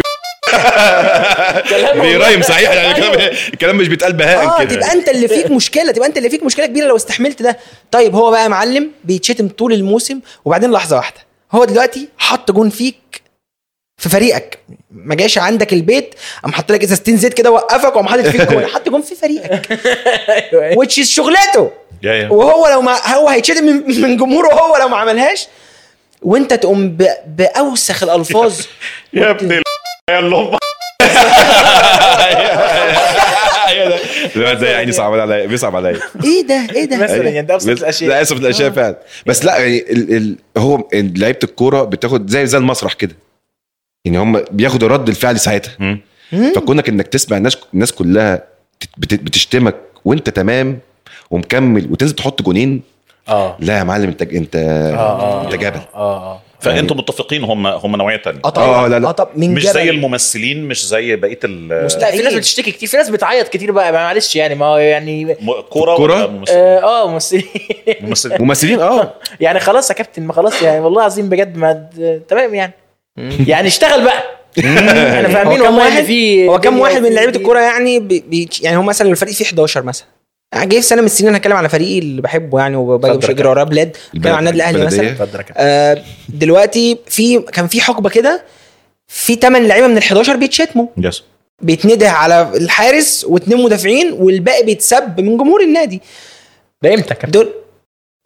[SPEAKER 2] كلام
[SPEAKER 1] بيرايم صحيح يعني
[SPEAKER 3] أيوه.
[SPEAKER 2] أيوه.
[SPEAKER 1] الكلام الكلام مش بيتقال
[SPEAKER 3] اه
[SPEAKER 1] بهاء كده
[SPEAKER 4] يعني.
[SPEAKER 3] تبقى انت اللي فيك مشكله تبقى انت اللي فيك مشكله كبيره لو استحملت ده طيب هو بقى معلم بيتشتم طول الموسم وبعدين لحظه واحده هو دلوقتي حط جون فيك في فريقك ما جاش عندك البيت قام حط لك ازازتين زيت كده وقفك وقام حاطط فيك جون حط جون في فريقك
[SPEAKER 2] أيوة.
[SPEAKER 3] وتش شغلته
[SPEAKER 4] يا يا
[SPEAKER 3] وهو لو ما هو هيتشتم من من جمهوره هو لو ما عملهاش وانت تقوم ب... باوسخ الالفاظ
[SPEAKER 4] يا ابن ال- يا اللهم
[SPEAKER 1] لا، ده يعني صعب عليا بيصعب عليا
[SPEAKER 3] ايه ده ايه ده
[SPEAKER 2] مثلا يعني ده ابسط
[SPEAKER 1] بس-
[SPEAKER 2] الاشياء
[SPEAKER 1] ده اسف الاشياء فعلا بس لا يعني ال ال هو لعيبه الكوره بتاخد زي زي المسرح كده يعني هم بياخدوا رد الفعل ساعتها
[SPEAKER 4] مم.
[SPEAKER 1] فكونك انك تسمع الناس الناس كلها بت- بتشتمك وانت تمام ومكمل وتنزل تحط جونين
[SPEAKER 2] اه
[SPEAKER 4] آه.
[SPEAKER 1] لا يا معلم انت انت انت جبل
[SPEAKER 2] اه اه
[SPEAKER 4] فانتوا متفقين هم هم نوعيه تانية
[SPEAKER 3] اه طبعا
[SPEAKER 1] آه، لا، لا.
[SPEAKER 3] اه طب من
[SPEAKER 4] مش زي
[SPEAKER 3] جبل.
[SPEAKER 4] الممثلين مش زي بقيه ال
[SPEAKER 3] مستحيل.
[SPEAKER 2] في ناس بتشتكي كتير في ناس بتعيط كتير بقى معلش يعني ما هو يعني
[SPEAKER 4] م- كوره
[SPEAKER 1] كورة؟
[SPEAKER 4] ولا ممثلين؟
[SPEAKER 2] اه آه، ممثلين
[SPEAKER 4] ممثلين
[SPEAKER 1] ممثلين اه
[SPEAKER 2] يعني خلاص يا كابتن ما خلاص يعني والله العظيم بجد ما د- تمام يعني يعني اشتغل بقى احنا
[SPEAKER 3] هو
[SPEAKER 2] فاهمين
[SPEAKER 3] كم
[SPEAKER 2] والله ان
[SPEAKER 3] واحد
[SPEAKER 2] في
[SPEAKER 3] هو كم
[SPEAKER 2] دنيا
[SPEAKER 3] واحد من
[SPEAKER 2] وفي-
[SPEAKER 3] لعيبه الكوره يعني بي بي يعني هو مثلا الفريق فيه 11 مثلا أنا جاي في سنه من السنين انا هتكلم على فريقي اللي بحبه يعني وباجي
[SPEAKER 2] اتفضل
[SPEAKER 3] مش
[SPEAKER 2] يا
[SPEAKER 3] اجري وراه بلاد بتكلم عن النادي الاهلي مثلا
[SPEAKER 1] البلدية.
[SPEAKER 2] اتفضل يا كابتن.
[SPEAKER 3] آه دلوقتي في كان في حقبه كده في 8 لعيبه من ال 11 بيتشتموا
[SPEAKER 4] يس
[SPEAKER 3] بيتنده على الحارس واثنين مدافعين والباقي بيتسب من جمهور النادي
[SPEAKER 2] ده امتى يا كابتن
[SPEAKER 3] دول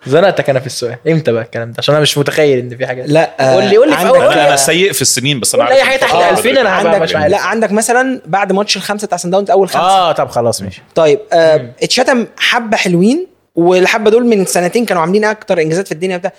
[SPEAKER 2] زنقتك انا في السؤال امتى بقى الكلام ده عشان انا مش متخيل ان في حاجه
[SPEAKER 3] لا آه
[SPEAKER 2] قول لي- قول لي في أول-
[SPEAKER 3] عندك- آه،
[SPEAKER 2] قول لي
[SPEAKER 4] انا سيء في السنين بس انا
[SPEAKER 2] قول
[SPEAKER 4] عارف
[SPEAKER 2] أي حاجة تحت
[SPEAKER 4] الفترة
[SPEAKER 2] 2000 أنا هبقى
[SPEAKER 4] دلوقتي.
[SPEAKER 2] مش
[SPEAKER 3] عندك
[SPEAKER 2] عارف.
[SPEAKER 3] لا عندك مثلا بعد ماتش الخمسه بتاع سان داونز اول خمسه
[SPEAKER 2] اه طب خلاص ماشي
[SPEAKER 3] طيب آه اتشتم حبه حلوين والحبه دول من سنتين كانوا عاملين اكتر انجازات في الدنيا بتاع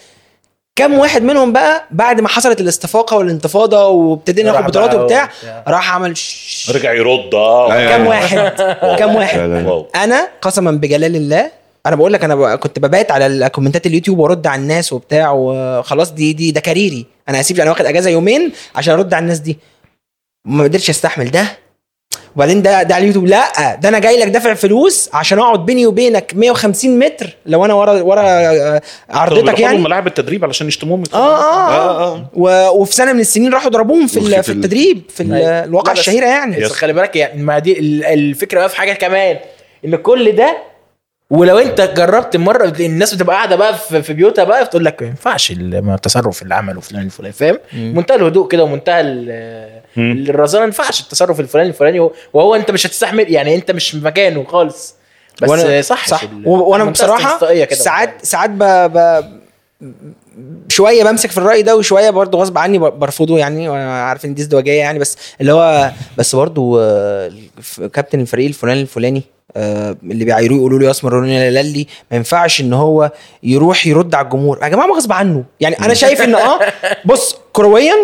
[SPEAKER 3] كم واحد منهم بقى بعد ما حصلت الاستفاقه والانتفاضه وابتدينا
[SPEAKER 2] راح
[SPEAKER 3] ناخد بطولات
[SPEAKER 2] بقى
[SPEAKER 3] وبتاع
[SPEAKER 2] وبتاع.
[SPEAKER 3] راح عمل ش-
[SPEAKER 4] رجع يرد اه
[SPEAKER 1] أيوة.
[SPEAKER 3] آه.
[SPEAKER 2] يعني.
[SPEAKER 3] كم واحد كم واحد
[SPEAKER 4] واو.
[SPEAKER 3] انا قسما بجلال الله انا بقول لك انا ب- كنت ببات على الكومنتات اليوتيوب وارد على الناس وبتاع وخلاص دي دي ده كاريري انا هسيب انا واخد اجازه يومين عشان ارد على الناس دي ما قدرتش استحمل ده وبعدين ده ده على اليوتيوب لا ده انا جاي لك دافع فلوس عشان اقعد بيني وبينك 150 متر لو انا ورا ورا آه،
[SPEAKER 4] كانوا
[SPEAKER 3] عرضتك
[SPEAKER 4] بيروحوا لهم
[SPEAKER 3] يعني
[SPEAKER 4] ملاعب التدريب علشان يشتموهم
[SPEAKER 3] اه اه, آه. و- وفي سنه من السنين راحوا ضربوهم في ال-
[SPEAKER 1] وفي
[SPEAKER 3] في التدريب في ال-
[SPEAKER 2] أيوة.
[SPEAKER 3] الواقعه
[SPEAKER 2] لا بس-
[SPEAKER 3] الشهيره يعني
[SPEAKER 2] بس خلي بالك يعني ما دي ال- الفكره بقى في حاجه كمان ان كل ده ولو انت جربت مره الناس بتبقى قاعده بقى في في بيوتها بقى بتقول لك ما ينفعش التصرف اللي عمله فلان الفلاني فاهم منتهى الهدوء كده ومنتهى ال- الرزانه ما ينفعش التصرف الفلاني الفلاني وهو- وهو انت مش هتستحمل يعني انت مش في مكانه خالص بس
[SPEAKER 3] وأنا-
[SPEAKER 2] صح
[SPEAKER 3] صح
[SPEAKER 2] ال-
[SPEAKER 3] و- وانا
[SPEAKER 2] المنطقة
[SPEAKER 3] بصراحه
[SPEAKER 2] الاستثنائية كده.
[SPEAKER 3] ساعات ساعات ب... ب... شويه بمسك في الراي ده وشويه برضه غصب عني ب- برفضه يعني وانا عارف ان دي ازدواجيه يعني بس اللي هو بس برضه آه، الف- كابتن الفريق الفلاني الفلاني آه، اللي بيعايروه يقولوا له يا اسمر قولوا لي يا للي ما ينفعش ان هو يروح يرد على الجمهور يا جماعه ما غصب عنه يعني انا شايف ان اه بص كرويا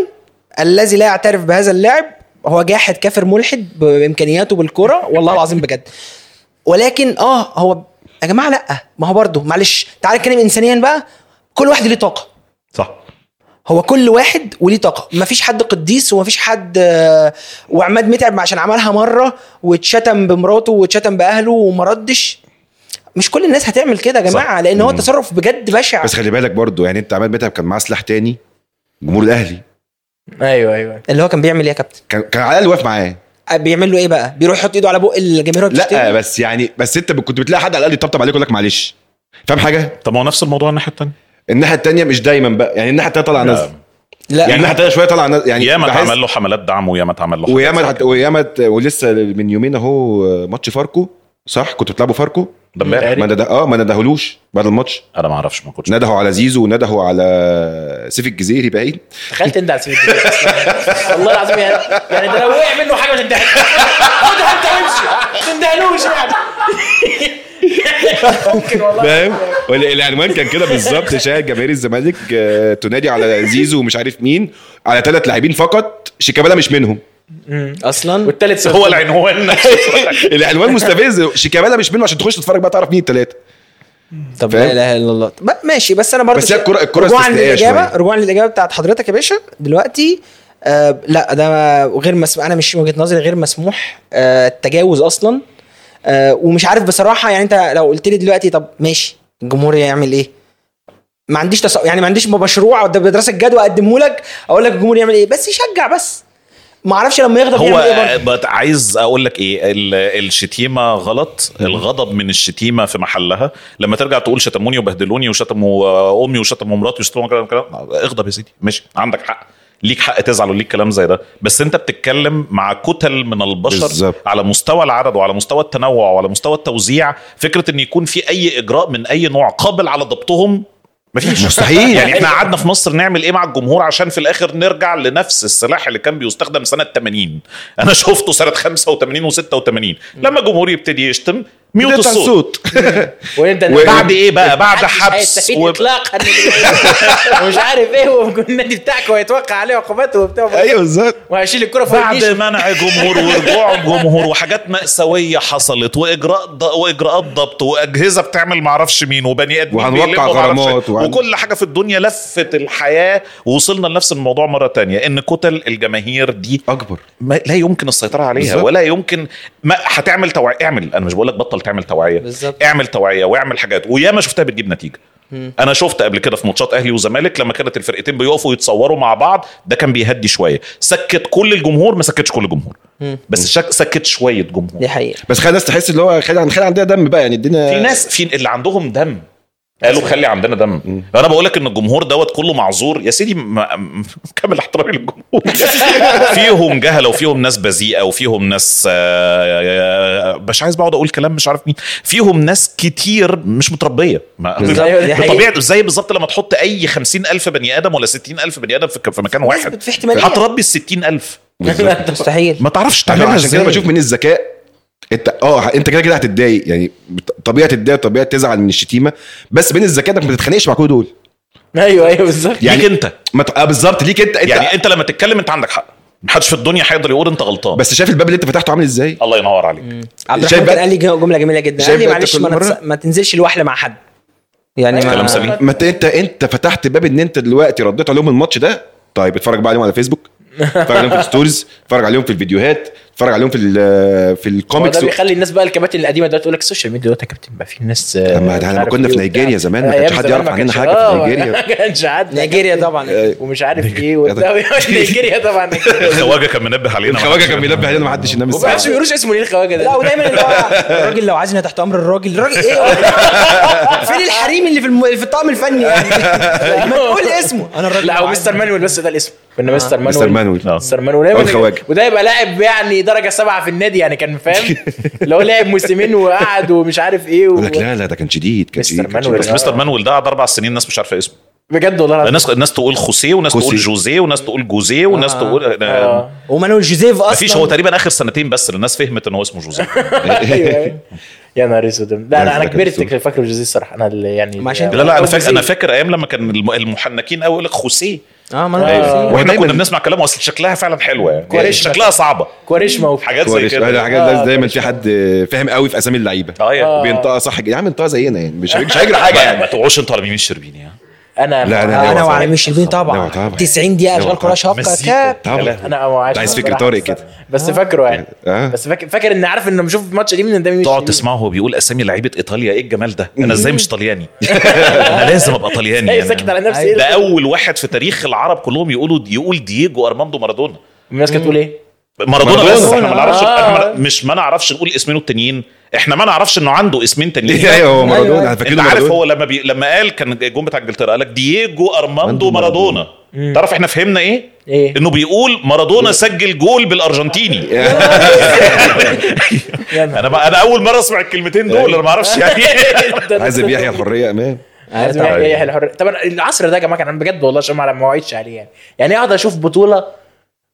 [SPEAKER 3] الذي لا يعترف بهذا اللاعب هو جاحد كافر ملحد بامكانياته بالكره والله العظيم بجد ولكن اه هو يا جماعه لا ما هو برضه معلش تعالى نتكلم انسانيا بقى كل واحد ليه طاقه
[SPEAKER 4] صح
[SPEAKER 3] هو كل واحد وليه طاقه مفيش حد قديس ومفيش حد آه، وعماد متعب عشان عملها مره واتشتم بمراته واتشتم باهله وما ردش مش كل الناس هتعمل كده يا جماعه
[SPEAKER 1] صح.
[SPEAKER 3] لان هو
[SPEAKER 1] مم.
[SPEAKER 3] تصرف بجد بشع
[SPEAKER 1] بس خلي بالك برضو يعني انت عماد متعب كان معاه سلاح تاني جمهور الاهلي
[SPEAKER 2] ايوه ايوه
[SPEAKER 3] اللي هو كان بيعمل ايه يا كابتن
[SPEAKER 1] كان كان على الاقل واقف معاه
[SPEAKER 3] آه، بيعمل له ايه بقى بيروح يحط ايده على بق الجماهير وهو
[SPEAKER 1] لا
[SPEAKER 3] بيشتم؟
[SPEAKER 1] بس يعني بس انت كنت بتلاقي حد على الاقل يطبطب عليك ويقول لك معلش فاهم حاجه؟
[SPEAKER 4] طب ما هو نفس الموضوع الناحيه الثانيه
[SPEAKER 1] الناحيه التانيه مش دايما بقى يعني الناحيه التانيه طالعه نازله
[SPEAKER 3] آه، لا
[SPEAKER 1] يعني الناحيه التانيه شويه طالعه نازله يعني
[SPEAKER 4] ياما
[SPEAKER 1] بحس-
[SPEAKER 4] اتعمل له حملات دعم وياما اتعمل له
[SPEAKER 1] وياما
[SPEAKER 4] حاجات
[SPEAKER 1] حت... وياما ت- ولسه من يومين اهو ماتش فاركو صح كنتوا بتلعبوا فاركو
[SPEAKER 4] ده امبارح
[SPEAKER 1] ما نده... اه ما ندهولوش بعد الماتش
[SPEAKER 4] انا ما اعرفش ما كنتش
[SPEAKER 1] ندهوا على زيزو وندهوا على سيف الجزيري باين
[SPEAKER 2] تخيل تندع على سيف الدين أصلاً. والله العظيم يعني يعني ده لو وقع منه حاجه ما تندهش خدها انت وامشي ما تندهلوش يعني ممكن والله
[SPEAKER 1] فاهم ولا- العنوان كان كده بالظبط شاهد جماهير الزمالك آه، تنادي على زيزو ومش عارف مين على ثلاث لاعبين فقط شيكابالا مش منهم
[SPEAKER 3] اصلا
[SPEAKER 2] والتالت
[SPEAKER 4] هو العنوان
[SPEAKER 1] العنوان مستفز شيكابالا مش منهم عشان تخش تتفرج بقى تعرف مين الثلاثه
[SPEAKER 3] طب
[SPEAKER 1] فاهم؟
[SPEAKER 3] لا اله الا الله ب- ماشي بس انا برضه
[SPEAKER 1] بس هي الكرة- الكرة
[SPEAKER 3] رجوعا
[SPEAKER 1] استثنائية
[SPEAKER 3] للاجابه
[SPEAKER 1] شوية.
[SPEAKER 3] رجوعا للاجابه بتاعت حضرتك يا باشا دلوقتي آه لا ده غير مسموح انا مش من وجهه نظري غير مسموح آه التجاوز اصلا آه ومش عارف بصراحه يعني انت لو قلت لي دلوقتي طب ماشي الجمهور يعمل ايه؟ ما عنديش تص... يعني ما عنديش مشروع قدام دراسه جدوى اقدمه لك اقول لك الجمهور يعمل ايه بس يشجع بس ما اعرفش لما يغضب
[SPEAKER 4] هو آه،
[SPEAKER 3] يعمل ايه برضه
[SPEAKER 4] but عايز اقول لك ايه ال- الشتيمه غلط الغضب من الشتيمه في محلها لما ترجع تقول شتموني وبهدلوني وشتموا آه، امي وشتموا مراتي وشتموا كلام كلام اغضب يا سيدي ماشي عندك حق ليك حق تزعل وليك كلام زي ده بس انت بتتكلم مع كتل من البشر
[SPEAKER 1] بالظبط.
[SPEAKER 4] على مستوى العدد وعلى مستوى التنوع وعلى مستوى التوزيع فكره ان يكون في اي اجراء من اي نوع قابل على ضبطهم مفيش
[SPEAKER 1] مستحيل.
[SPEAKER 4] يعني احنا قعدنا في مصر نعمل ايه مع الجمهور عشان في الاخر نرجع لنفس السلاح اللي كان بيستخدم سنه 80 انا شفته سنه 85 و86 لما الجمهور يبتدي يشتم ميوت
[SPEAKER 1] بتقطع
[SPEAKER 4] الصوت
[SPEAKER 2] وانت
[SPEAKER 1] و-
[SPEAKER 4] بعد ايه بقى بعد
[SPEAKER 2] محدش
[SPEAKER 4] حبس
[SPEAKER 2] هيستفيد
[SPEAKER 4] و...
[SPEAKER 2] اطلاقا ومش عارف ايه والنادي بتاعك وهيتوقع عليه عقوبات وبتاع
[SPEAKER 1] ايوه بالظبط
[SPEAKER 2] وهيشيل الكره فوق
[SPEAKER 4] بعد
[SPEAKER 2] النيش.
[SPEAKER 4] منع جمهور ورجوع جمهور وحاجات مأساوية حصلت وإجراء ض... وإجراءات ضبط وأجهزة بتعمل معرفش مين وبني آدمين
[SPEAKER 1] وهنوقع
[SPEAKER 4] بيلموا معرفش-
[SPEAKER 1] غرامات وهن-
[SPEAKER 4] وكل حاجة في الدنيا لفت الحياة ووصلنا لنفس الموضوع مرة تانية إن كتل الجماهير دي
[SPEAKER 1] اكبر
[SPEAKER 4] ما لا يمكن السيطره عليها
[SPEAKER 1] بالظبط.
[SPEAKER 4] ولا يمكن ما هتعمل توعيه اعمل انا مش بقول لك بطل تعمل توعيه
[SPEAKER 3] بالظبط.
[SPEAKER 4] اعمل توعيه واعمل حاجات وياما شفتها بتجيب نتيجه انا شفت قبل كده في ماتشات اهلي وزمالك لما كانت الفرقتين بيقفوا يتصوروا مع بعض ده كان بيهدي شويه سكت كل الجمهور ما سكتش كل الجمهور بس شك سكت شويه جمهور
[SPEAKER 3] دي حقيقه
[SPEAKER 1] بس خلي الناس تحس اللي هو خلي خلي عندها دم بقى يعني الدنيا
[SPEAKER 4] في ناس في اللي عندهم دم قالوا خلي عندنا دم انا بقول لك ان الجمهور دوت كله معذور يا سيدي ما م- كامل احترامي للجمهور فيهم جهله وفيهم ناس بذيئه وفيهم ناس آه، آه، مش عايز بقعد اقول كلام مش عارف مين فيهم ناس كتير مش متربيه ما-
[SPEAKER 2] أيوة، دي حقيقة.
[SPEAKER 4] بطبيعه زي بالظبط لما تحط اي 50000 بني ادم ولا 60000 بني ادم في في مكان واحد
[SPEAKER 3] في احتماليه
[SPEAKER 4] هتربي ال 60000
[SPEAKER 3] مستحيل
[SPEAKER 4] ما تعرفش
[SPEAKER 1] أنا
[SPEAKER 4] تعملها
[SPEAKER 1] عشان كده
[SPEAKER 4] ازاي
[SPEAKER 1] بشوف من الذكاء انت اه انت كده كده هتتضايق يعني طبيعه تتضايق طبيعه تزعل من الشتيمه بس بين الذكاء انك ما تتخانقش مع كل دول
[SPEAKER 2] ايوه ايوه بالظبط
[SPEAKER 1] يعني-
[SPEAKER 4] ليك انت
[SPEAKER 1] ما ت... آه بالظبط ليك انت آه، انت
[SPEAKER 4] يعني انت لما تتكلم انت عندك حق محدش في الدنيا هيقدر يقول انت غلطان
[SPEAKER 1] بس شايف الباب اللي انت فتحته عامل ازاي؟
[SPEAKER 4] الله ينور عليك
[SPEAKER 3] عبد
[SPEAKER 1] شايف
[SPEAKER 3] الرحمن
[SPEAKER 1] بقى-
[SPEAKER 3] كان قال لي جمله جميله جدا قال
[SPEAKER 1] شايف
[SPEAKER 3] لي
[SPEAKER 1] بقى
[SPEAKER 3] معلش
[SPEAKER 1] كل
[SPEAKER 3] ما,
[SPEAKER 1] مرة؟
[SPEAKER 3] نتس- ما تنزلش لوحده مع حد يعني ما
[SPEAKER 4] آه، كلام سليم.
[SPEAKER 1] ما انت انت انت فتحت باب ان انت دلوقتي رديت عليهم الماتش ده طيب اتفرج بقى عليهم على فيسبوك اتفرج عليهم في الستوريز اتفرج عليهم في الفيديوهات اتفرج عليهم في ال- في
[SPEAKER 2] هو
[SPEAKER 1] الكوميكس
[SPEAKER 2] ده بيخلي الناس بقى الكباتن القديمه دلوقتي تقول لك السوشيال ميديا دلوقتي يا كابتن بقى في ناس آه،
[SPEAKER 1] لما-
[SPEAKER 2] مش
[SPEAKER 1] لما
[SPEAKER 2] عارف
[SPEAKER 1] كنا
[SPEAKER 2] إيه
[SPEAKER 1] في
[SPEAKER 2] وبتاع.
[SPEAKER 1] نيجيريا زمان ما
[SPEAKER 2] أيام
[SPEAKER 1] كانش حد
[SPEAKER 2] زمان
[SPEAKER 1] يعرف
[SPEAKER 2] ما
[SPEAKER 1] عننا
[SPEAKER 2] كانش-
[SPEAKER 1] حاجة في
[SPEAKER 2] آه،
[SPEAKER 1] نيجيريا.
[SPEAKER 2] ما كانش حد
[SPEAKER 3] نيجيريا طبعا
[SPEAKER 2] ومش عارف ايه
[SPEAKER 1] يا
[SPEAKER 2] وبتاع نيجيريا طبعا
[SPEAKER 4] الخواجه كان منبه علينا
[SPEAKER 1] الخواجه كان بينبه علينا ما حدش ينام
[SPEAKER 2] وما
[SPEAKER 1] الساعه
[SPEAKER 2] حدش بيقولوش اسمه ليه الخواجه
[SPEAKER 3] لا
[SPEAKER 2] ده
[SPEAKER 3] ودايما اللي هو الراجل لو عايزنا تحت امر الراجل الراجل ايه فين الحريم اللي في الم... في الطقم الفني يعني ما تقول اسمه انا الراجل
[SPEAKER 2] لا
[SPEAKER 3] لو
[SPEAKER 2] هو
[SPEAKER 3] عايزنا-
[SPEAKER 2] مستر مانويل بس ده الاسم كنا مستر مانويل
[SPEAKER 1] مستر مانويل
[SPEAKER 2] مستر مانويل دايما
[SPEAKER 1] الخواجة.
[SPEAKER 2] وده يبقى لاعب يعني درجه سبعه في النادي يعني كان فاهم اللي هو لعب موسمين وقعد ومش عارف ايه و...
[SPEAKER 1] يقول لك لا لا ده كان شديد كان
[SPEAKER 2] مستر
[SPEAKER 1] شديد كان
[SPEAKER 2] مانويل.
[SPEAKER 1] شديد.
[SPEAKER 4] بس مستر مانويل ده قعد اربع سنين الناس مش عارفه اسمه
[SPEAKER 2] بجد والله العظيم
[SPEAKER 4] الناس الناس تقول خوسيه وناس
[SPEAKER 1] آه. خوسيه.
[SPEAKER 4] تقول جوزيه وناس تقول جوزيه وناس تقول
[SPEAKER 2] آه.
[SPEAKER 3] ومانويل جوزيف اصلا
[SPEAKER 4] مفيش هو تقريبا اخر سنتين بس اللي الناس فهمت ان هو اسمه جوزيه
[SPEAKER 2] أيوة، أيوة. يا نهار اسود لا انا انا
[SPEAKER 1] فاكر
[SPEAKER 2] كبرت
[SPEAKER 1] الصورة.
[SPEAKER 2] كنت فاكر جوزيه الصراحه انا اللي يعني
[SPEAKER 3] ما عشان
[SPEAKER 4] لا لا انا فاكر انا فاكر ايام لما كان الم- المحنكين قوي يقول لك خوسيه
[SPEAKER 3] اه ما
[SPEAKER 1] آه.
[SPEAKER 2] أيوة.
[SPEAKER 3] انا
[SPEAKER 4] واحنا
[SPEAKER 1] ودايماً-
[SPEAKER 4] كنا بنسمع كلامه اصل شكلها فعلا حلوه يعني, يعني
[SPEAKER 2] كويس.
[SPEAKER 4] شكلها صعبه
[SPEAKER 2] كوارشما
[SPEAKER 4] حاجات
[SPEAKER 2] وحاجات
[SPEAKER 4] زي
[SPEAKER 1] كويس
[SPEAKER 4] كده آه،
[SPEAKER 1] لا، حاجات لازم دايما في حد فاهم قوي في اسامي اللعيبه
[SPEAKER 4] اه يعني
[SPEAKER 1] بينطقها صح يا عم انطقها زينا يعني مش مش هيجري حاجه
[SPEAKER 4] ما
[SPEAKER 1] يعني
[SPEAKER 4] تقعوش انتوا على مين الشربيني يعني. ها
[SPEAKER 2] انا
[SPEAKER 1] لا، لا، لا،
[SPEAKER 3] انا
[SPEAKER 1] أيوة.
[SPEAKER 3] وعلى مش شربين
[SPEAKER 1] أيوة،
[SPEAKER 3] طبعا
[SPEAKER 1] طبعاً.
[SPEAKER 3] 90 دقيقه
[SPEAKER 1] أيوة،
[SPEAKER 3] اشغال كلها شابكه
[SPEAKER 4] مزيكا.
[SPEAKER 3] كاب
[SPEAKER 1] طبعا
[SPEAKER 2] انا ما
[SPEAKER 1] أنت عايز فكر طارق كده.
[SPEAKER 2] بس فاكره يعني
[SPEAKER 1] آه.
[SPEAKER 2] بس فاكر فاكر ان عارف ان بشوف الماتش اليمين ان ده مش
[SPEAKER 4] تقعد تسمعه وهو بيقول اسامي لعيبه ايطاليا ايه الجمال ده انا ازاي مش طلياني انا لازم ابقى طلياني
[SPEAKER 2] ايه ساكت
[SPEAKER 4] يعني.
[SPEAKER 2] على نفسي
[SPEAKER 3] أيوة.
[SPEAKER 2] ايه
[SPEAKER 4] ده
[SPEAKER 2] ده؟
[SPEAKER 4] اول واحد في تاريخ العرب كلهم يقولوا يقول دييجو ارماندو مارادونا
[SPEAKER 2] الناس كانت تقول ايه؟
[SPEAKER 4] مارادونا بس
[SPEAKER 1] مارادونا.
[SPEAKER 4] احنا ما نعرفش
[SPEAKER 2] آه.
[SPEAKER 4] احنا ما- مش ما نعرفش نقول اسمين التانيين احنا ما نعرفش انه عنده اسمين تانيين
[SPEAKER 1] ايوه هو مارادونا
[SPEAKER 3] أيوة.
[SPEAKER 1] انا فاكرينه
[SPEAKER 4] انت عارف
[SPEAKER 1] مارادونا.
[SPEAKER 4] هو لما بي... لما قال كان الجون بتاع انجلترا قال لك دييجو ارماندو
[SPEAKER 1] أرماندو
[SPEAKER 4] مارادونا تعرف احنا فهمنا ايه؟
[SPEAKER 2] إيه؟
[SPEAKER 4] انه بيقول مارادونا سجل جول بالارجنتيني
[SPEAKER 2] يا نهار
[SPEAKER 4] انا ما... انا اول مره اسمع الكلمتين دول انا ما اعرفش يعني
[SPEAKER 2] أبيض.
[SPEAKER 1] عايز يحيى الحريه امام
[SPEAKER 2] عايز
[SPEAKER 3] أيوة.
[SPEAKER 2] يحيى يحيى الحر طبعا العصر ده يا جماعه كان بجد والله عشان ما ما وعدش عليه يعني يعني اقعد اشوف بطوله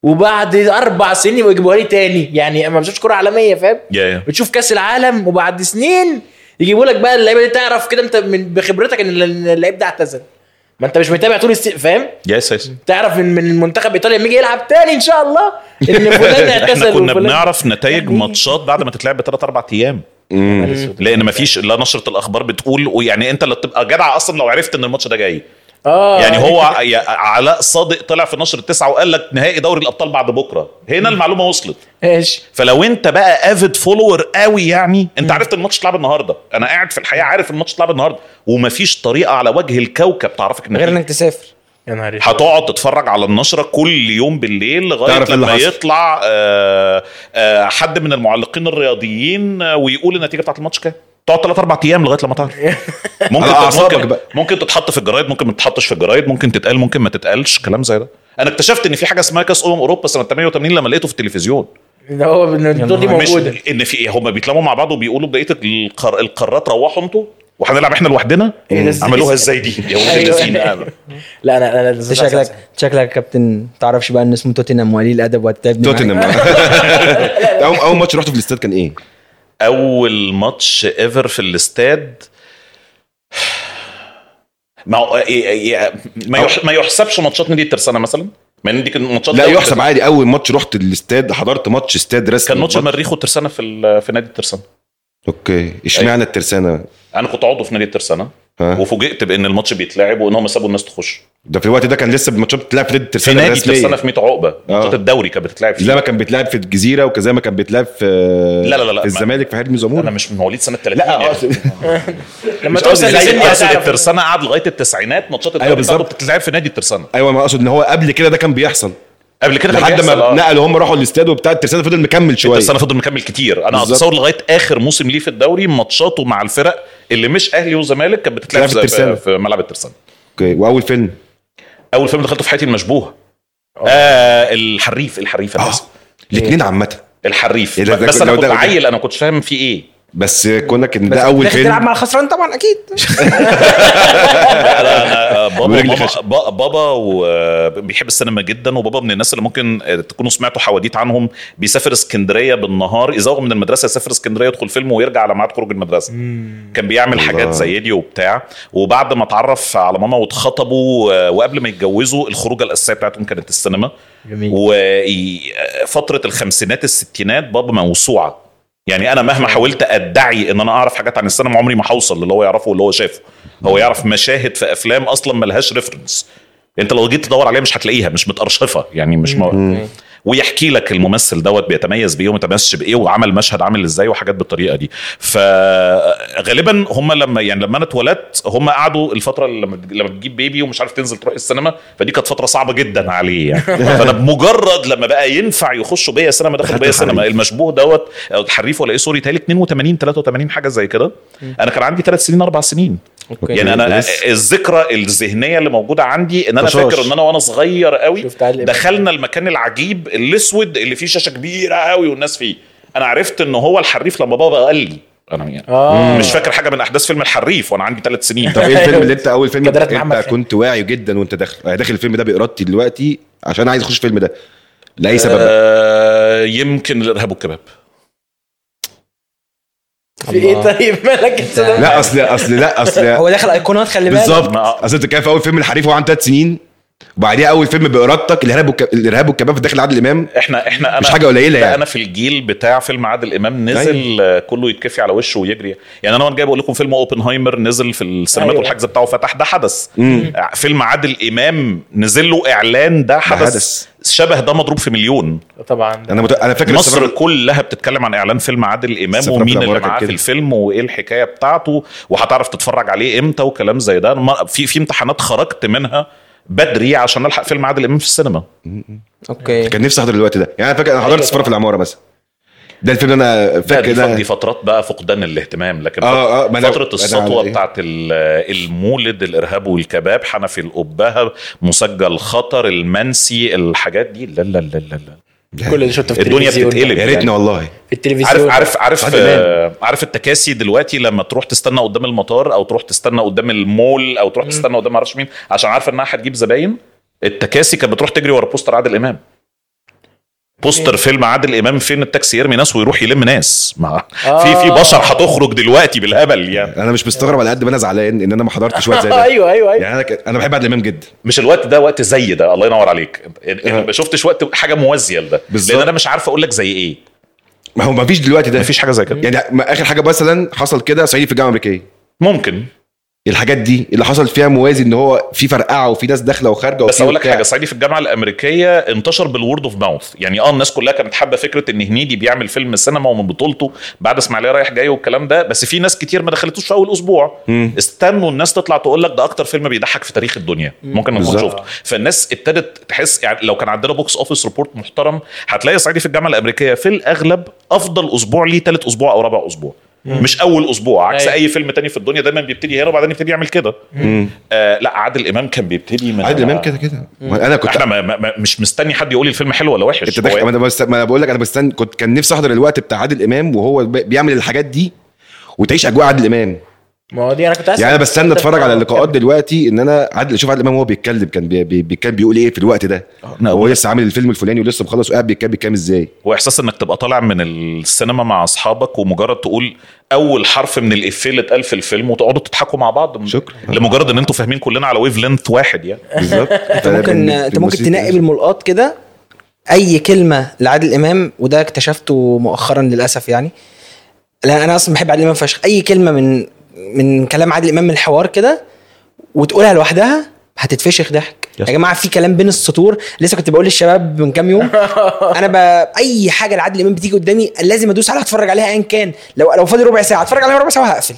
[SPEAKER 2] وبعد اربع سنين يبقوا يجيبوها لي تاني يعني ما بشوفش كره عالميه فاهم
[SPEAKER 4] يا- يا.
[SPEAKER 2] بتشوف كاس العالم وبعد سنين يجيبوا لك بقى اللعيبه دي تعرف كده انت من بخبرتك ان ال- اللعيب ده اعتزل ما انت مش متابع طول السنه فاهم
[SPEAKER 4] يس يس
[SPEAKER 2] تعرف من من منتخب ايطاليا لما يجي يلعب تاني ان شاء الله ان فلان اعتزل
[SPEAKER 4] احنا كنا
[SPEAKER 2] وفلان-
[SPEAKER 4] بنعرف نتائج ماتشات بعد ما تتلعب بثلاث اربع ايام لان ما فيش لا نشره الاخبار بتقول ويعني انت اللي بتبقى جدع اصلا لو عرفت ان الماتش ده جاي
[SPEAKER 2] اه
[SPEAKER 4] يعني هو ع- يا- علاء صادق طلع في نشر التسعه وقال لك نهائي دوري الابطال بعد بكره هنا المعلومه وصلت
[SPEAKER 2] ماشي
[SPEAKER 4] فلو انت بقى افيد فولور قوي يعني انت عرفت الماتش اتلعب النهارده انا قاعد في الحقيقه عارف الماتش اتلعب النهارده ومفيش طريقه على وجه الكوكب تعرفك
[SPEAKER 3] غير
[SPEAKER 4] انك
[SPEAKER 3] انك تسافر
[SPEAKER 2] يا نهار اسود.
[SPEAKER 4] هتقعد تتفرج على النشره كل يوم بالليل لغايه
[SPEAKER 1] تعرف إيه اللي
[SPEAKER 4] لما
[SPEAKER 1] حصل.
[SPEAKER 4] يطلع آه، آه، حد من المعلقين الرياضيين آه، ويقول النتيجه بتاعت الماتش كام تقعد ثلاث اربع ايام لغايه لما تعرف ممكن
[SPEAKER 1] على أعصابك
[SPEAKER 4] ممكن,
[SPEAKER 1] بقى.
[SPEAKER 4] ممكن تتحط في الجرايد ممكن ما تتحطش في الجرايد ممكن تتقال ممكن ما تتقالش كلام زي ده انا اكتشفت ان في حاجه اسمها كاس امم اوروبا سنه 88 لما لقيته في التلفزيون
[SPEAKER 2] ان هو إن الدور دي
[SPEAKER 4] مش
[SPEAKER 2] موجوده
[SPEAKER 4] ان في هم بيتلموا مع بعض وبيقولوا بقيه القار... القارات روحوا انتوا وهنلعب احنا لوحدنا
[SPEAKER 2] إيه ده إزاي؟
[SPEAKER 4] عملوها ازاي دي يا ولاد
[SPEAKER 2] أيوة.
[SPEAKER 4] الذين
[SPEAKER 2] لا انا انا
[SPEAKER 3] انت شكلك شقلك يا كابتن تعرفش بقى ان اسمه توتنهام وقليل الادب والتعب
[SPEAKER 1] توتنهام اول اول ماتش رحته في الاستاد كان ايه؟
[SPEAKER 4] اول ماتش ايفر في الاستاد ما هو- إيه- إيه- ما يح- ما يحسبش ماتشات نادي الترسانه مثلا ما ان دي كانت ماتشات
[SPEAKER 1] لا يحسب عادي اول ماتش رحت الاستاد حضرت ماتش استاد رسمي
[SPEAKER 4] كان ماتش المريخ والترسانه في ال- في نادي الترسانه
[SPEAKER 1] اوكي اشمعنى الترسانه؟
[SPEAKER 4] انا كنت عضو في نادي الترسانه
[SPEAKER 1] ها؟
[SPEAKER 4] وفوجئت بان الماتش بيتلعب وان هم سابوا الناس تخش
[SPEAKER 1] ده في الوقت ده كان لسه الماتشات بتتلعب في نادي
[SPEAKER 4] في
[SPEAKER 1] اه. الترسانه
[SPEAKER 4] نادي
[SPEAKER 1] الرسميه
[SPEAKER 4] الترسانه في 100 عقبه ماتشات الدوري كانت بتتلعب فيه
[SPEAKER 1] زي ما كان بيتلعب في الجزيره وكزي ما كان بيتلعب في
[SPEAKER 4] لا، لا، لا.
[SPEAKER 1] في الزمالك في حلمي زمور
[SPEAKER 4] انا مش من مواليد سنه 30
[SPEAKER 1] لا آه،
[SPEAKER 4] يعني.
[SPEAKER 1] اقصد
[SPEAKER 2] لما
[SPEAKER 4] مش قصدي
[SPEAKER 2] توصل لسن
[SPEAKER 4] زي اقصد
[SPEAKER 2] هتعرف.
[SPEAKER 4] الترسانه قعد لغايه التسعينات ماتشات الدوري
[SPEAKER 1] أيوة، بالظبط.
[SPEAKER 4] بتاعته بتتلعب في نادي الترسانه
[SPEAKER 1] ايوه ما اقصد ان هو قبل كده ده كان بيحصل
[SPEAKER 4] قبل كده كان
[SPEAKER 1] لحد
[SPEAKER 4] بيحصل، آه.
[SPEAKER 1] ما نقلوا هم راحوا الاستاد وبتاع الترسانه فضل مكمل شويه
[SPEAKER 4] بس انا فضل مكمل كتير انا
[SPEAKER 1] بالظبط.
[SPEAKER 4] اتصور لغايه اخر موسم ليه في الدوري ماتشاته مع الفرق اللي مش اهلي وزمالك كانت بتتلعب
[SPEAKER 1] بتلعب في
[SPEAKER 4] في,
[SPEAKER 1] الترسانة.
[SPEAKER 4] في ملعب الترسانه
[SPEAKER 1] اوكي واول فيلم
[SPEAKER 4] اول فيلم دخلته في حياتي المشبوه آه الحريف الحريف انا
[SPEAKER 1] اه
[SPEAKER 4] آسف.
[SPEAKER 1] الاثنين عامه
[SPEAKER 4] الحريف
[SPEAKER 1] إيه ده- ده-
[SPEAKER 4] بس انا
[SPEAKER 1] لو
[SPEAKER 4] كنت
[SPEAKER 1] ده- ده-
[SPEAKER 4] عيل انا كنتش فاهم في ايه
[SPEAKER 1] بس كونك ان ده اول
[SPEAKER 3] داخل تلعب
[SPEAKER 1] فيلم
[SPEAKER 3] مع الخسران طبعا اكيد
[SPEAKER 1] أه.
[SPEAKER 4] انا أنا آه، بابا
[SPEAKER 1] ورجلي
[SPEAKER 4] ماما
[SPEAKER 1] خشب.
[SPEAKER 4] با- بابا وبيحب السينما جدا وبابا من الناس اللي ممكن آه، تكونوا سمعتوا حواديت عنهم بيسافر اسكندريه بالنهار يزوغ من المدرسه يسافر اسكندريه يدخل فيلم ويرجع على ميعاد خروج المدرسه كان بيعمل حاجات زي دي وبتاع وبعد ما اتعرف على ماما واتخطبوا آه، وقبل ما يتجوزوا الخروجه الاساسيه بتاعتهم كانت السينما
[SPEAKER 2] جميل
[SPEAKER 4] وفتره الخمسينات الستينات بابا موسوعه يعني انا مهما حاولت ادعي ان انا اعرف حاجات عن السينما عمري ما هوصل للي هو يعرفه واللي هو شافه هو يعرف مشاهد في افلام اصلا ملهاش ريفرنس انت لو جيت تدور عليها مش هتلاقيها مش متارشفه يعني مش م... ويحكي لك الممثل دوت بيتميز بايه وما تميزش بايه وعمل مشهد عامل ازاي وحاجات بالطريقه دي فغالبا هم لما يعني لما انا اتولدت هم قعدوا الفتره اللي لما لما بتجيب بيبي ومش عارف تنزل تروح السينما فدي كانت فتره صعبه جدا عليه يعني فانا بمجرد لما بقى ينفع يخشوا بيا سينما دخلوا بيا سينما المشبوه دوت او الحريف ولا ايه سوري تالي 82 83 حاجه زي كده انا كان عندي ثلاث سنين اربع سنين يعني انا
[SPEAKER 1] بس.
[SPEAKER 4] الذكرى الذهنيه اللي موجوده عندي ان انا
[SPEAKER 1] طشاش.
[SPEAKER 4] فاكر ان انا وانا صغير قوي
[SPEAKER 2] شفت علي إمام.
[SPEAKER 4] دخلنا المكان العجيب الاسود اللي فيه شاشه كبيره قوي والناس فيه انا عرفت ان هو الحريف لما بابا قال لي انا يعني
[SPEAKER 2] آه.
[SPEAKER 4] مش فاكر حاجه من احداث فيلم الحريف وانا عندي ثلاث سنين آه،
[SPEAKER 1] طب ايه الفيلم اللي انت اول فيلم
[SPEAKER 2] كادرات
[SPEAKER 1] انت
[SPEAKER 2] محمد خان.
[SPEAKER 1] كنت واعي جدا وانت داخل أنا داخل الفيلم ده بارادتي دلوقتي عشان عايز اخش الفيلم ده لاي سبب بقى.
[SPEAKER 4] آه يمكن الارهاب والكباب
[SPEAKER 2] في ايه طيب مالك انت ده؟
[SPEAKER 1] لا اصل اصل لا اصل
[SPEAKER 3] هو داخل ايقونات خلي بالك
[SPEAKER 1] بالظبط
[SPEAKER 4] ما-
[SPEAKER 1] اصل انت كان في اول فيلم الحريف هو عنده ثلاث سنين وبعديها اول فيلم بارادتك الارهاب والك- الارهاب والكباب في داخل عادل امام
[SPEAKER 4] احنا احنا انا
[SPEAKER 1] مش حاجة قليلة
[SPEAKER 4] لا،
[SPEAKER 1] يعني. طيب.
[SPEAKER 4] انا في الجيل بتاع فيلم عادل امام نزل آه، كله يتكفي على وشه ويجري يعني انا وانا جاي بقول لكم فيلم اوبنهايمر نزل في السينمات
[SPEAKER 1] أيوه.
[SPEAKER 2] أيوة.
[SPEAKER 4] والحجز بتاعه فتح ده حدث
[SPEAKER 1] مم.
[SPEAKER 4] آه، فيلم عادل امام نزل له اعلان ده حدث,
[SPEAKER 1] حدث.
[SPEAKER 4] شبه ده مضروب في مليون
[SPEAKER 2] طبعا
[SPEAKER 1] انا مت... انا فاكر
[SPEAKER 4] مصر
[SPEAKER 1] السفر-
[SPEAKER 4] كلها بتتكلم عن اعلان فيلم عادل امام
[SPEAKER 1] السفرة
[SPEAKER 4] ومين
[SPEAKER 1] بتاع
[SPEAKER 4] اللي
[SPEAKER 1] بركة
[SPEAKER 4] معاه في
[SPEAKER 1] كده.
[SPEAKER 4] الفيلم وايه الحكايه بتاعته وهتعرف تتفرج عليه امتى وكلام زي ده ما- في في امتحانات خرجت منها بدري عشان الحق فيلم عادل امام في السينما
[SPEAKER 3] اوكي
[SPEAKER 1] كان نفسي احضر الوقت ده يعني انا فاكر انا حضرت
[SPEAKER 2] أيوة
[SPEAKER 1] سفاره في العماره مثلا ده الفيلم اللي انا
[SPEAKER 4] لا،
[SPEAKER 1] فاكر
[SPEAKER 4] دي,
[SPEAKER 1] ده
[SPEAKER 4] فت- دي فترات بقى فقدان الاهتمام لكن
[SPEAKER 1] آه، آه، ما أنا-
[SPEAKER 4] فتره
[SPEAKER 1] أنا
[SPEAKER 4] السطوه
[SPEAKER 1] عمل إيه؟
[SPEAKER 4] بتاعت ال- المولد الارهاب والكباب حنفي القبهه مسجل خطر المنسي الحاجات دي لا لا لا لا, لا.
[SPEAKER 2] كل اللي شفته في
[SPEAKER 4] الدنيا
[SPEAKER 2] التلفزيون.
[SPEAKER 4] بتتقلب يعني.
[SPEAKER 1] يا ريتنا والله
[SPEAKER 2] في التلفزيون
[SPEAKER 4] عارف عارف عارف
[SPEAKER 1] عادل إمام.
[SPEAKER 4] آه، عارف التكاسي دلوقتي لما تروح تستنى قدام المطار او تروح تستنى قدام المول او تروح تستنى قدام معرفش مين عشان عارفه انها هتجيب زباين التكاسي كانت بتروح تجري ورا بوستر عادل امام بوستر فيلم عادل امام فين التاكسي يرمي ناس ويروح يلم ناس مع
[SPEAKER 2] آه.
[SPEAKER 4] في في بشر هتخرج دلوقتي بالهبل يعني
[SPEAKER 1] انا مش مستغرب على قد ما انا زعلان ان انا ما حضرتش وقت زي
[SPEAKER 4] أيوة،
[SPEAKER 1] ده
[SPEAKER 2] ايوه ايوه ايوه
[SPEAKER 1] يعني انا ك... انا بحب عادل امام جدا
[SPEAKER 4] مش الوقت ده وقت زي ده الله ينور عليك إن- إن
[SPEAKER 1] آه.
[SPEAKER 4] ما شفتش وقت حاجه موازيه لده
[SPEAKER 1] بالظبط.
[SPEAKER 4] لان انا مش عارف اقول لك زي ايه
[SPEAKER 1] ما هو ما فيش دلوقتي ده
[SPEAKER 4] مفيش حاجه زي كده
[SPEAKER 1] يعني ما اخر حاجه مثلا حصل كده صعيدي في الجامعه الامريكيه
[SPEAKER 4] ممكن
[SPEAKER 1] الحاجات دي اللي حصل فيها موازي ان هو في فرقعه وفي ناس داخله وخارجه
[SPEAKER 4] بس
[SPEAKER 1] وفي
[SPEAKER 4] اقول لك
[SPEAKER 1] وبتاع.
[SPEAKER 4] حاجه صعيدي في الجامعه الامريكيه انتشر بالورد اوف ماوث يعني اه الناس كلها كانت حابه فكره ان هنيدي بيعمل فيلم سينما ومن بطولته بعد اسماعيليه رايح جاي والكلام ده بس في ناس كتير ما دخلتوش في اول اسبوع
[SPEAKER 1] مم.
[SPEAKER 4] استنوا الناس تطلع تقول لك ده اكتر فيلم بيضحك في تاريخ الدنيا ممكن ما تكون
[SPEAKER 1] بالظبط.
[SPEAKER 4] شفته فالناس ابتدت تحس يعني لو كان عندنا بوكس اوفيس ريبورت محترم هتلاقي صعيدي في الجامعه الامريكيه في الاغلب افضل اسبوع ليه ثالث اسبوع او رابع اسبوع مش اول اسبوع عكس
[SPEAKER 2] أيوة.
[SPEAKER 4] اي فيلم تاني في الدنيا دايما بيبتدي هنا وبعدين يبتدي يعمل كده
[SPEAKER 1] مم.
[SPEAKER 4] آه لا عادل امام كان بيبتدي من
[SPEAKER 1] عادل امام كده كده انا كنت
[SPEAKER 4] احنا ما ما ما مش مستني حد يقول لي الفيلم حلو ولا وحش
[SPEAKER 1] انت داخل
[SPEAKER 4] هو-
[SPEAKER 1] ما انا بس ما انا بقول لك انا بستنى كنت كان نفسي احضر الوقت بتاع عادل امام وهو بي- بيعمل الحاجات دي وتعيش اجواء عادل امام
[SPEAKER 2] ما هو دي انا كنت
[SPEAKER 1] يعني انا بستنى اتفرج على اللقاءات دلوقتي ان انا عادل اشوف عادل امام وهو بيتكلم كان بي بي بي- كان بيقول ايه في الوقت ده
[SPEAKER 4] آه، لا،
[SPEAKER 1] هو لسه عامل الفيلم الفلاني ولسه مخلص وقاعد بيتكلم بيتكلم ازاي
[SPEAKER 4] هو احساس انك تبقى طالع من السينما مع اصحابك ومجرد تقول اول حرف من الافيه اللي اتقال في الفيلم وتقعدوا تضحكوا مع بعض
[SPEAKER 1] شكرا.
[SPEAKER 4] لمجرد ان انتوا فاهمين كلنا على ويف لينث واحد يعني
[SPEAKER 1] بالظبط
[SPEAKER 3] انت ممكن انت ممكن تنقي
[SPEAKER 1] يعني.
[SPEAKER 3] بالملقاط كده اي كلمه لعادل امام وده اكتشفته مؤخرا للاسف يعني لا انا اصلا بحب عادل امام فشخ اي كلمه من من كلام عادل امام من الحوار كده وتقولها لوحدها هتتفشخ ضحك يا
[SPEAKER 4] يس.
[SPEAKER 3] جماعه في كلام بين السطور لسه كنت بقول للشباب من كام يوم انا ب... اي حاجه لعادل امام بتيجي قدامي لازم ادوس عليها اتفرج عليها ايا كان لو لو فاضي ربع ساعه اتفرج عليها ربع ساعه وهقفل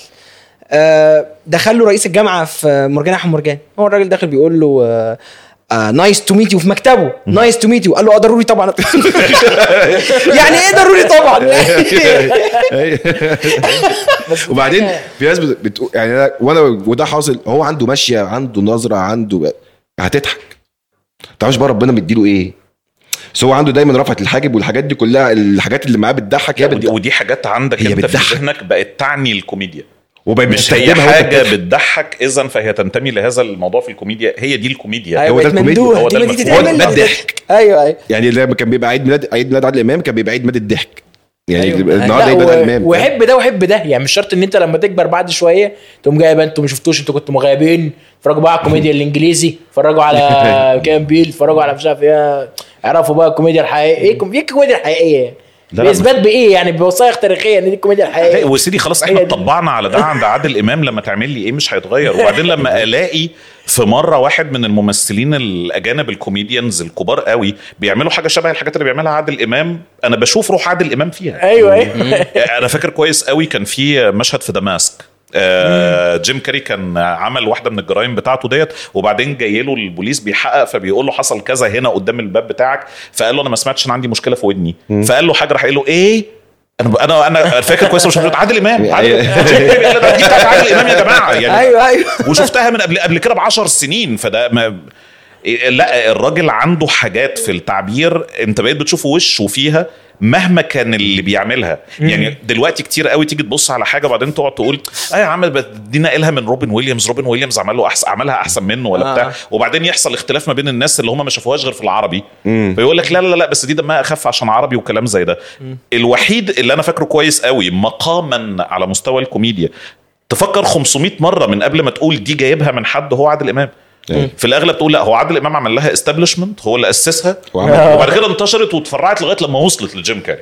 [SPEAKER 3] آه، دخل له رئيس الجامعه في مرجان احمد مرجان هو الراجل داخل بيقول له آه، نايس تو ميت يو في مكتبه نايس تو ميت يو قال له اه ضروري طبعا يعني ايه ضروري طبعا
[SPEAKER 1] أيوه.
[SPEAKER 3] أيوه.
[SPEAKER 1] وبعدين في ناس بت- بتقول يعني أنا- وانا وده حاصل هو عنده ماشيه عنده نظره عنده هتضحك ما تعرفش بقى ربنا مديله ايه بس هو عنده دايما رفعت الحاجب والحاجات دي كلها الحاجات اللي معاه بتضحك يا
[SPEAKER 4] ودي,
[SPEAKER 1] بتضحك
[SPEAKER 4] ودي حاجات عندك
[SPEAKER 1] هي
[SPEAKER 4] انت في
[SPEAKER 1] بتضحك. يعني
[SPEAKER 4] ذهنك بقت تعني الكوميديا مش هي
[SPEAKER 1] وبيستخدمها وهو
[SPEAKER 4] حاجه
[SPEAKER 1] بيضحك.
[SPEAKER 4] بتضحك اذا فهي تنتمي لهذا الموضوع في الكميديا هي دي الكوميديا
[SPEAKER 1] هو ده الكوميديا.
[SPEAKER 3] ممدوح.
[SPEAKER 4] هو
[SPEAKER 3] دي
[SPEAKER 4] ده
[SPEAKER 3] ما
[SPEAKER 4] المفهوم.
[SPEAKER 1] هو
[SPEAKER 3] تتعمل.
[SPEAKER 1] ده الضحك
[SPEAKER 2] أيوه،
[SPEAKER 3] ايوه ايوه
[SPEAKER 1] يعني لما كان بيبقى عيد ميلاد عيد ميلاد عادل امام كان بيبقى عيد ميلاد الضحك يعني النهارده عيد ميلاد عادل
[SPEAKER 2] أيوه. لا
[SPEAKER 1] امام
[SPEAKER 2] و- وحب ده وحب ده يعني مش شرط ان انت لما تكبر بعد شويه تقوم جاي بقى انتوا ما شفتوش انتوا كنتوا مغيبين اتفرجوا بقى على الكوميديا الانجليزي اتفرجوا
[SPEAKER 4] أيوه.
[SPEAKER 2] على كام بيل اتفرجوا على مش عارف ايه اعرفوا بقى الكوميديا الحقيقيه ايه الكوم- ايه الكوميديا الحقيقيه يعني
[SPEAKER 4] لا، أيوه.
[SPEAKER 2] باثبات بايه يعني بوثائق تاريخيه ان دي الكوميديا
[SPEAKER 4] لا،
[SPEAKER 2] الحقيقيه
[SPEAKER 4] وسيدي خلاص
[SPEAKER 2] هي
[SPEAKER 4] احنا
[SPEAKER 2] دي.
[SPEAKER 4] اتطبعنا على ده عند عادل امام لما تعمل لي ايه مش هيتغير وبعدين لما الاقي في مره واحد من الممثلين الاجانب الكوميديانز الكبار قوي بيعملوا حاجه شبه الحاجات اللي بيعملها عادل امام انا بشوف روح عادل امام فيها
[SPEAKER 2] ايوه ايوه
[SPEAKER 4] انا فاكر كويس قوي كان في مشهد في دماسك آه جيم كاري كان عمل واحده من الجرائم بتاعته ديت وبعدين جاي له البوليس بيحقق فبيقول له حصل كذا هنا قدام الباب بتاعك فقال له انا ما سمعتش انا عندي مشكله في ودني فقال له حاجه راح قال له ايه انا انا انا فاكر كويس مش فاكر. عادل امام عادل
[SPEAKER 1] أيوة.
[SPEAKER 4] جيم كاري قال له دي بتاعت عادل امام يا جماعه يعني
[SPEAKER 3] ايوه ايوه
[SPEAKER 4] وشفتها من قبل قبل كده ب 10 سنين فده ما لا الراجل عنده حاجات في التعبير انت بقيت بتشوف وشه فيها مهما كان اللي بيعملها يعني دلوقتي كتير قوي تيجي تبص على حاجه وبعدين تقعد تقول اه يا عم بس دي ناقلها من روبن ويليامز روبن ويليامز عمل له احسن عملها احسن منه ولا
[SPEAKER 3] آه.
[SPEAKER 4] بتاع وبعدين يحصل اختلاف ما بين الناس اللي هم ما شافوهاش غير في العربي فيقول لك لا لا لا بس دي دمها اخف عشان عربي وكلام زي ده الوحيد اللي انا فاكره كويس قوي مقاما على مستوى الكوميديا تفكر 500 مره من قبل ما تقول دي جايبها من حد هو عادل امام
[SPEAKER 1] إيه.
[SPEAKER 4] في الاغلب تقول لا هو عادل امام عمل لها استابلشمنت هو اللي اسسها
[SPEAKER 2] آه.
[SPEAKER 1] وعمل-
[SPEAKER 4] وبعد كده انتشرت واتفرعت لغايه لما وصلت لجيم كاري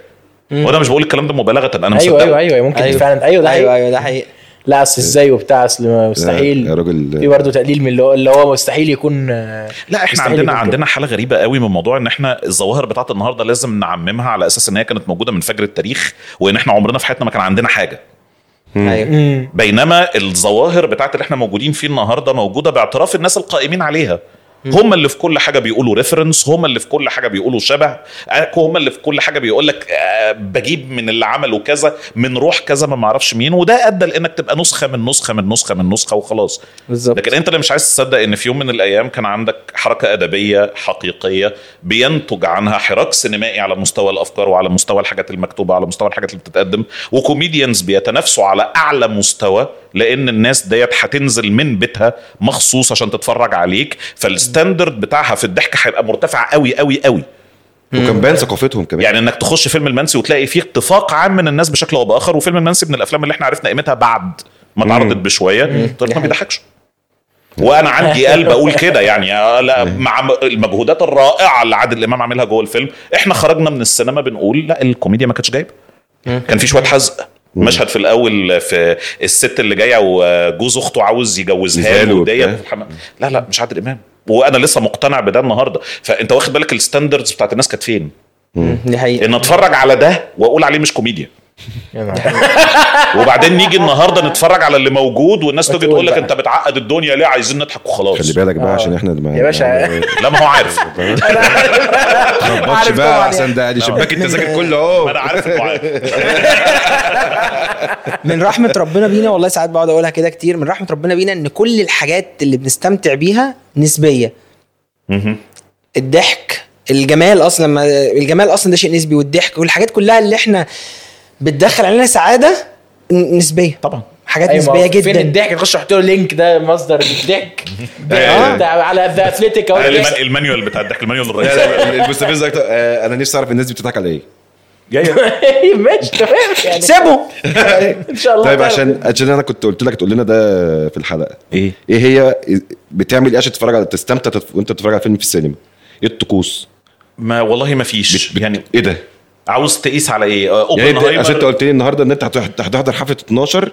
[SPEAKER 4] وانا مش بقول الكلام ده مبالغه انا مصدقه
[SPEAKER 2] ايوه ايوه ايوه ممكن
[SPEAKER 4] أيوه.
[SPEAKER 2] أيوة. فعلا ايوه ده
[SPEAKER 3] ايوه
[SPEAKER 2] أيوة.
[SPEAKER 3] ايوه ده حقيقي
[SPEAKER 2] لا اصل ازاي وبتاع اصل
[SPEAKER 1] يا
[SPEAKER 2] مستحيل
[SPEAKER 1] راجل
[SPEAKER 2] في برضه تقليل من اللي هو, اللي هو مستحيل يكون آه،
[SPEAKER 4] لا احنا
[SPEAKER 2] مستحيل
[SPEAKER 4] عندنا
[SPEAKER 2] يكون
[SPEAKER 4] عندنا حاله غريبه قوي من موضوع ان احنا الظواهر بتاعت النهارده لازم نعممها على اساس ان هي كانت موجوده من فجر التاريخ وان احنا عمرنا في حياتنا ما كان عندنا حاجه
[SPEAKER 3] ايوه
[SPEAKER 2] كده. مم.
[SPEAKER 4] بينما الظواهر بتاعت اللي احنا موجودين فيه النهارده موجوده باعتراف الناس القائمين عليها هم اللي في كل حاجه بيقولوا ريفرنس هم اللي في كل حاجه بيقولوا شبه آه، هم اللي في كل حاجه بيقول لك آه، بجيب من اللي عمله كذا من روح كذا ما معرفش مين وده ادى لانك تبقى نسخه من نسخه من نسخه من نسخه وخلاص
[SPEAKER 3] بالظبط
[SPEAKER 4] لكن انت اللي مش عايز تصدق ان في يوم من الايام كان عندك حركه ادبيه حقيقيه بينتج عنها حراك سينمائي على مستوى الافكار وعلى مستوى الحاجات المكتوبه على مستوى الحاجات اللي بتتقدم وكوميديانز بيتنافسوا على اعلى مستوى لان الناس ديت هتنزل من بيتها مخصوص عشان تتفرج عليك فالستاندرد بتاعها في الضحك هيبقى مرتفع قوي قوي قوي
[SPEAKER 1] وكان باين ثقافتهم كمان
[SPEAKER 4] يعني انك تخش فيلم المنسي وتلاقي فيه اتفاق عام من الناس بشكل او باخر وفيلم المنسي من الافلام اللي احنا عرفنا قيمتها بعد ما اتعرضت بشويه طلعت ما بيضحكش وانا عندي قلب اقول كده يعني آه، لا مع المجهودات الرائعه اللي عادل امام عاملها جوه الفيلم احنا خرجنا من السينما بنقول لا الكوميديا ما كانتش جايبه كان في شويه حزق مشهد في الاول في الست اللي جايه وجوز اخته عاوز يجوزها
[SPEAKER 1] يزاله
[SPEAKER 4] له وديت
[SPEAKER 1] وبتاع.
[SPEAKER 4] الحمام. لا لا مش عادل امام وانا لسه مقتنع بده النهارده فانت واخد بالك الستاندردز بتاعت الناس كانت فين
[SPEAKER 3] دي حقيقه
[SPEAKER 4] ان اتفرج على ده واقول عليه مش كوميديا
[SPEAKER 2] يا نهار.
[SPEAKER 4] وبعدين نيجي النهارده نتفرج على اللي موجود والناس تيجي
[SPEAKER 2] وتقول
[SPEAKER 4] تقول لك
[SPEAKER 2] بقى.
[SPEAKER 4] انت بتعقد الدنيا ليه عايزين نضحك
[SPEAKER 1] خلي
[SPEAKER 4] وخلاص
[SPEAKER 1] بالك بقى
[SPEAKER 2] آه.
[SPEAKER 1] عشان احنا ما يعني
[SPEAKER 2] يا باشا.
[SPEAKER 4] لا ما هو عارف
[SPEAKER 1] متربطش
[SPEAKER 2] عارف
[SPEAKER 1] بقى
[SPEAKER 2] طبعاً
[SPEAKER 1] عشان ده يعني شباك التذاكر كله
[SPEAKER 4] ما
[SPEAKER 1] اهو
[SPEAKER 4] انا عارف انه عارف
[SPEAKER 2] يعني.
[SPEAKER 3] من رحمه ربنا بينا والله ساعات بقعد اقولها كده كتير من رحمه ربنا بينا ان كل الحاجات اللي بنستمتع بيها نسبيه الضحك الجمال اصلا ما الجمال اصلا ده شيء نسبي والضحك والحاجات كلها اللي احنا بتدخل علينا سعاده ن- نسبيه
[SPEAKER 4] طبعا
[SPEAKER 3] حاجات
[SPEAKER 2] أيوة، ما
[SPEAKER 3] نسبيه
[SPEAKER 2] هو فين
[SPEAKER 3] جدا
[SPEAKER 2] الضحك تخش تحط له لينك ده مصدر الضحك
[SPEAKER 1] آه.
[SPEAKER 2] ده ده على ذا اثليتيك اهو
[SPEAKER 4] المن- المانيوال بتاع الضحك المانيوال
[SPEAKER 1] لا
[SPEAKER 4] الرئيسي
[SPEAKER 1] لا المستفز اكتر آه، انا نفسي اعرف الناس دي بتضحك على ايه
[SPEAKER 2] أيوة، ماشي تمام يعني
[SPEAKER 3] سيبه
[SPEAKER 2] ان شاء الله
[SPEAKER 1] طيب
[SPEAKER 2] تعرف.
[SPEAKER 1] عشان عشان انا كنت قلت لك تقول لنا ده في الحلقه
[SPEAKER 4] ايه
[SPEAKER 1] ايه هي بتعمل ايه عشان تتفرج على تستمتع تتف- وانت بتتفرج على فيلم في السينما ايه الطقوس
[SPEAKER 4] ما والله ما فيش يعني
[SPEAKER 1] ايه ده
[SPEAKER 4] عاوز تقيس على ايه آه،
[SPEAKER 1] يعني انت
[SPEAKER 4] اوبنهايمر-
[SPEAKER 1] عشان انت قلت لي النهارده ان انت هتح- هتحضر حفله 12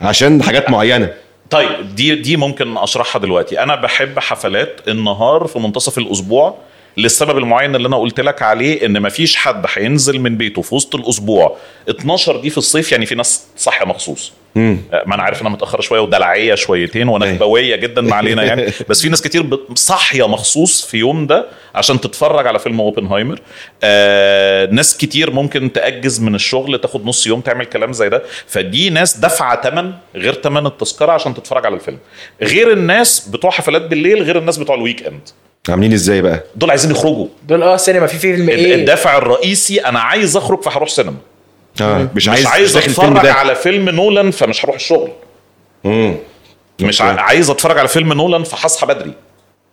[SPEAKER 1] عشان حاجات معينه
[SPEAKER 4] طيب دي دي ممكن اشرحها دلوقتي انا بحب حفلات النهار في منتصف الاسبوع للسبب المعين اللي انا قلت لك عليه ان مفيش حد هينزل من بيته في وسط الاسبوع 12 دي في الصيف يعني في ناس صحيه مخصوص آه، ما انا عارف انها متاخره شويه ودلعيه شويتين ونكبويه جدا ما علينا يعني بس في ناس كتير بت- صاحيه مخصوص في يوم ده عشان تتفرج على فيلم اوبنهايمر آه ناس كتير ممكن تاجز من الشغل تاخد نص يوم تعمل كلام زي ده فدي ناس دافعه ثمن غير ثمن التذكره عشان تتفرج على الفيلم غير الناس بتوع حفلات بالليل غير الناس بتوع الويك اند
[SPEAKER 1] عاملين ازاي بقى
[SPEAKER 4] دول عايزين يخرجوا
[SPEAKER 2] دول اه سينما في فيلم
[SPEAKER 4] ال-
[SPEAKER 3] إيه؟
[SPEAKER 2] ايه
[SPEAKER 4] الدافع الرئيسي انا عايز اخرج فهروح سينما
[SPEAKER 1] آه.
[SPEAKER 4] مش
[SPEAKER 1] مش عايز
[SPEAKER 4] عايز
[SPEAKER 1] داخل الفيلم
[SPEAKER 4] اتفرج
[SPEAKER 1] ده.
[SPEAKER 4] على فيلم نولان فمش هروح الشغل
[SPEAKER 1] مم.
[SPEAKER 4] مش ع- عايز اتفرج على فيلم نولان فهصحى بدري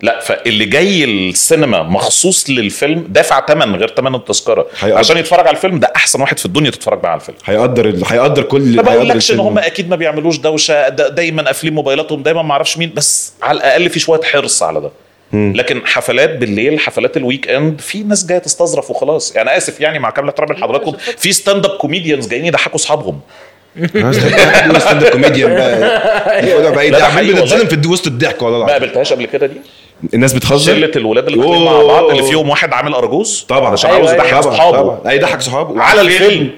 [SPEAKER 4] لا فاللي جاي السينما مخصوص للفيلم دافع ثمن غير ثمن التذكره
[SPEAKER 1] هيقضي.
[SPEAKER 4] عشان يتفرج على الفيلم ده احسن واحد في الدنيا تتفرج معاه على الفيلم
[SPEAKER 1] هيقدر ال- هيقدر كل
[SPEAKER 4] ما
[SPEAKER 1] هيقدر
[SPEAKER 4] بقولكش ان
[SPEAKER 1] الفيلم.
[SPEAKER 4] هم اكيد ما بيعملوش دوشه دا دايما قافلين موبايلاتهم دايما ما اعرفش مين بس على الاقل في شويه حرص على ده لكن حفلات بالليل حفلات الويك اند في ناس جايه تستظرف وخلاص يعني اسف يعني مع كامل احترامي لحضراتكم في ستاند اب كوميديانز جايين يضحكوا اصحابهم
[SPEAKER 1] آه، ستاند اب كوميديان بقى ياخدها بقى ايه
[SPEAKER 4] إيه؟ لا،
[SPEAKER 1] ده
[SPEAKER 4] ده
[SPEAKER 1] عمال
[SPEAKER 4] حقيقي والله.
[SPEAKER 1] بنتظلم في الد- وسط الضحك والله
[SPEAKER 4] ما
[SPEAKER 1] العظيم.
[SPEAKER 4] قابلتهاش قبل كده دي
[SPEAKER 1] الناس بتهزر
[SPEAKER 4] شله الولاد اللي كانوا مع
[SPEAKER 1] أوه.
[SPEAKER 4] بعض اللي فيهم واحد عامل ارجوز
[SPEAKER 1] طبعا
[SPEAKER 4] عشان
[SPEAKER 1] طبعاً،
[SPEAKER 4] عاوز يضحك
[SPEAKER 1] طبعاً،
[SPEAKER 4] اصحابه
[SPEAKER 1] طبعاً. اي ضحك صحابه
[SPEAKER 4] أيوة، على الفيلم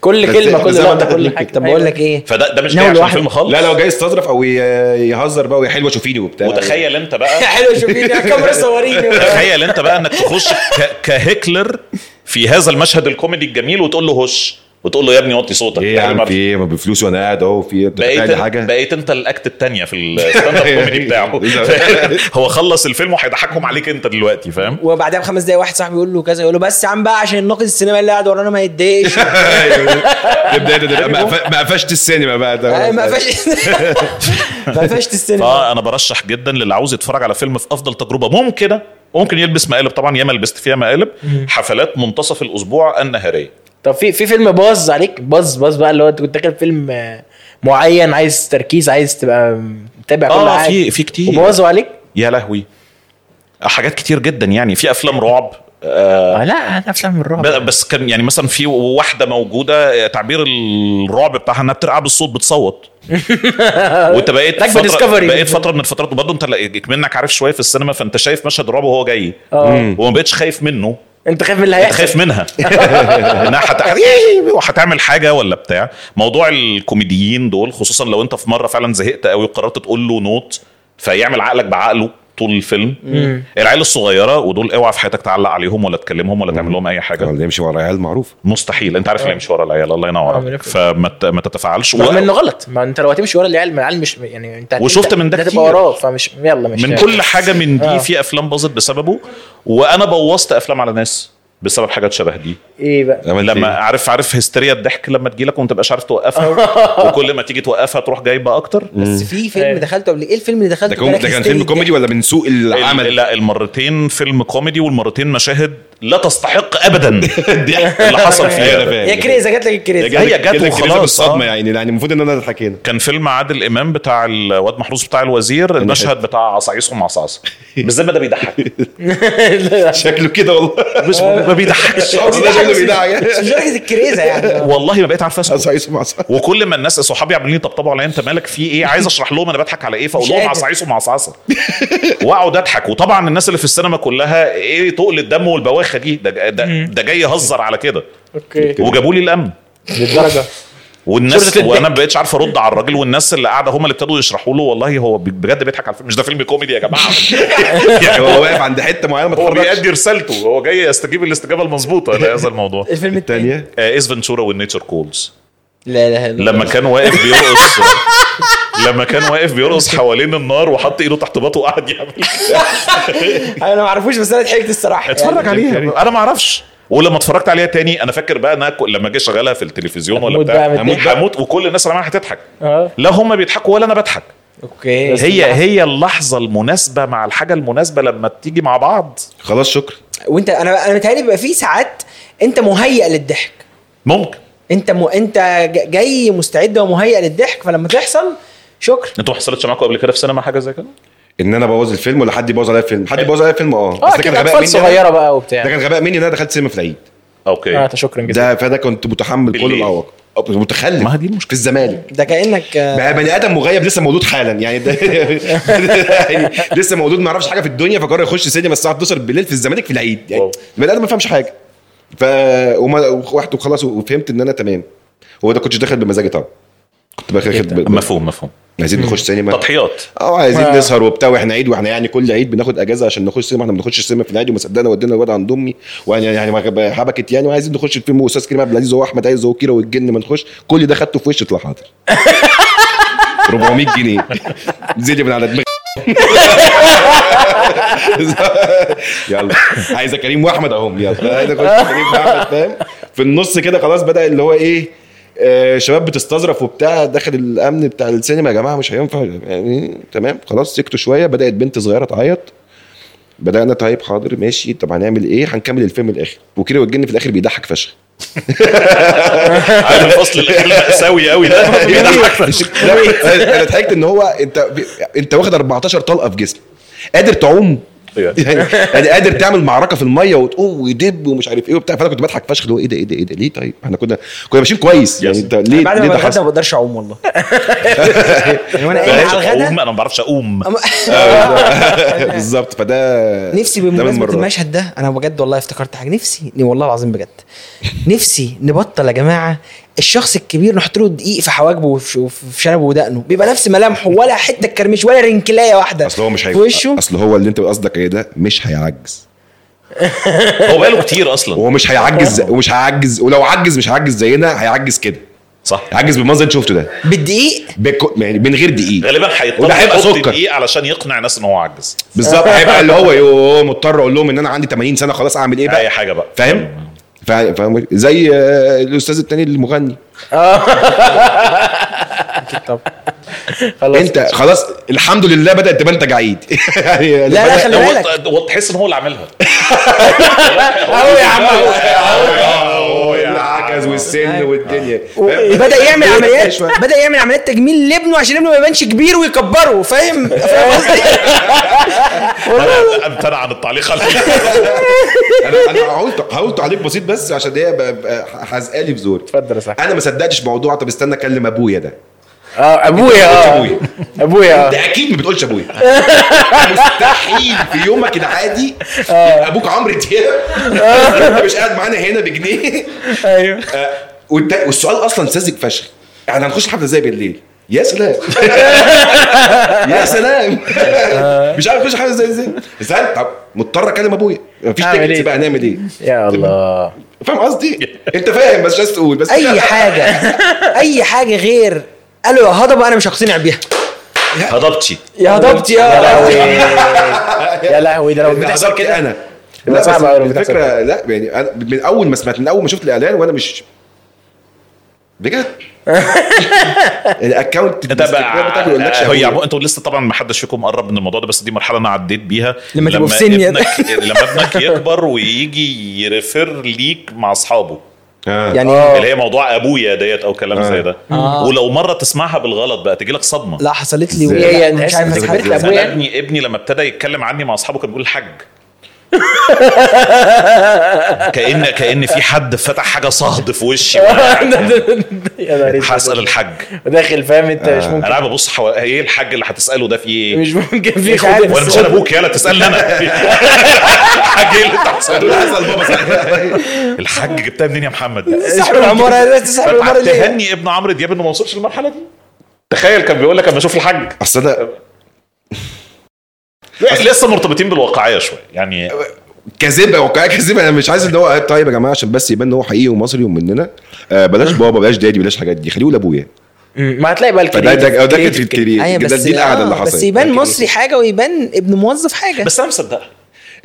[SPEAKER 2] كل
[SPEAKER 1] بس-
[SPEAKER 2] كلمه
[SPEAKER 1] بس
[SPEAKER 2] كل
[SPEAKER 1] زي ما
[SPEAKER 2] لقطه
[SPEAKER 1] أنت
[SPEAKER 2] كل
[SPEAKER 1] بتقول
[SPEAKER 2] حاجه
[SPEAKER 3] طب بقول لك
[SPEAKER 2] إيه؟
[SPEAKER 3] ايه
[SPEAKER 4] فده ده مش جاي
[SPEAKER 3] ناول
[SPEAKER 4] عشان
[SPEAKER 3] واحد.
[SPEAKER 4] فيلم خالص
[SPEAKER 1] لا لو جاي يستظرف او ي- يهزر بقى ويا حلوه شوفيني وبتاع
[SPEAKER 4] وتخيل انت بقى
[SPEAKER 2] حلو شوف ايدي، كاميرا صوريني
[SPEAKER 4] تخيل انت بقى انك تخش ك- كهتلر في هذا المشهد الكوميدي الجميل وتقول له هش وتقول له يا ابني وطي صوتك
[SPEAKER 1] ايه يا عم في ايه ما بفلوس وانا قاعد اهو في إيه؟
[SPEAKER 4] بقيت
[SPEAKER 1] بتعمل حاجه
[SPEAKER 4] بقيت انت الاكت الثانيه في الستاند اب كوميدي
[SPEAKER 1] إيه
[SPEAKER 4] بتاعه هو خلص الفيلم وهيضحكهم عليك انت دلوقتي فاهم
[SPEAKER 3] وبعدها بخمس دقايق واحد صاحبي يقول له كذا يقول له بس يا عم بقى عشان الناقد السينما اللي قاعد ورانا ما يتضايقش
[SPEAKER 1] يبدا ده- ده- أيوه. ما قف- ما قفشت السينما بقى ده
[SPEAKER 3] آه، ما فيش ما فيش السينما
[SPEAKER 4] فانا برشح جدا للي عاوز يتفرج على فيلم في افضل تجربه ممكنه وممكن يلبس مقالب طبعا ياما لبست فيها مقالب حفلات منتصف الاسبوع النهاريه
[SPEAKER 2] طب في في فيلم باظ عليك باظ باظ بقى اللي هو انت كنت داخل فيلم آه، معين عايز تركيز عايز تبقى متابع كل
[SPEAKER 4] اه
[SPEAKER 2] حاجه
[SPEAKER 4] في في كتير
[SPEAKER 2] وبوظوا عليك؟
[SPEAKER 4] يا لهوي حاجات كتير جدا يعني في افلام رعب
[SPEAKER 2] آه لا انا افلام الرعب
[SPEAKER 4] ب- بس كان يعني مثلا في واحده موجوده تعبير الرعب بتاعها انها بترقع بالصوت بتصوت وانت بقيت
[SPEAKER 2] راكبة
[SPEAKER 4] فتره
[SPEAKER 2] ديسكفري.
[SPEAKER 4] بقيت فتره من الفترات وبرضه انت لا- اكمنك عارف شويه في السينما فانت شايف مشهد رعب وهو جاي
[SPEAKER 2] آه.
[SPEAKER 4] وما بقتش خايف منه
[SPEAKER 2] انت خايف من اللي
[SPEAKER 4] انت
[SPEAKER 2] هيحصل
[SPEAKER 4] خايف منها انها هت- هتعمل حاجه ولا بتاع موضوع الكوميديين دول خصوصا لو انت في مره فعلا زهقت قوي وقررت تقول له نوت فيعمل عقلك بعقله طول الفيلم العيال الصغيره ودول اوعى في حياتك تعلق عليهم ولا تكلمهم ولا تعمل لهم اي حاجه
[SPEAKER 1] اللي يمشي ورا العيال معروف
[SPEAKER 4] مستحيل انت عارف اللي يمشي ورا العيال الله ينور
[SPEAKER 2] آه،
[SPEAKER 4] عليك
[SPEAKER 2] بالظبط.
[SPEAKER 4] فما ت- ما تتفاعلش و-
[SPEAKER 2] رغم انه غلط ما انت لو هتمشي ورا العيال ما العيال مش يعني انت هت-
[SPEAKER 4] وشفت
[SPEAKER 2] انت-
[SPEAKER 4] من ده
[SPEAKER 2] انت
[SPEAKER 4] كتير.
[SPEAKER 2] هتبقى وراه فمش يلا مش
[SPEAKER 4] من
[SPEAKER 2] يعني.
[SPEAKER 4] كل حاجه من دي
[SPEAKER 2] آه.
[SPEAKER 4] في افلام باظت بسببه وانا بوظت افلام على ناس بسبب حاجات شبه دي
[SPEAKER 2] ايه بقى
[SPEAKER 1] عملت
[SPEAKER 4] لما
[SPEAKER 1] إيه؟
[SPEAKER 4] عارف عارف هستيريا الضحك لما تجيلك وما تبقاش عارف توقفها وكل ما تيجي توقفها تروح جايبه اكتر
[SPEAKER 3] بس في فيلم
[SPEAKER 2] إيه.
[SPEAKER 3] دخلته قبل ايه الفيلم اللي
[SPEAKER 1] ده
[SPEAKER 3] دخلته
[SPEAKER 1] كوم- ده كان
[SPEAKER 3] هستيري
[SPEAKER 1] فيلم كوميدي ولا من سوق
[SPEAKER 4] ال-
[SPEAKER 1] العمل
[SPEAKER 4] لا المرتين فيلم كوميدي والمرتين مشاهد لا تستحق ابدا الضحك اللي حصل
[SPEAKER 1] أيوة،
[SPEAKER 4] فيها
[SPEAKER 1] أنا فاهم.
[SPEAKER 4] ده.
[SPEAKER 3] يا كريزه جات لك
[SPEAKER 1] ده
[SPEAKER 3] الكريزه
[SPEAKER 4] هي
[SPEAKER 1] كده-
[SPEAKER 4] جت
[SPEAKER 1] كده
[SPEAKER 4] وخلاص،
[SPEAKER 1] كده بالصدمه
[SPEAKER 4] آه.
[SPEAKER 1] يعني يعني المفروض ان انا اتحكينا
[SPEAKER 4] كان فيلم عادل امام بتاع الواد محروس بتاع الوزير المشهد بتاع عصايصهم عصاص بالذمه ده بيضحك
[SPEAKER 1] شكله كده والله
[SPEAKER 4] بس ما بيضحكش
[SPEAKER 1] والله شكله بيدعي
[SPEAKER 3] مش لدرجه الكريزه يعني
[SPEAKER 4] والله ما بقيت عارف اسمه
[SPEAKER 1] عصايص مع عصايص.
[SPEAKER 4] وكل ما الناس صحابي عاملين يطبطبوا عليا انت مالك في ايه عايز اشرح لهم انا بضحك على ايه فاقول
[SPEAKER 3] مش
[SPEAKER 4] لهم
[SPEAKER 3] قادر.
[SPEAKER 4] عصايص ومعصعصه واقعد اضحك وطبعا الناس اللي في السينما كلها ايه تقل الدم والبواخه دي ده ده, ده جاي يهزر على كده
[SPEAKER 2] اوكي
[SPEAKER 4] وجابوا لي الامن
[SPEAKER 2] للدرجه
[SPEAKER 4] والناس
[SPEAKER 2] شرطة
[SPEAKER 4] وانا ما بقتش عارف ارد على الراجل والناس اللي قاعده هم اللي ابتدوا يشرحوا له والله هو بجد بيضحك على الفيلم مش ده فيلم كوميدي يا جماعه
[SPEAKER 1] يعني هو واقف عند حته معينه ما
[SPEAKER 4] هو
[SPEAKER 1] اتحركش
[SPEAKER 4] بيأدي رسالته هو جاي يستجيب الاستجابه المظبوطه لهذا الموضوع
[SPEAKER 3] الفيلم الثاني
[SPEAKER 1] الثانيه
[SPEAKER 4] آه، ايس فنتورا والنيتشر كولز
[SPEAKER 3] لا لا لا
[SPEAKER 4] لما كان واقف بيرقص لما كان واقف بيرقص حوالين النار وحط ايده تحت باطه وقعد يعمل كده.
[SPEAKER 3] انا ما اعرفوش بس انا ضحكت الصراحه
[SPEAKER 4] اتفرج
[SPEAKER 3] يعني.
[SPEAKER 4] عليها انا ما اعرفش ولما اتفرجت عليها تاني انا فاكر بقى إن انا ك- لما جه شغالها في التلفزيون ولا
[SPEAKER 2] هتموت
[SPEAKER 4] بتاع
[SPEAKER 2] بقى من
[SPEAKER 4] هموت آه.
[SPEAKER 2] الضحك.
[SPEAKER 4] هموت وكل الناس اللي معايا هتضحك
[SPEAKER 2] اه
[SPEAKER 4] لا هم بيضحكوا ولا انا بضحك
[SPEAKER 3] اوكي
[SPEAKER 4] هي هي اللحظه المناسبه مع الحاجه المناسبه لما بتيجي مع بعض
[SPEAKER 1] خلاص شكرا
[SPEAKER 3] وانت انا انا متهيألي بيبقى في ساعات انت مهيئ للضحك
[SPEAKER 4] ممكن
[SPEAKER 3] انت م... انت ج- جاي مستعد ومهيئ للضحك فلما تحصل شكرا
[SPEAKER 4] انتوا ما حصلتش معاكم قبل كده في سينما حاجه زي كده؟
[SPEAKER 1] ان انا بوظ الفيلم ولا حد يبوظ عليا الفيلم حد يبوظ عليا الفيلم اه
[SPEAKER 2] اه
[SPEAKER 1] ده
[SPEAKER 2] كان
[SPEAKER 1] كان غباء
[SPEAKER 2] اطفال
[SPEAKER 1] مني أنا.
[SPEAKER 2] صغيره بقى
[SPEAKER 1] ده
[SPEAKER 2] وبتاع
[SPEAKER 1] كان غباء مني ان انا دخلت سينما في العيد
[SPEAKER 4] اوكي
[SPEAKER 2] اه شكرا جدا
[SPEAKER 1] ده فده كنت متحمل كل
[SPEAKER 4] بالليل.
[SPEAKER 1] العواقب أو كنت متخلف
[SPEAKER 4] ما هي دي المشكلة.
[SPEAKER 1] في الزمالك
[SPEAKER 3] ده كانك آه،
[SPEAKER 1] بقى بني ادم مغيب لسه مولود حالا يعني ده يعني لسه مولود ما يعرفش حاجه في الدنيا فقرر يخش سينما الساعه 11 بالليل في الزمالك في العيد يعني
[SPEAKER 4] واو.
[SPEAKER 1] البني ادم ما فهمش حاجه ف وما- وقعدت وخلاص وفهمت ان انا تمام هو ده كنتش داخل بمزاجي طبعا كنت
[SPEAKER 4] إيه
[SPEAKER 1] باخد
[SPEAKER 2] جداً.
[SPEAKER 1] ب-
[SPEAKER 4] مفهوم مفهوم
[SPEAKER 1] عايزين نخش سينما
[SPEAKER 4] تضحيات
[SPEAKER 1] اه عايزين
[SPEAKER 2] آه.
[SPEAKER 1] نسهر وبتاع واحنا عيد واحنا يعني كل عيد بناخد اجازه عشان نخش سينما احنا ما بنخش السينما في العيد وما صدقنا ودينا الواد عند امي ويعني يعني ما حبكت يعني وعايزين نخش الفيلم واستاذ كريم عبد العزيز هو احمد عايز هو كيرة والجن ما نخش كل ده خدته في وش اطلع حاضر 400 جنيه زيد من على دماغي يلا عايزه كريم واحمد اهم يلا عايزه اخش كريم واحمد فاهم في النص كده خلاص بدا اللي هو ايه آه، شباب بتستظرف وبتاع داخل الامن بتاع السينما يا جماعه مش هينفع يعني تمام خلاص سكتوا شويه بدات بنت صغيره تعيط بدانا طيب حاضر ماشي طب هنعمل ايه هنكمل الفيلم الاخر وكيرة والجن في الاخر بيضحك فشخ
[SPEAKER 4] عارف الفصل الاخير المأساوي قوي ده يعني
[SPEAKER 1] لا، انا ضحكت ان هو انت انت واخد 14 طلقه في جسمك قادر تعوم يعني يعني قادر تعمل معركه في الميه وتقوم ويدب ومش عارف ايه وبتاع فانا كنت بضحك فشخ اللي هو ايه ده ايه ده ايه ده ليه طيب احنا كنا كنا ماشيين كويس يعني انت ليه
[SPEAKER 3] بعد ما
[SPEAKER 1] ليه ده
[SPEAKER 3] بتغدى
[SPEAKER 1] حصل
[SPEAKER 3] ما بقدرش اعوم والله يعني وانا قاعد على الغدا
[SPEAKER 4] اقوم انا ما بعرفش اقوم
[SPEAKER 1] آه، بالظبط فده
[SPEAKER 3] نفسي
[SPEAKER 1] ده من
[SPEAKER 3] بمناسبه
[SPEAKER 1] المرات.
[SPEAKER 3] المشهد ده انا بجد والله افتكرت حاجه نفسي والله العظيم بجد نفسي نبطل يا جماعه الشخص الكبير نحط له دقيق في حواجبه وفي وفي شنبه ودقنه بيبقى نفس ملامحه ولا حته كرمش ولا رنكلايه واحده
[SPEAKER 1] اصل هو مش
[SPEAKER 3] في وشه
[SPEAKER 1] إيه هيعجز اصل هو اللي انت قصدك ايه ده مش هيعجز
[SPEAKER 4] هو بقاله كتير اصلا
[SPEAKER 1] وهو مش هيعجز ومش هيعجز ولو عجز مش هيعجز زينا هيعجز كده
[SPEAKER 4] صح
[SPEAKER 1] هيعجز بالمنظر اللي شفته ده
[SPEAKER 3] بالدقيق
[SPEAKER 1] بك- يعني من غير دقيق
[SPEAKER 4] غالبا هيضطر
[SPEAKER 1] وده هيبقى
[SPEAKER 4] يحط
[SPEAKER 1] سكر.
[SPEAKER 4] دقيق علشان يقنع الناس ان هو عجز
[SPEAKER 1] بالظبط هيبقى اللي هو يوه مضطر اقول لهم ان انا عندي 80 سنه خلاص اعمل ايه
[SPEAKER 4] اي
[SPEAKER 1] بقى
[SPEAKER 4] حاجه بقى
[SPEAKER 1] فاهم فا- فاهم زي آه، الاستاذ التاني المغني
[SPEAKER 2] طب خلاص
[SPEAKER 1] انت خلاص الحمد لله بدات تبقى انت جعيد يعني
[SPEAKER 3] لا لا خلي بالك
[SPEAKER 4] هو- هو تحس ان هو اللي عاملها
[SPEAKER 2] قوي يا عم أوي.
[SPEAKER 1] هو العجز والسن
[SPEAKER 2] أيوة.
[SPEAKER 1] والدنيا فاهم؟
[SPEAKER 3] بدا يعمل عمليات
[SPEAKER 1] شوية.
[SPEAKER 3] بدا يعمل عمليات تجميل لابنه عشان ابنه ما يبانش كبير ويكبره فاهم فاهم قصدي
[SPEAKER 4] أنا امتنع عن التعليق على
[SPEAKER 1] انا انا هقول هقول تعليق بسيط بس عشان هي ب- ب- هزقالي في زوري
[SPEAKER 2] اتفضل يا صاحبي
[SPEAKER 1] انا ما صدقتش موضوع طب استنى اكلم ابويا ده
[SPEAKER 2] اه ابويا اه
[SPEAKER 1] أبويا.
[SPEAKER 2] ابويا اه
[SPEAKER 1] ده اكيد ما بتقولش ابويا مستحيل في يومك العادي
[SPEAKER 2] آه.
[SPEAKER 1] يبقى ابوك عمرو دياب انت مش قاعد معانا هنا بجنيه
[SPEAKER 2] ايوه
[SPEAKER 1] آه، والت- والسؤال اصلا ساذج فشخ احنا هنخش الحفله ازاي بالليل يا سلام يا سلام
[SPEAKER 2] آه.
[SPEAKER 1] مش عارف اخش حفله ازاي ازاي بس أنا- طب مضطر اكلم ابويا مفيش
[SPEAKER 2] أعمل
[SPEAKER 1] تيكت
[SPEAKER 2] إيه؟
[SPEAKER 1] بقى هنعمل ايه
[SPEAKER 2] يا الله
[SPEAKER 1] فاهم قصدي انت فاهم بس مش عايز تقول بس
[SPEAKER 3] اي حاجه اي حاجه غير قالوا يا هضبه انا مش هقتنع بيها
[SPEAKER 4] هضبتي
[SPEAKER 3] يا هضبتي
[SPEAKER 2] يا
[SPEAKER 3] يا
[SPEAKER 2] لهوي يا لهوي ده لو
[SPEAKER 1] ده
[SPEAKER 2] بتحصل
[SPEAKER 1] حضرت
[SPEAKER 2] كده
[SPEAKER 1] انا
[SPEAKER 2] يبقى
[SPEAKER 1] لا بس
[SPEAKER 2] صعب أوي لو بتحصل
[SPEAKER 1] الفكره لا يعني انا من اول ما سمعت من اول ما شفت الاعلان وانا مش بجد الاكونت
[SPEAKER 4] ده بقى
[SPEAKER 1] بتاعي ما يقولكش يا
[SPEAKER 4] هو
[SPEAKER 1] أبويا.
[SPEAKER 4] يعني انتوا لسه طبعا ما حدش فيكم قرب من الموضوع ده بس دي مرحله انا عديت بيها
[SPEAKER 3] لما تبقوا في سن يعني.
[SPEAKER 4] ابنك لما ابنك يكبر ويجي يرفر ليك مع اصحابه
[SPEAKER 1] آه.
[SPEAKER 3] يعني
[SPEAKER 4] اللي هي موضوع ابويا ديت او كلام
[SPEAKER 1] آه.
[SPEAKER 4] زي ده
[SPEAKER 3] آه.
[SPEAKER 4] ولو مره تسمعها بالغلط بقى تجي لك صدمه
[SPEAKER 3] لا حصلت لي
[SPEAKER 1] إزاي؟
[SPEAKER 3] ولا-
[SPEAKER 2] هي- هي-
[SPEAKER 3] مش عارف
[SPEAKER 2] حصلت
[SPEAKER 3] حصلت
[SPEAKER 2] لي
[SPEAKER 3] لابويا
[SPEAKER 2] أبويا؟
[SPEAKER 4] أنا ابني ابني لما ابتدى يتكلم عني مع اصحابه كان بيقول الحاج كان كان في حد فتح حاجه صهد في وشي
[SPEAKER 2] آه.
[SPEAKER 4] وأنا
[SPEAKER 2] يا نهار أسود.
[SPEAKER 4] هسال الحاج
[SPEAKER 2] داخل فاهم انت مش
[SPEAKER 4] انا
[SPEAKER 2] ممكن
[SPEAKER 4] قاعد ببص حوالي ايه الحاج اللي هتساله ده في ايه؟
[SPEAKER 2] مش ممكن في
[SPEAKER 3] مش عارف.
[SPEAKER 2] خد
[SPEAKER 4] وانا مش انا ابوك يلا تسالني انا الحاج ايه اللي انت هتساله؟
[SPEAKER 1] اللي حصل بابا صحيح.
[SPEAKER 4] الحاج جبتها منين يا محمد؟
[SPEAKER 3] صاحب العماره لازم تصاحب العماره ليه؟
[SPEAKER 4] تهني ابن عمرو دياب انه ما وصلش للمرحله دي تخيل كان بيقول لك اما اشوف الحاج
[SPEAKER 1] اصل انا
[SPEAKER 4] لسه مرتبطين بالواقعيه شويه يعني
[SPEAKER 1] كذبه واقعيه كذبه انا مش عايز اللي هو طيب يا جماعه عشان بس يبان ان هو حقيقي ومصري ومننا آه بلاش بابا بلاش دادي بلاش الحاجات دي خليه لابويا
[SPEAKER 2] مم، ما هتلاقي بقى
[SPEAKER 1] فده ده ده كانت
[SPEAKER 2] الكريتيف كده.
[SPEAKER 1] الكريم ده دي القعده اللي
[SPEAKER 3] آه، أيوة، بس
[SPEAKER 1] حصلت
[SPEAKER 3] يبان مصري حاجه ويبان ابن موظف حاجه
[SPEAKER 4] بس انا مصدقها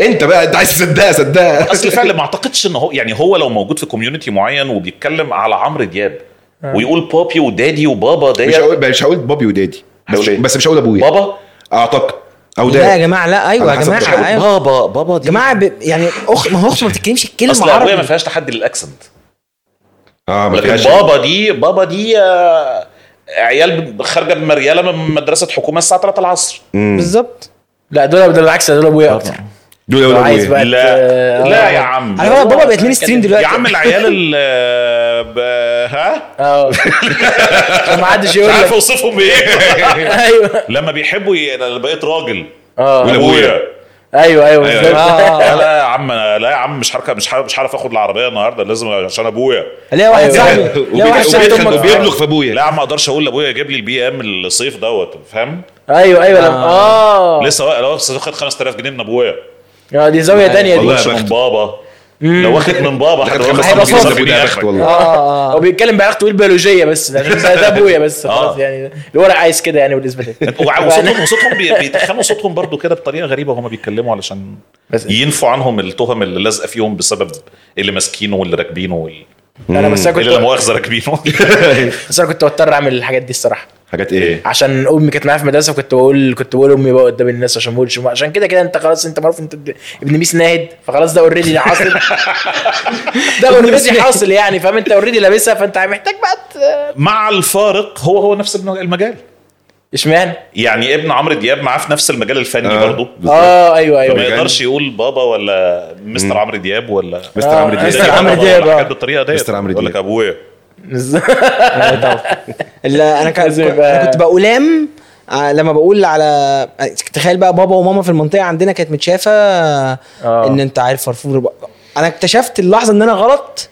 [SPEAKER 1] انت بقى انت عايز تصدقها صدقها
[SPEAKER 4] اصل فعلا ما اعتقدش ان هو يعني هو لو موجود في كوميونتي معين وبيتكلم على عمرو دياب
[SPEAKER 2] آه.
[SPEAKER 4] ويقول بابي ودادي وبابا
[SPEAKER 1] مش
[SPEAKER 4] ديت
[SPEAKER 1] هقول مش هقول بابي ودادي بس,
[SPEAKER 4] هقول إيه؟
[SPEAKER 1] بس مش هقول ابويا
[SPEAKER 4] بابا
[SPEAKER 1] اعتقد او
[SPEAKER 3] لا يا
[SPEAKER 1] ده
[SPEAKER 3] جماعه لا ايوه يا
[SPEAKER 1] على حسب
[SPEAKER 3] جماعه
[SPEAKER 1] الشغل.
[SPEAKER 3] ايوه
[SPEAKER 4] بابا بابا
[SPEAKER 3] يا جماعه ب- يعني اخت ما هو اخت ما بتتكلمش
[SPEAKER 4] اصل
[SPEAKER 3] الكلمه
[SPEAKER 4] ابويا ما
[SPEAKER 3] عربي
[SPEAKER 4] فيهاش تحدي للاكسنت
[SPEAKER 1] اه ما
[SPEAKER 4] لكن
[SPEAKER 1] فيهاش
[SPEAKER 4] بابا دي بابا دي آه، عيال خارجه بمرياله من مدرسه حكومه الساعه 3 العصر
[SPEAKER 3] بالظبط
[SPEAKER 2] لا دول دول بالعكس دول ابويا اكتر
[SPEAKER 1] دول
[SPEAKER 2] لو
[SPEAKER 1] ولا
[SPEAKER 2] عايز
[SPEAKER 1] ابويا
[SPEAKER 2] بقى
[SPEAKER 4] لا
[SPEAKER 2] ت- آه.
[SPEAKER 4] لا يا عم
[SPEAKER 3] على فكره بابا بقت مين ستريم دلوقتي
[SPEAKER 4] أيوة، يا عم العيال ال آه، ب- ها
[SPEAKER 2] اه ما حدش
[SPEAKER 4] مش
[SPEAKER 2] يقول
[SPEAKER 4] عارف
[SPEAKER 2] لك
[SPEAKER 4] اوصفهم بايه
[SPEAKER 1] أيوه.
[SPEAKER 2] ايوه
[SPEAKER 4] لما بيحبوا ي... أنا بقيت راجل
[SPEAKER 1] آه،
[SPEAKER 2] اه
[SPEAKER 4] ابويا
[SPEAKER 2] ايوه ايوه
[SPEAKER 1] أيوه.
[SPEAKER 4] أيوة.
[SPEAKER 2] بالظبط.
[SPEAKER 4] لا لا يا عم أنا- لا يا عم مش هركب مش هعرف- مش هعرف اخد العربيه النهارده لازم عشان ابويا
[SPEAKER 3] ليا واحد
[SPEAKER 2] أيوة.
[SPEAKER 3] صاحبي ليا واحد صاحبي
[SPEAKER 1] وبيدخل-
[SPEAKER 3] أمك-
[SPEAKER 1] وبيبلغ في
[SPEAKER 4] لا
[SPEAKER 1] ابويا
[SPEAKER 4] يا عم ما اقدرش اقول لابويا يجيب لي البي ام الصيف دوت فاهم
[SPEAKER 2] ايوه ايوه لما-
[SPEAKER 1] آه.
[SPEAKER 2] اه
[SPEAKER 4] لسه وا- لو واخد 5000 جنيه من ابويا
[SPEAKER 2] اه دي زاويه تانية
[SPEAKER 4] لو
[SPEAKER 1] والله
[SPEAKER 2] دي
[SPEAKER 4] واخد
[SPEAKER 1] يا
[SPEAKER 4] من
[SPEAKER 1] بخت.
[SPEAKER 4] بابا لو واخد من بابا
[SPEAKER 1] لحد
[SPEAKER 4] هتبقى
[SPEAKER 1] خمس
[SPEAKER 4] خمسة
[SPEAKER 1] سنين
[SPEAKER 4] وخمسين
[SPEAKER 1] ده
[SPEAKER 4] جنيه
[SPEAKER 1] بيبقى
[SPEAKER 4] آخرك.
[SPEAKER 1] بخت والله
[SPEAKER 2] اه هو بيتكلم بعلاقته بالبيولوجيه بس ده ده ابويا بس خلاص
[SPEAKER 4] آه.
[SPEAKER 2] يعني الورق عايز كده يعني بالنسبه لي
[SPEAKER 4] وع- وصوتهم وصوتهم بي- بيتخنوا صوتهم برضو كده بطريقه غريبه وهما بيتكلموا علشان
[SPEAKER 2] بس-
[SPEAKER 4] ينفوا عنهم التهم اللي لازقه فيهم بسبب اللي ماسكينه واللي راكبينه وال-
[SPEAKER 2] انا بس انا
[SPEAKER 4] اللي لا
[SPEAKER 2] كنت
[SPEAKER 4] مؤاخذه راكبينه
[SPEAKER 2] بس انا كنت بضطر اعمل الحاجات دي الصراحه
[SPEAKER 1] حاجات ايه
[SPEAKER 2] عشان امي كانت معايا في المدرسه كنت بقول كنت بقول امي بقى قدام الناس عشان ما اقولش عشان كده كده انت خلاص انت معروف انت ابن- ابن ميس ناهد فخلاص ده اوريدي ده حاصل ده اوريدي حاصل يعني فاهم انت اوريدي لابسها فانت محتاج بقى ت-
[SPEAKER 4] مع الفارق هو هو نفس ابن المجال
[SPEAKER 2] اشمعنى
[SPEAKER 4] يعني ابن عمرو دياب معاه في نفس المجال الفني
[SPEAKER 1] آه، يعني
[SPEAKER 4] برضو
[SPEAKER 1] بالظبط.
[SPEAKER 2] اه ايوه
[SPEAKER 4] فما
[SPEAKER 2] ايوه
[SPEAKER 1] طب
[SPEAKER 4] يقدرش يقول بابا ولا مستر عمرو دياب ولا
[SPEAKER 1] مستر عمرو دياب
[SPEAKER 2] مستر عمرو دياب،
[SPEAKER 4] ولا
[SPEAKER 2] آه.
[SPEAKER 4] حاجات بالطريقه ديت
[SPEAKER 1] مستر عمرو
[SPEAKER 4] يقول لك
[SPEAKER 1] دياب.
[SPEAKER 4] ابويا
[SPEAKER 3] لا انا كان-
[SPEAKER 2] لازم يبقى-
[SPEAKER 3] أنا كنت بقولام آه، لما بقول على آه، تخيل بقى بابا وماما في المنطقه عندنا كانت متشافه آه،
[SPEAKER 2] آه.
[SPEAKER 3] ان انت عارف فرفور بقى. انا اكتشفت اللحظه ان انا غلط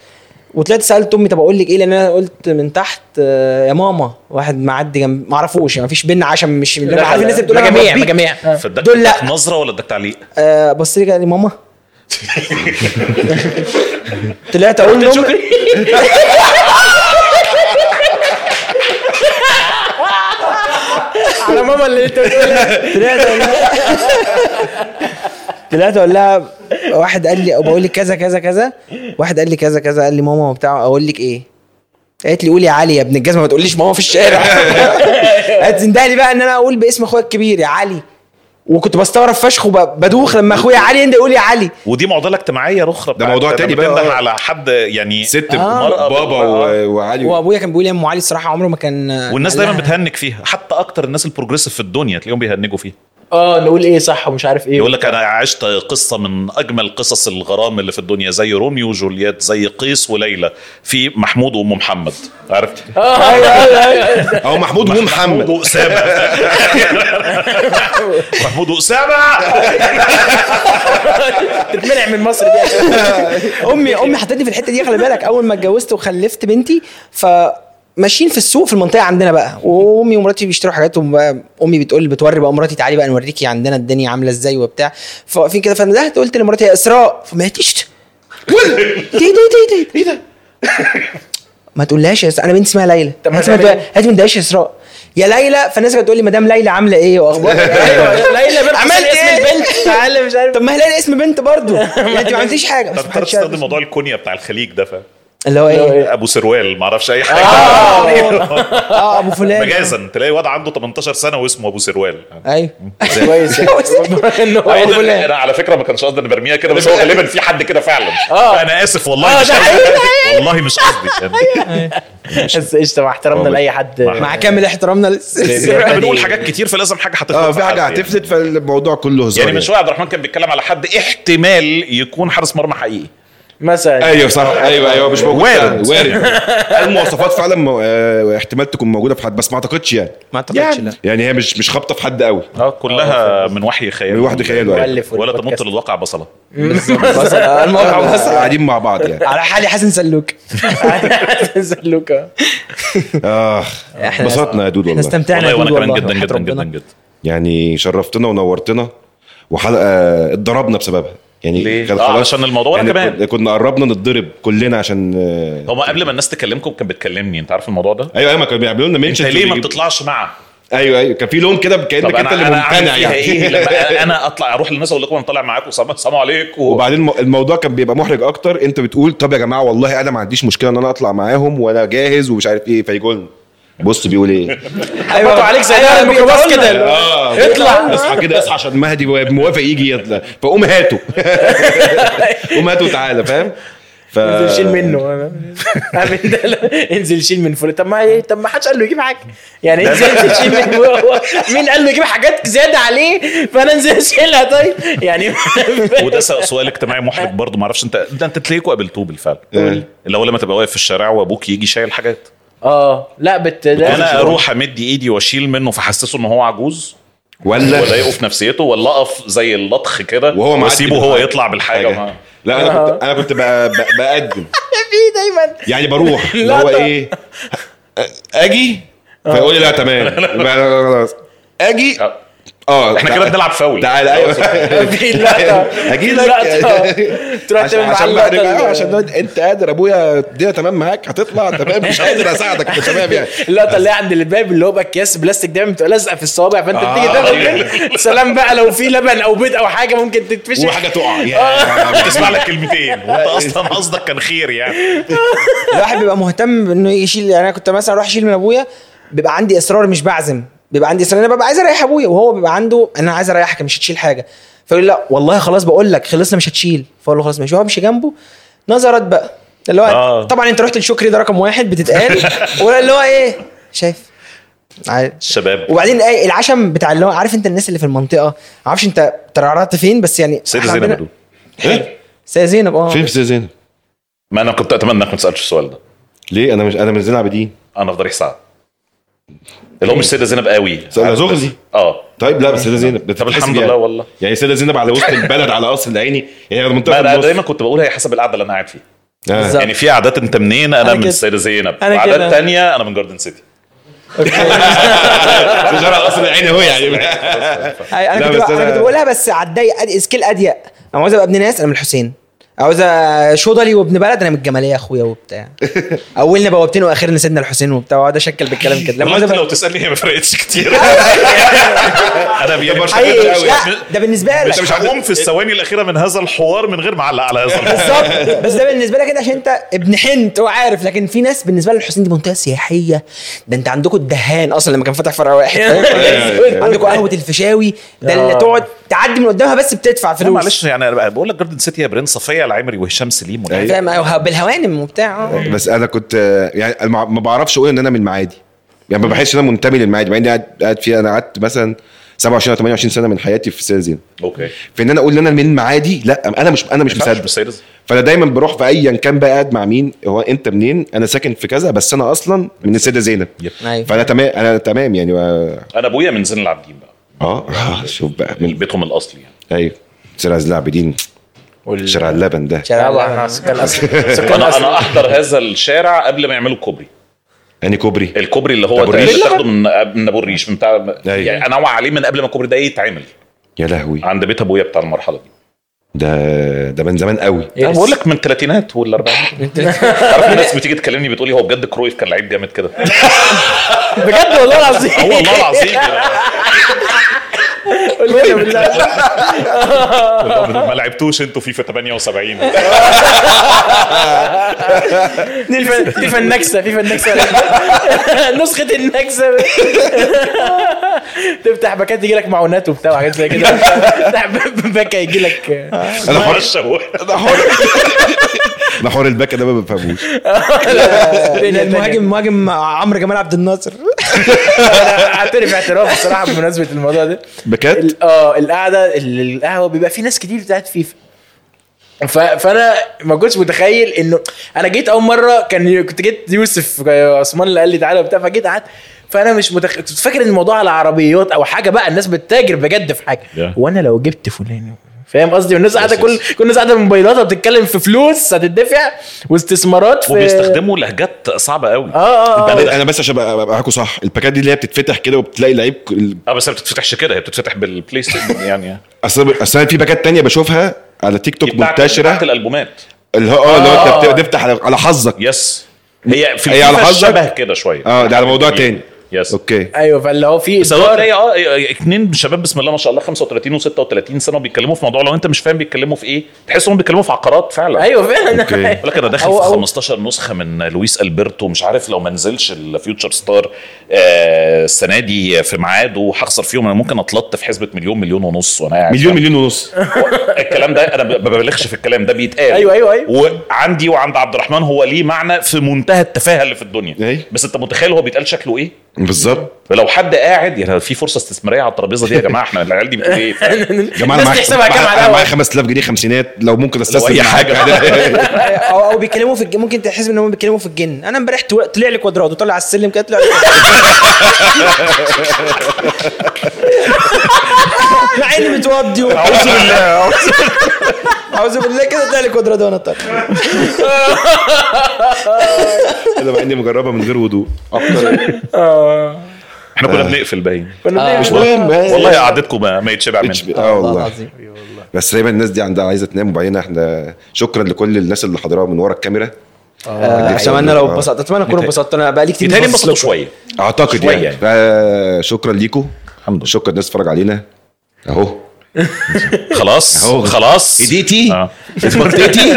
[SPEAKER 3] وطلعت سالت امي طب اقول لك ايه لان انا قلت من تحت آه، يا ماما واحد معدي جنب ما اعرفوش يعني ما فيش بينا عشان مش عارف الناس اللي بتقول أنا
[SPEAKER 2] مجاميع
[SPEAKER 1] آه.
[SPEAKER 3] مربيك.
[SPEAKER 2] مجاميع
[SPEAKER 4] فاداك
[SPEAKER 3] دول لا.
[SPEAKER 4] اداك نظره ولا اداك تعليق؟
[SPEAKER 3] آه، بص لي كده قال لي ماما طلعت اقول لهم
[SPEAKER 2] على ماما اللي انت
[SPEAKER 3] طلعت اقول لها طلعت اقول لها واحد قال لي بقول لك كذا كذا كذا واحد قال لي كذا كذا قال لي ماما وبتاع اقول لك ايه قالت لي قولي يا علي يا ابن الجزمه ما تقوليش ماما في الشارع قالت زندهلي بقى ان انا اقول باسم اخويا الكبير يا علي وكنت بستغرب فشخ وبدوخ لما اخويا علي يندى يقول يا علي
[SPEAKER 4] ودي معضله اجتماعيه اخرى بتاعت-
[SPEAKER 1] موضوع
[SPEAKER 4] أنا
[SPEAKER 1] تاني بقى.
[SPEAKER 4] بتنده على حد يعني
[SPEAKER 1] ست
[SPEAKER 4] مرأة
[SPEAKER 1] بابا
[SPEAKER 4] بالمرأة.
[SPEAKER 1] و- وعلي
[SPEAKER 3] وابويا كان بيقول يا ام علي الصراحه عمره ما كان
[SPEAKER 4] والناس
[SPEAKER 3] قال
[SPEAKER 4] دايما
[SPEAKER 3] لها-
[SPEAKER 4] بتهنج فيها حتى اكتر الناس البروجريسيف في الدنيا تلاقيهم بيهنجوا فيها
[SPEAKER 2] اه نقول ايه صح ومش عارف ايه
[SPEAKER 4] يقول لك انا عشت قصه من اجمل قصص الغرام اللي في الدنيا زي روميو وجولييت زي قيس وليلى في محمود وام محمد عرفت
[SPEAKER 2] اه ايوه ايوه ايوه
[SPEAKER 1] او محمود
[SPEAKER 4] محمود
[SPEAKER 1] ومحمد
[SPEAKER 4] واسامه محمود واسامه
[SPEAKER 2] تتمنع من مصر دي عشان-
[SPEAKER 3] امي امي حطتني في الحته دي خلي بالك اول ما اتجوزت وخلفت بنتي ف ماشيين في السوق في المنطقه عندنا بقى وامي ومراتي بيشتروا حاجات وبقى امي بتقول بتوري بقى مراتي تعالي بقى نوريكي عندنا الدنيا عامله ازاي وبتاع فواقفين كده فندهت قلت لمراتي يا اسراء فما هتيش دي دي دي دي ايه ده ما تقولهاش يا اسراء انا بنتي اسمها ليلى
[SPEAKER 2] طب ما
[SPEAKER 3] هات ما
[SPEAKER 2] تعمل
[SPEAKER 3] تقول- هات ما تضايقش يا اسراء يا ليلى فالناس كانت تقول لي مدام ليلى عامله ايه واخبارها
[SPEAKER 2] ايوه ليلى بنت
[SPEAKER 3] عملت
[SPEAKER 2] عملت اسم
[SPEAKER 3] إيه؟
[SPEAKER 2] البنت تعالى مش عارف
[SPEAKER 3] طب ما هلاقي اسم بنت برضه يعني انت ما عملتيش حاجه بس
[SPEAKER 4] طب انت
[SPEAKER 3] محدش يعرف
[SPEAKER 4] بتستخدم موضوع الكونيا بتاع الخليج ده ف
[SPEAKER 3] اللي هو
[SPEAKER 2] اللي هو
[SPEAKER 3] ايه
[SPEAKER 2] إيه؟
[SPEAKER 4] ابو سروال ما اعرفش اي حاجه
[SPEAKER 3] آه. اه ابو فلان
[SPEAKER 4] مجازا تلاقي واد عنده 18 سنه واسمه ابو سروال
[SPEAKER 3] ايوه
[SPEAKER 2] كويس يعني. إنه
[SPEAKER 4] أيوة،
[SPEAKER 2] هو فلان.
[SPEAKER 4] انا على فكره ما كانش قصدي اني برميها كده بس هو غالبا في حد كده فعلا
[SPEAKER 2] آه.
[SPEAKER 4] انا اسف والله
[SPEAKER 2] آه،
[SPEAKER 4] مش
[SPEAKER 2] ده
[SPEAKER 4] قصدي
[SPEAKER 2] حقيقي،
[SPEAKER 4] والله مش قصدي يعني
[SPEAKER 2] بس قشطه مع احترامنا لاي حد
[SPEAKER 3] مع كامل احترامنا
[SPEAKER 4] احنا
[SPEAKER 2] يعني-
[SPEAKER 4] بنقول حاجات كتير فلازم حاجه هتفلت
[SPEAKER 1] اه
[SPEAKER 4] حد
[SPEAKER 1] في حاجه
[SPEAKER 4] يعني.
[SPEAKER 1] هتفلت فالموضوع كله هزار
[SPEAKER 4] يعني من شويه عبد الرحمن كان بيتكلم على حد احتمال يكون حارس مرمى حقيقي
[SPEAKER 2] مثلا
[SPEAKER 1] ايوه صح ايوه ايوه مش موجود
[SPEAKER 4] وارد.
[SPEAKER 1] فعلاً، وارد المواصفات فعلا م- آه، احتمال تكون موجوده في حد بس ما اعتقدش يعني
[SPEAKER 3] ما اعتقدش لا
[SPEAKER 1] يعني هي مش مش خابطه في حد قوي
[SPEAKER 4] اه كلها من وحي خيال
[SPEAKER 1] من وحي خياله، أيوة.
[SPEAKER 2] مؤلف
[SPEAKER 4] ولا
[SPEAKER 2] والبودكاست.
[SPEAKER 4] تمط للواقع بصله
[SPEAKER 3] مثلا الموقع بس
[SPEAKER 1] قاعدين مع بعض يعني
[SPEAKER 3] على حالي حسن سلوك
[SPEAKER 2] لوكا
[SPEAKER 1] اه
[SPEAKER 3] إحنا-
[SPEAKER 1] انبسطنا يا دود
[SPEAKER 3] احنا
[SPEAKER 1] والله
[SPEAKER 3] استمتعنا
[SPEAKER 4] والله
[SPEAKER 3] يا
[SPEAKER 4] وانا كمان
[SPEAKER 3] دود والله،
[SPEAKER 4] جدا
[SPEAKER 3] وحياة
[SPEAKER 4] جدا جدا
[SPEAKER 3] ربنا.
[SPEAKER 4] جدا
[SPEAKER 1] يعني شرفتنا ونورتنا وحلقه اتضربنا بسببها يعني
[SPEAKER 4] ليه؟
[SPEAKER 1] كان
[SPEAKER 4] آه،
[SPEAKER 1] خلاص-
[SPEAKER 4] عشان الموضوع وأنا
[SPEAKER 1] يعني
[SPEAKER 4] كمان.
[SPEAKER 1] كن- كنا قربنا نتضرب كلنا عشان آه،
[SPEAKER 4] هو قبل ما الناس تكلمكم كان بتكلمني انت عارف الموضوع ده؟
[SPEAKER 1] ايوه ايوه ما كانوا بيعملوا لنا
[SPEAKER 4] انت
[SPEAKER 1] منشن
[SPEAKER 4] ليه ما بتطلعش معاه؟
[SPEAKER 1] ايوه ايوه كان في لون كده كانك
[SPEAKER 4] طب
[SPEAKER 1] انت
[SPEAKER 4] انا
[SPEAKER 1] اللي
[SPEAKER 4] انا أعمل
[SPEAKER 1] ممتنع
[SPEAKER 4] فيها
[SPEAKER 1] يعني
[SPEAKER 4] ايه لما انا اطلع اروح للناس اقول لكم انا طالع معاكم سلام سلام عليكم
[SPEAKER 1] وبعدين الم- الموضوع كان بيبقى محرج اكتر انت بتقول طب يا جماعه والله انا ما عنديش مشكله ان انا اطلع معاهم وانا جاهز ومش عارف ايه فيجوا لنا بص بيقول ايه
[SPEAKER 2] حطوا عليك زي
[SPEAKER 3] أيوة،
[SPEAKER 2] ده الميكروباص
[SPEAKER 3] بيقولنا.
[SPEAKER 2] كده
[SPEAKER 1] اه
[SPEAKER 2] اطلع
[SPEAKER 1] اصحى كده اصحى عشان مهدي موافق يجي يطلع فقوم هاته قوم هاته وتعالى فاهم ف...
[SPEAKER 2] انزل
[SPEAKER 1] آه.
[SPEAKER 2] شيل منه عارف انت؟ لا، انزل شيل من فلان طب ما ايه طب ما حدش قال له يجيب حاجه يعني انزل انزل شيل من هو- هو مين قال له يجيب حاجات زياده عليه فانا انزل اشيلها طيب يعني
[SPEAKER 4] وده س- سؤال اجتماعي محرج برضه ما اعرفش انت ده انت تلاقيكوا قابلتوه بالفعل
[SPEAKER 1] قول.
[SPEAKER 4] اللي هو لما تبقى واقف في الشارع وابوك يجي شايل حاجات
[SPEAKER 2] اه لا بت
[SPEAKER 4] انا
[SPEAKER 2] ده
[SPEAKER 4] اروح امد ايدي واشيل منه فحسسه ان هو عجوز
[SPEAKER 1] ولا
[SPEAKER 4] واضايقه في نفسيته ولا اقف زي اللطخ كده
[SPEAKER 1] وهو معدي
[SPEAKER 4] واسيبه هو يطلع آه. بالحاجه معاه.
[SPEAKER 1] لا انا
[SPEAKER 2] آه.
[SPEAKER 1] كنت انا كنت بقى- بقى- بقدم
[SPEAKER 2] في دايما
[SPEAKER 1] يعني بروح اللي هو
[SPEAKER 2] لا، لا.
[SPEAKER 1] ايه اجي فيقول لي لا تمام يبقى أنا خلاص اجي
[SPEAKER 4] آه.
[SPEAKER 1] اه
[SPEAKER 4] احنا كده بنلعب فاول
[SPEAKER 1] تعالى ايوه
[SPEAKER 2] يعني في لقطه
[SPEAKER 1] اجي
[SPEAKER 2] في
[SPEAKER 1] لك
[SPEAKER 2] لقطة. تروح
[SPEAKER 1] أيوة. عشان عشان
[SPEAKER 2] تعمل معاه اللقطة
[SPEAKER 1] بحرج- آه،
[SPEAKER 2] اللي-
[SPEAKER 1] عشان نقول انت قادر ابويا الدنيا تمام معاك هتطلع تمام مش قادر اساعدك تمام يعني
[SPEAKER 2] اللقطه اللي هي عند الباب اللي هو بقى اكياس بلاستيك دايما بتبقى لازقه في الصوابع فانت
[SPEAKER 1] آه،
[SPEAKER 2] بتيجي تاخد
[SPEAKER 4] أيوة.
[SPEAKER 2] كده سلام بقى لو في لبن او بيض او حاجه ممكن تتفشخ
[SPEAKER 1] وحاجه تقع
[SPEAKER 4] مش
[SPEAKER 2] آه.
[SPEAKER 1] يا-
[SPEAKER 4] تسمع لك كلمتين وانت اصلا قصدك كان خير يعني
[SPEAKER 3] الواحد بيبقى مهتم بانه يشيل يعني انا كنت مثلا اروح اشيل من ابويا بيبقى عندي اصرار مش بعزم بيبقى عندي اصرار انا ببقى عايز اريح ابويا وهو بيبقى عنده انا عايز اريحك مش هتشيل حاجه فيقول لي لا والله خلاص بقول لك خلصنا مش هتشيل فاقول له خلاص ماشي وامشي جنبه نظرات بقى اللي هو
[SPEAKER 4] آه.
[SPEAKER 3] طبعا انت رحت لشكري ده رقم واحد بتتقال واللي هو ايه شايف عايز-
[SPEAKER 4] الشباب
[SPEAKER 3] وبعدين ايه العشم بتاع اللي هو عارف انت الناس اللي في المنطقه ما اعرفش انت ترعرعت فين بس يعني
[SPEAKER 4] سيد
[SPEAKER 3] إحنا
[SPEAKER 4] زينب
[SPEAKER 3] عندنا-
[SPEAKER 4] بدو
[SPEAKER 1] إيه؟
[SPEAKER 3] سيدة زينب اه
[SPEAKER 1] فين في زينب
[SPEAKER 4] ما انا كنت اتمنى انك ما تسالش السؤال ده
[SPEAKER 1] ليه انا مش انا من زينب عابدين
[SPEAKER 4] انا في ضريح سعد اللي هو مش سيده زينب قوي
[SPEAKER 1] سألها زغزي.
[SPEAKER 4] اه
[SPEAKER 1] طيب لا بس سيده زينب ده
[SPEAKER 4] طب
[SPEAKER 1] تتحسب
[SPEAKER 4] الحمد
[SPEAKER 1] يعني.
[SPEAKER 4] لله والله.
[SPEAKER 1] يعني سيده زينب على وسط البلد على قصر العيني يعني على منطقه
[SPEAKER 4] ما انا
[SPEAKER 1] النص
[SPEAKER 4] دايما كنت بقول هي حسب القعده اللي انا قاعد فيها
[SPEAKER 1] آه.
[SPEAKER 3] بالظبط.
[SPEAKER 4] يعني في عادات انت منين انا,
[SPEAKER 3] أنا
[SPEAKER 4] من
[SPEAKER 3] كده.
[SPEAKER 4] السيده زينب
[SPEAKER 3] أنا
[SPEAKER 4] وعادات
[SPEAKER 3] كده.
[SPEAKER 4] تانية انا من جاردن سيتي
[SPEAKER 1] شجره اصلا عيني اهو يعني
[SPEAKER 3] انا
[SPEAKER 1] لا،
[SPEAKER 3] كنت
[SPEAKER 1] بس
[SPEAKER 3] بقى-
[SPEAKER 1] أنا-
[SPEAKER 3] انا كنت بقولها بس على الضيق أد- سكيل اضيق انا عاوز ابقى ابن ناس انا من الحسين عاوز أ- شوضلي وابن بلد انا من الجماليه اخويا وبتاع اولنا بوابتين واخرنا سيدنا الحسين وبتاع واقعد اشكل بالكلام كده
[SPEAKER 4] لما
[SPEAKER 3] عاوز
[SPEAKER 4] انت
[SPEAKER 3] أبقى-
[SPEAKER 4] لو تسالني هي ما فرقتش كتير انا يعني مش
[SPEAKER 3] حقيقي،
[SPEAKER 4] قوي.
[SPEAKER 3] لا، ده بالنسبه
[SPEAKER 4] مش
[SPEAKER 3] لك
[SPEAKER 4] مش هقوم في الثواني الاخيره من هذا الحوار من غير ما اعلق على هذا الحوار
[SPEAKER 3] بالظبط بس ده بالنسبه لك انت عشان انت ابن حنت وعارف لكن في ناس بالنسبه لها الحسين دي منطقه سياحيه ده انت عندكم الدهان اصلا لما كان فاتح فرع واحد
[SPEAKER 1] أيوة.
[SPEAKER 3] عندكم قهوه الفيشاوي ده اللي
[SPEAKER 2] آه.
[SPEAKER 3] تقعد تعدي من قدامها بس بتدفع
[SPEAKER 4] لا،
[SPEAKER 3] فلوس
[SPEAKER 4] معلش يعني أنا بقول لك جاردن سيتي يا برنس صفيه العمري وهشام سليم والعيال
[SPEAKER 3] فاهم أيوة، بالهوانم وبتاع آه.
[SPEAKER 1] بس انا كنت آه، يعني أنا ما ما بعرفش اقول ان انا من المعادي يعني ما بحسش ان انا منتمي للمعادي مع اني قاعد قاعد فيها انا قعدت مثلا 27 او 28 سنه من حياتي في سيرزين
[SPEAKER 4] اوكي
[SPEAKER 1] فان انا اقول ان انا من المعادي لا انا مش انا مش مصدق فانا دايما بروح في ايا كان بقى قاعد مع مين هو انت منين انا ساكن في كذا بس انا اصلا من السيده زينب
[SPEAKER 4] نعم.
[SPEAKER 3] أيوة.
[SPEAKER 1] فانا تمام انا تمام يعني و-
[SPEAKER 4] انا ابويا من زين العابدين بقى
[SPEAKER 1] اه آه، شوف بقى
[SPEAKER 4] من
[SPEAKER 1] من
[SPEAKER 4] بيتهم الاصلي يعني
[SPEAKER 1] ايوه شارع العابدين
[SPEAKER 2] وال-
[SPEAKER 1] شارع اللبن ده
[SPEAKER 3] شارع
[SPEAKER 2] طبعا
[SPEAKER 3] اللبن.
[SPEAKER 2] أنا سكان اصلي سكان
[SPEAKER 4] انا انا
[SPEAKER 2] اصلي
[SPEAKER 4] احضر هذا الشارع قبل ما يعملوا الكوبري
[SPEAKER 1] يعني كوبري
[SPEAKER 4] الكوبري اللي هو
[SPEAKER 1] أبو الريش.
[SPEAKER 4] تقريبا تاخده من من ابو الريش من بتاع
[SPEAKER 1] أيوة.
[SPEAKER 4] يعني انا عليه من قبل ما الكوبري ده يتعمل
[SPEAKER 1] يا لهوي
[SPEAKER 4] عند بيت ابويا بتاع المرحله دي
[SPEAKER 1] ده ده من زمان قوي
[SPEAKER 4] انا بقول لك من الثلاثينات والاربعينات عارف الناس بتيجي تكلمني بتقولي هو بجد كرويف كان لعيب جامد كده
[SPEAKER 2] بجد والله العظيم
[SPEAKER 4] اه والله العظيم
[SPEAKER 2] والعياذ بالله.
[SPEAKER 4] والله ما لعبتوش انتوا فيفا 78
[SPEAKER 2] في- في فنكسه في فنكسه نسخه النكسه تفتح باكات يجي لك معونات وبتاع وحاجات زي كده تفتح باكه يجي لك
[SPEAKER 1] انا
[SPEAKER 4] ما
[SPEAKER 1] حر
[SPEAKER 4] الشوح
[SPEAKER 1] انا حر انا حر الباكه ده ما بفهموش
[SPEAKER 2] آه،
[SPEAKER 3] المهاجم مهاجم عمرو جمال عبد الناصر
[SPEAKER 2] انا اعترف اعتراف الصراحه بمناسبه الموضوع ده
[SPEAKER 1] باكات
[SPEAKER 2] ال- اه القعده ال- القهوه بيبقى في ناس كتير بتاعت فيفا ف... فانا ما كنتش متخيل انه انا جيت اول مره كان كنت جيت يوسف عثمان اللي قال لي تعالى وبتاع فجيت قعدت فانا مش متخ... كنت فاكر ان الموضوع على عربيات او حاجه بقى الناس بتتاجر بجد في حاجه
[SPEAKER 4] Yeah.
[SPEAKER 2] وانا لو جبت فلان فاهم قصدي والناس قاعده
[SPEAKER 4] Yes,
[SPEAKER 2] كل كل الناس قاعده بموبايلاتها بتتكلم في فلوس هتدفع واستثمارات في
[SPEAKER 4] وبيستخدموا لهجات صعبه قوي يعني
[SPEAKER 2] اه اه اه
[SPEAKER 1] انا أنا بس عشان أبقى- ابقى معاكم صح الباكات دي اللي هي بتتفتح كده وبتلاقي لعيب ك- ال-
[SPEAKER 4] اه بس هي ما بتتفتحش كده هي بتتفتح بالبلاي ستيشن يعني
[SPEAKER 1] اصل أصل أنا في باكات تانية بشوفها على تيك توك
[SPEAKER 4] بتاعت-
[SPEAKER 1] منتشره
[SPEAKER 4] بتاعت الالبومات
[SPEAKER 1] اللي هو اه اللي هو انت
[SPEAKER 2] آه.
[SPEAKER 1] بت- بتفتح على على حظك
[SPEAKER 4] يس هي في
[SPEAKER 1] هي على
[SPEAKER 4] الفيفا
[SPEAKER 1] حظك؟
[SPEAKER 4] شبه كده شويه
[SPEAKER 1] اه ده على موضوع
[SPEAKER 4] يعني-
[SPEAKER 1] تاني
[SPEAKER 4] يس
[SPEAKER 1] اوكي
[SPEAKER 2] ايوه فاللي هو في
[SPEAKER 4] بس هو تلاقي اه اثنين شباب بسم الله ما شاء الله 35 و36 سنه بيتكلموا في موضوع لو انت مش فاهم بيتكلموا في ايه تحس انهم بيتكلموا في عقارات فعلا
[SPEAKER 2] ايوه فعلا
[SPEAKER 1] أوكي.
[SPEAKER 4] بقول لك انا داخل في
[SPEAKER 2] أو- أو-
[SPEAKER 4] 15 نسخه من لويس البرتو مش عارف لو ما نزلش الفيوتشر ستار آه، السنه دي في ميعاده هخسر فيهم انا ممكن اتلط في حسبه مليون مليون ونص وانا قاعد
[SPEAKER 1] مليون مليون ونص
[SPEAKER 4] الكلام ده انا ب- ما ببالغش في الكلام ده بيتقال
[SPEAKER 2] أيوة، أيوة، أيوة.
[SPEAKER 4] وعندي وعند عبد الرحمن هو ليه معنى في منتهى التفاهه اللي في الدنيا
[SPEAKER 1] أيوة.
[SPEAKER 4] بس انت متخيل هو بيتقال شكله ايه
[SPEAKER 1] بالظبط
[SPEAKER 4] فلو حد قاعد يعني في فرصه استثماريه على الترابيزه دي يا جماعه احنا العيال دي بتقول ايه فاهم؟
[SPEAKER 1] يا جماعه انا
[SPEAKER 2] الناس
[SPEAKER 1] معايا-
[SPEAKER 2] تحسبها كام على
[SPEAKER 1] معايا معايا
[SPEAKER 2] الأول؟
[SPEAKER 1] 5000 جنيه خمسينات لو ممكن استثمر
[SPEAKER 4] أي
[SPEAKER 1] في
[SPEAKER 4] حاجة.
[SPEAKER 3] او او أيوة. بيتكلموا في الج- ممكن تحسب ان هم بيتكلموا في الجن انا امبارح تو- طلع لي كوادرادو طلع على السلم كده طلع لي كوادرادو. مع اني متوضي و-
[SPEAKER 4] اعوذ بالله
[SPEAKER 3] اعوذ بالله كده طلع لي كوادرادو وانا طالع
[SPEAKER 1] انا مع اني مجربها من غير وضوء
[SPEAKER 4] احنا كنا بنقفل باين
[SPEAKER 2] كنا
[SPEAKER 1] آه، مش
[SPEAKER 2] بنعمل- آه.
[SPEAKER 1] مهم
[SPEAKER 4] والله قعدتكم ما, ما يتشبع
[SPEAKER 1] اتش بي-
[SPEAKER 4] منها
[SPEAKER 1] اه
[SPEAKER 3] والله
[SPEAKER 1] والله
[SPEAKER 3] العظيم
[SPEAKER 1] بس تقريبا الناس دي عندها عايزه تنام وبعدين احنا شكرا لكل الناس اللي حضروها من ورا الكاميرا
[SPEAKER 3] آه، اتمنى لو
[SPEAKER 1] آه.
[SPEAKER 3] اتبسطت اتمنى اكون اتبسطت انا بقالي كتير
[SPEAKER 4] تاني
[SPEAKER 3] ما
[SPEAKER 4] أيوة. انبسطوا
[SPEAKER 3] ببصلكم.
[SPEAKER 4] شويه
[SPEAKER 1] اعتقد
[SPEAKER 4] شوية
[SPEAKER 1] يعني
[SPEAKER 4] يعني.
[SPEAKER 1] فا- شكرا ليكم
[SPEAKER 4] الحمد لله.
[SPEAKER 1] شكرا الناس بتتفرج علينا اهو
[SPEAKER 4] خلاص
[SPEAKER 1] أهو.
[SPEAKER 4] خلاص
[SPEAKER 1] ايديتي
[SPEAKER 4] آه.
[SPEAKER 1] ايديتي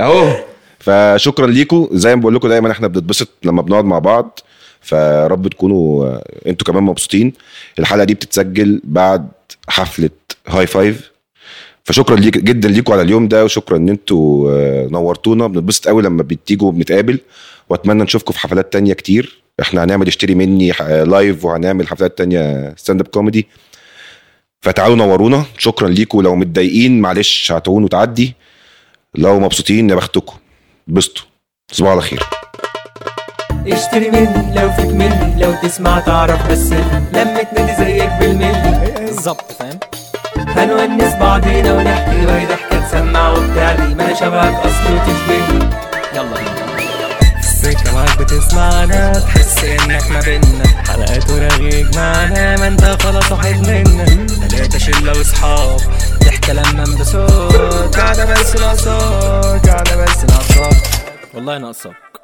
[SPEAKER 1] اهو فشكرا ليكم زي ما بقول لكم دايما احنا بنتبسط لما بنقعد مع بعض فرب تكونوا آه، انتوا كمان مبسوطين الحلقه دي بتتسجل بعد حفله هاي فايف فشكرا ليك جدا ليكم على اليوم ده وشكرا ان انتوا آه، نورتونا بنتبسط قوي لما بتيجوا وبنتقابل واتمنى نشوفكم في حفلات تانية كتير احنا هنعمل اشتري مني ح- آه، لايف وهنعمل حفلات تانية ستاند اب كوميدي فتعالوا نورونا شكرا ليكم لو متضايقين معلش هتعون وتعدي لو مبسوطين يا بختكم اتبسطوا تصبحوا على خير
[SPEAKER 5] اشتري مني لو فيك مني لو تسمع تعرف بس لما تنادي زيك بالملي
[SPEAKER 3] بالظبط فاهم
[SPEAKER 5] هنونس بعضينا ونحكي وهي ضحكة تسمع وبتعلي ما انا شبهك اصلي وتشبهني يلا بينا السكة معاك بتسمعنا تحس تحس انك ما بينا حلقات ورغيك معانا ما انت خلاص واحد منا تلاتة شلة واصحاب ضحكة لما بصوت قاعدة بس ناقصاك قاعدة بس ناقصاك والله ناقصاك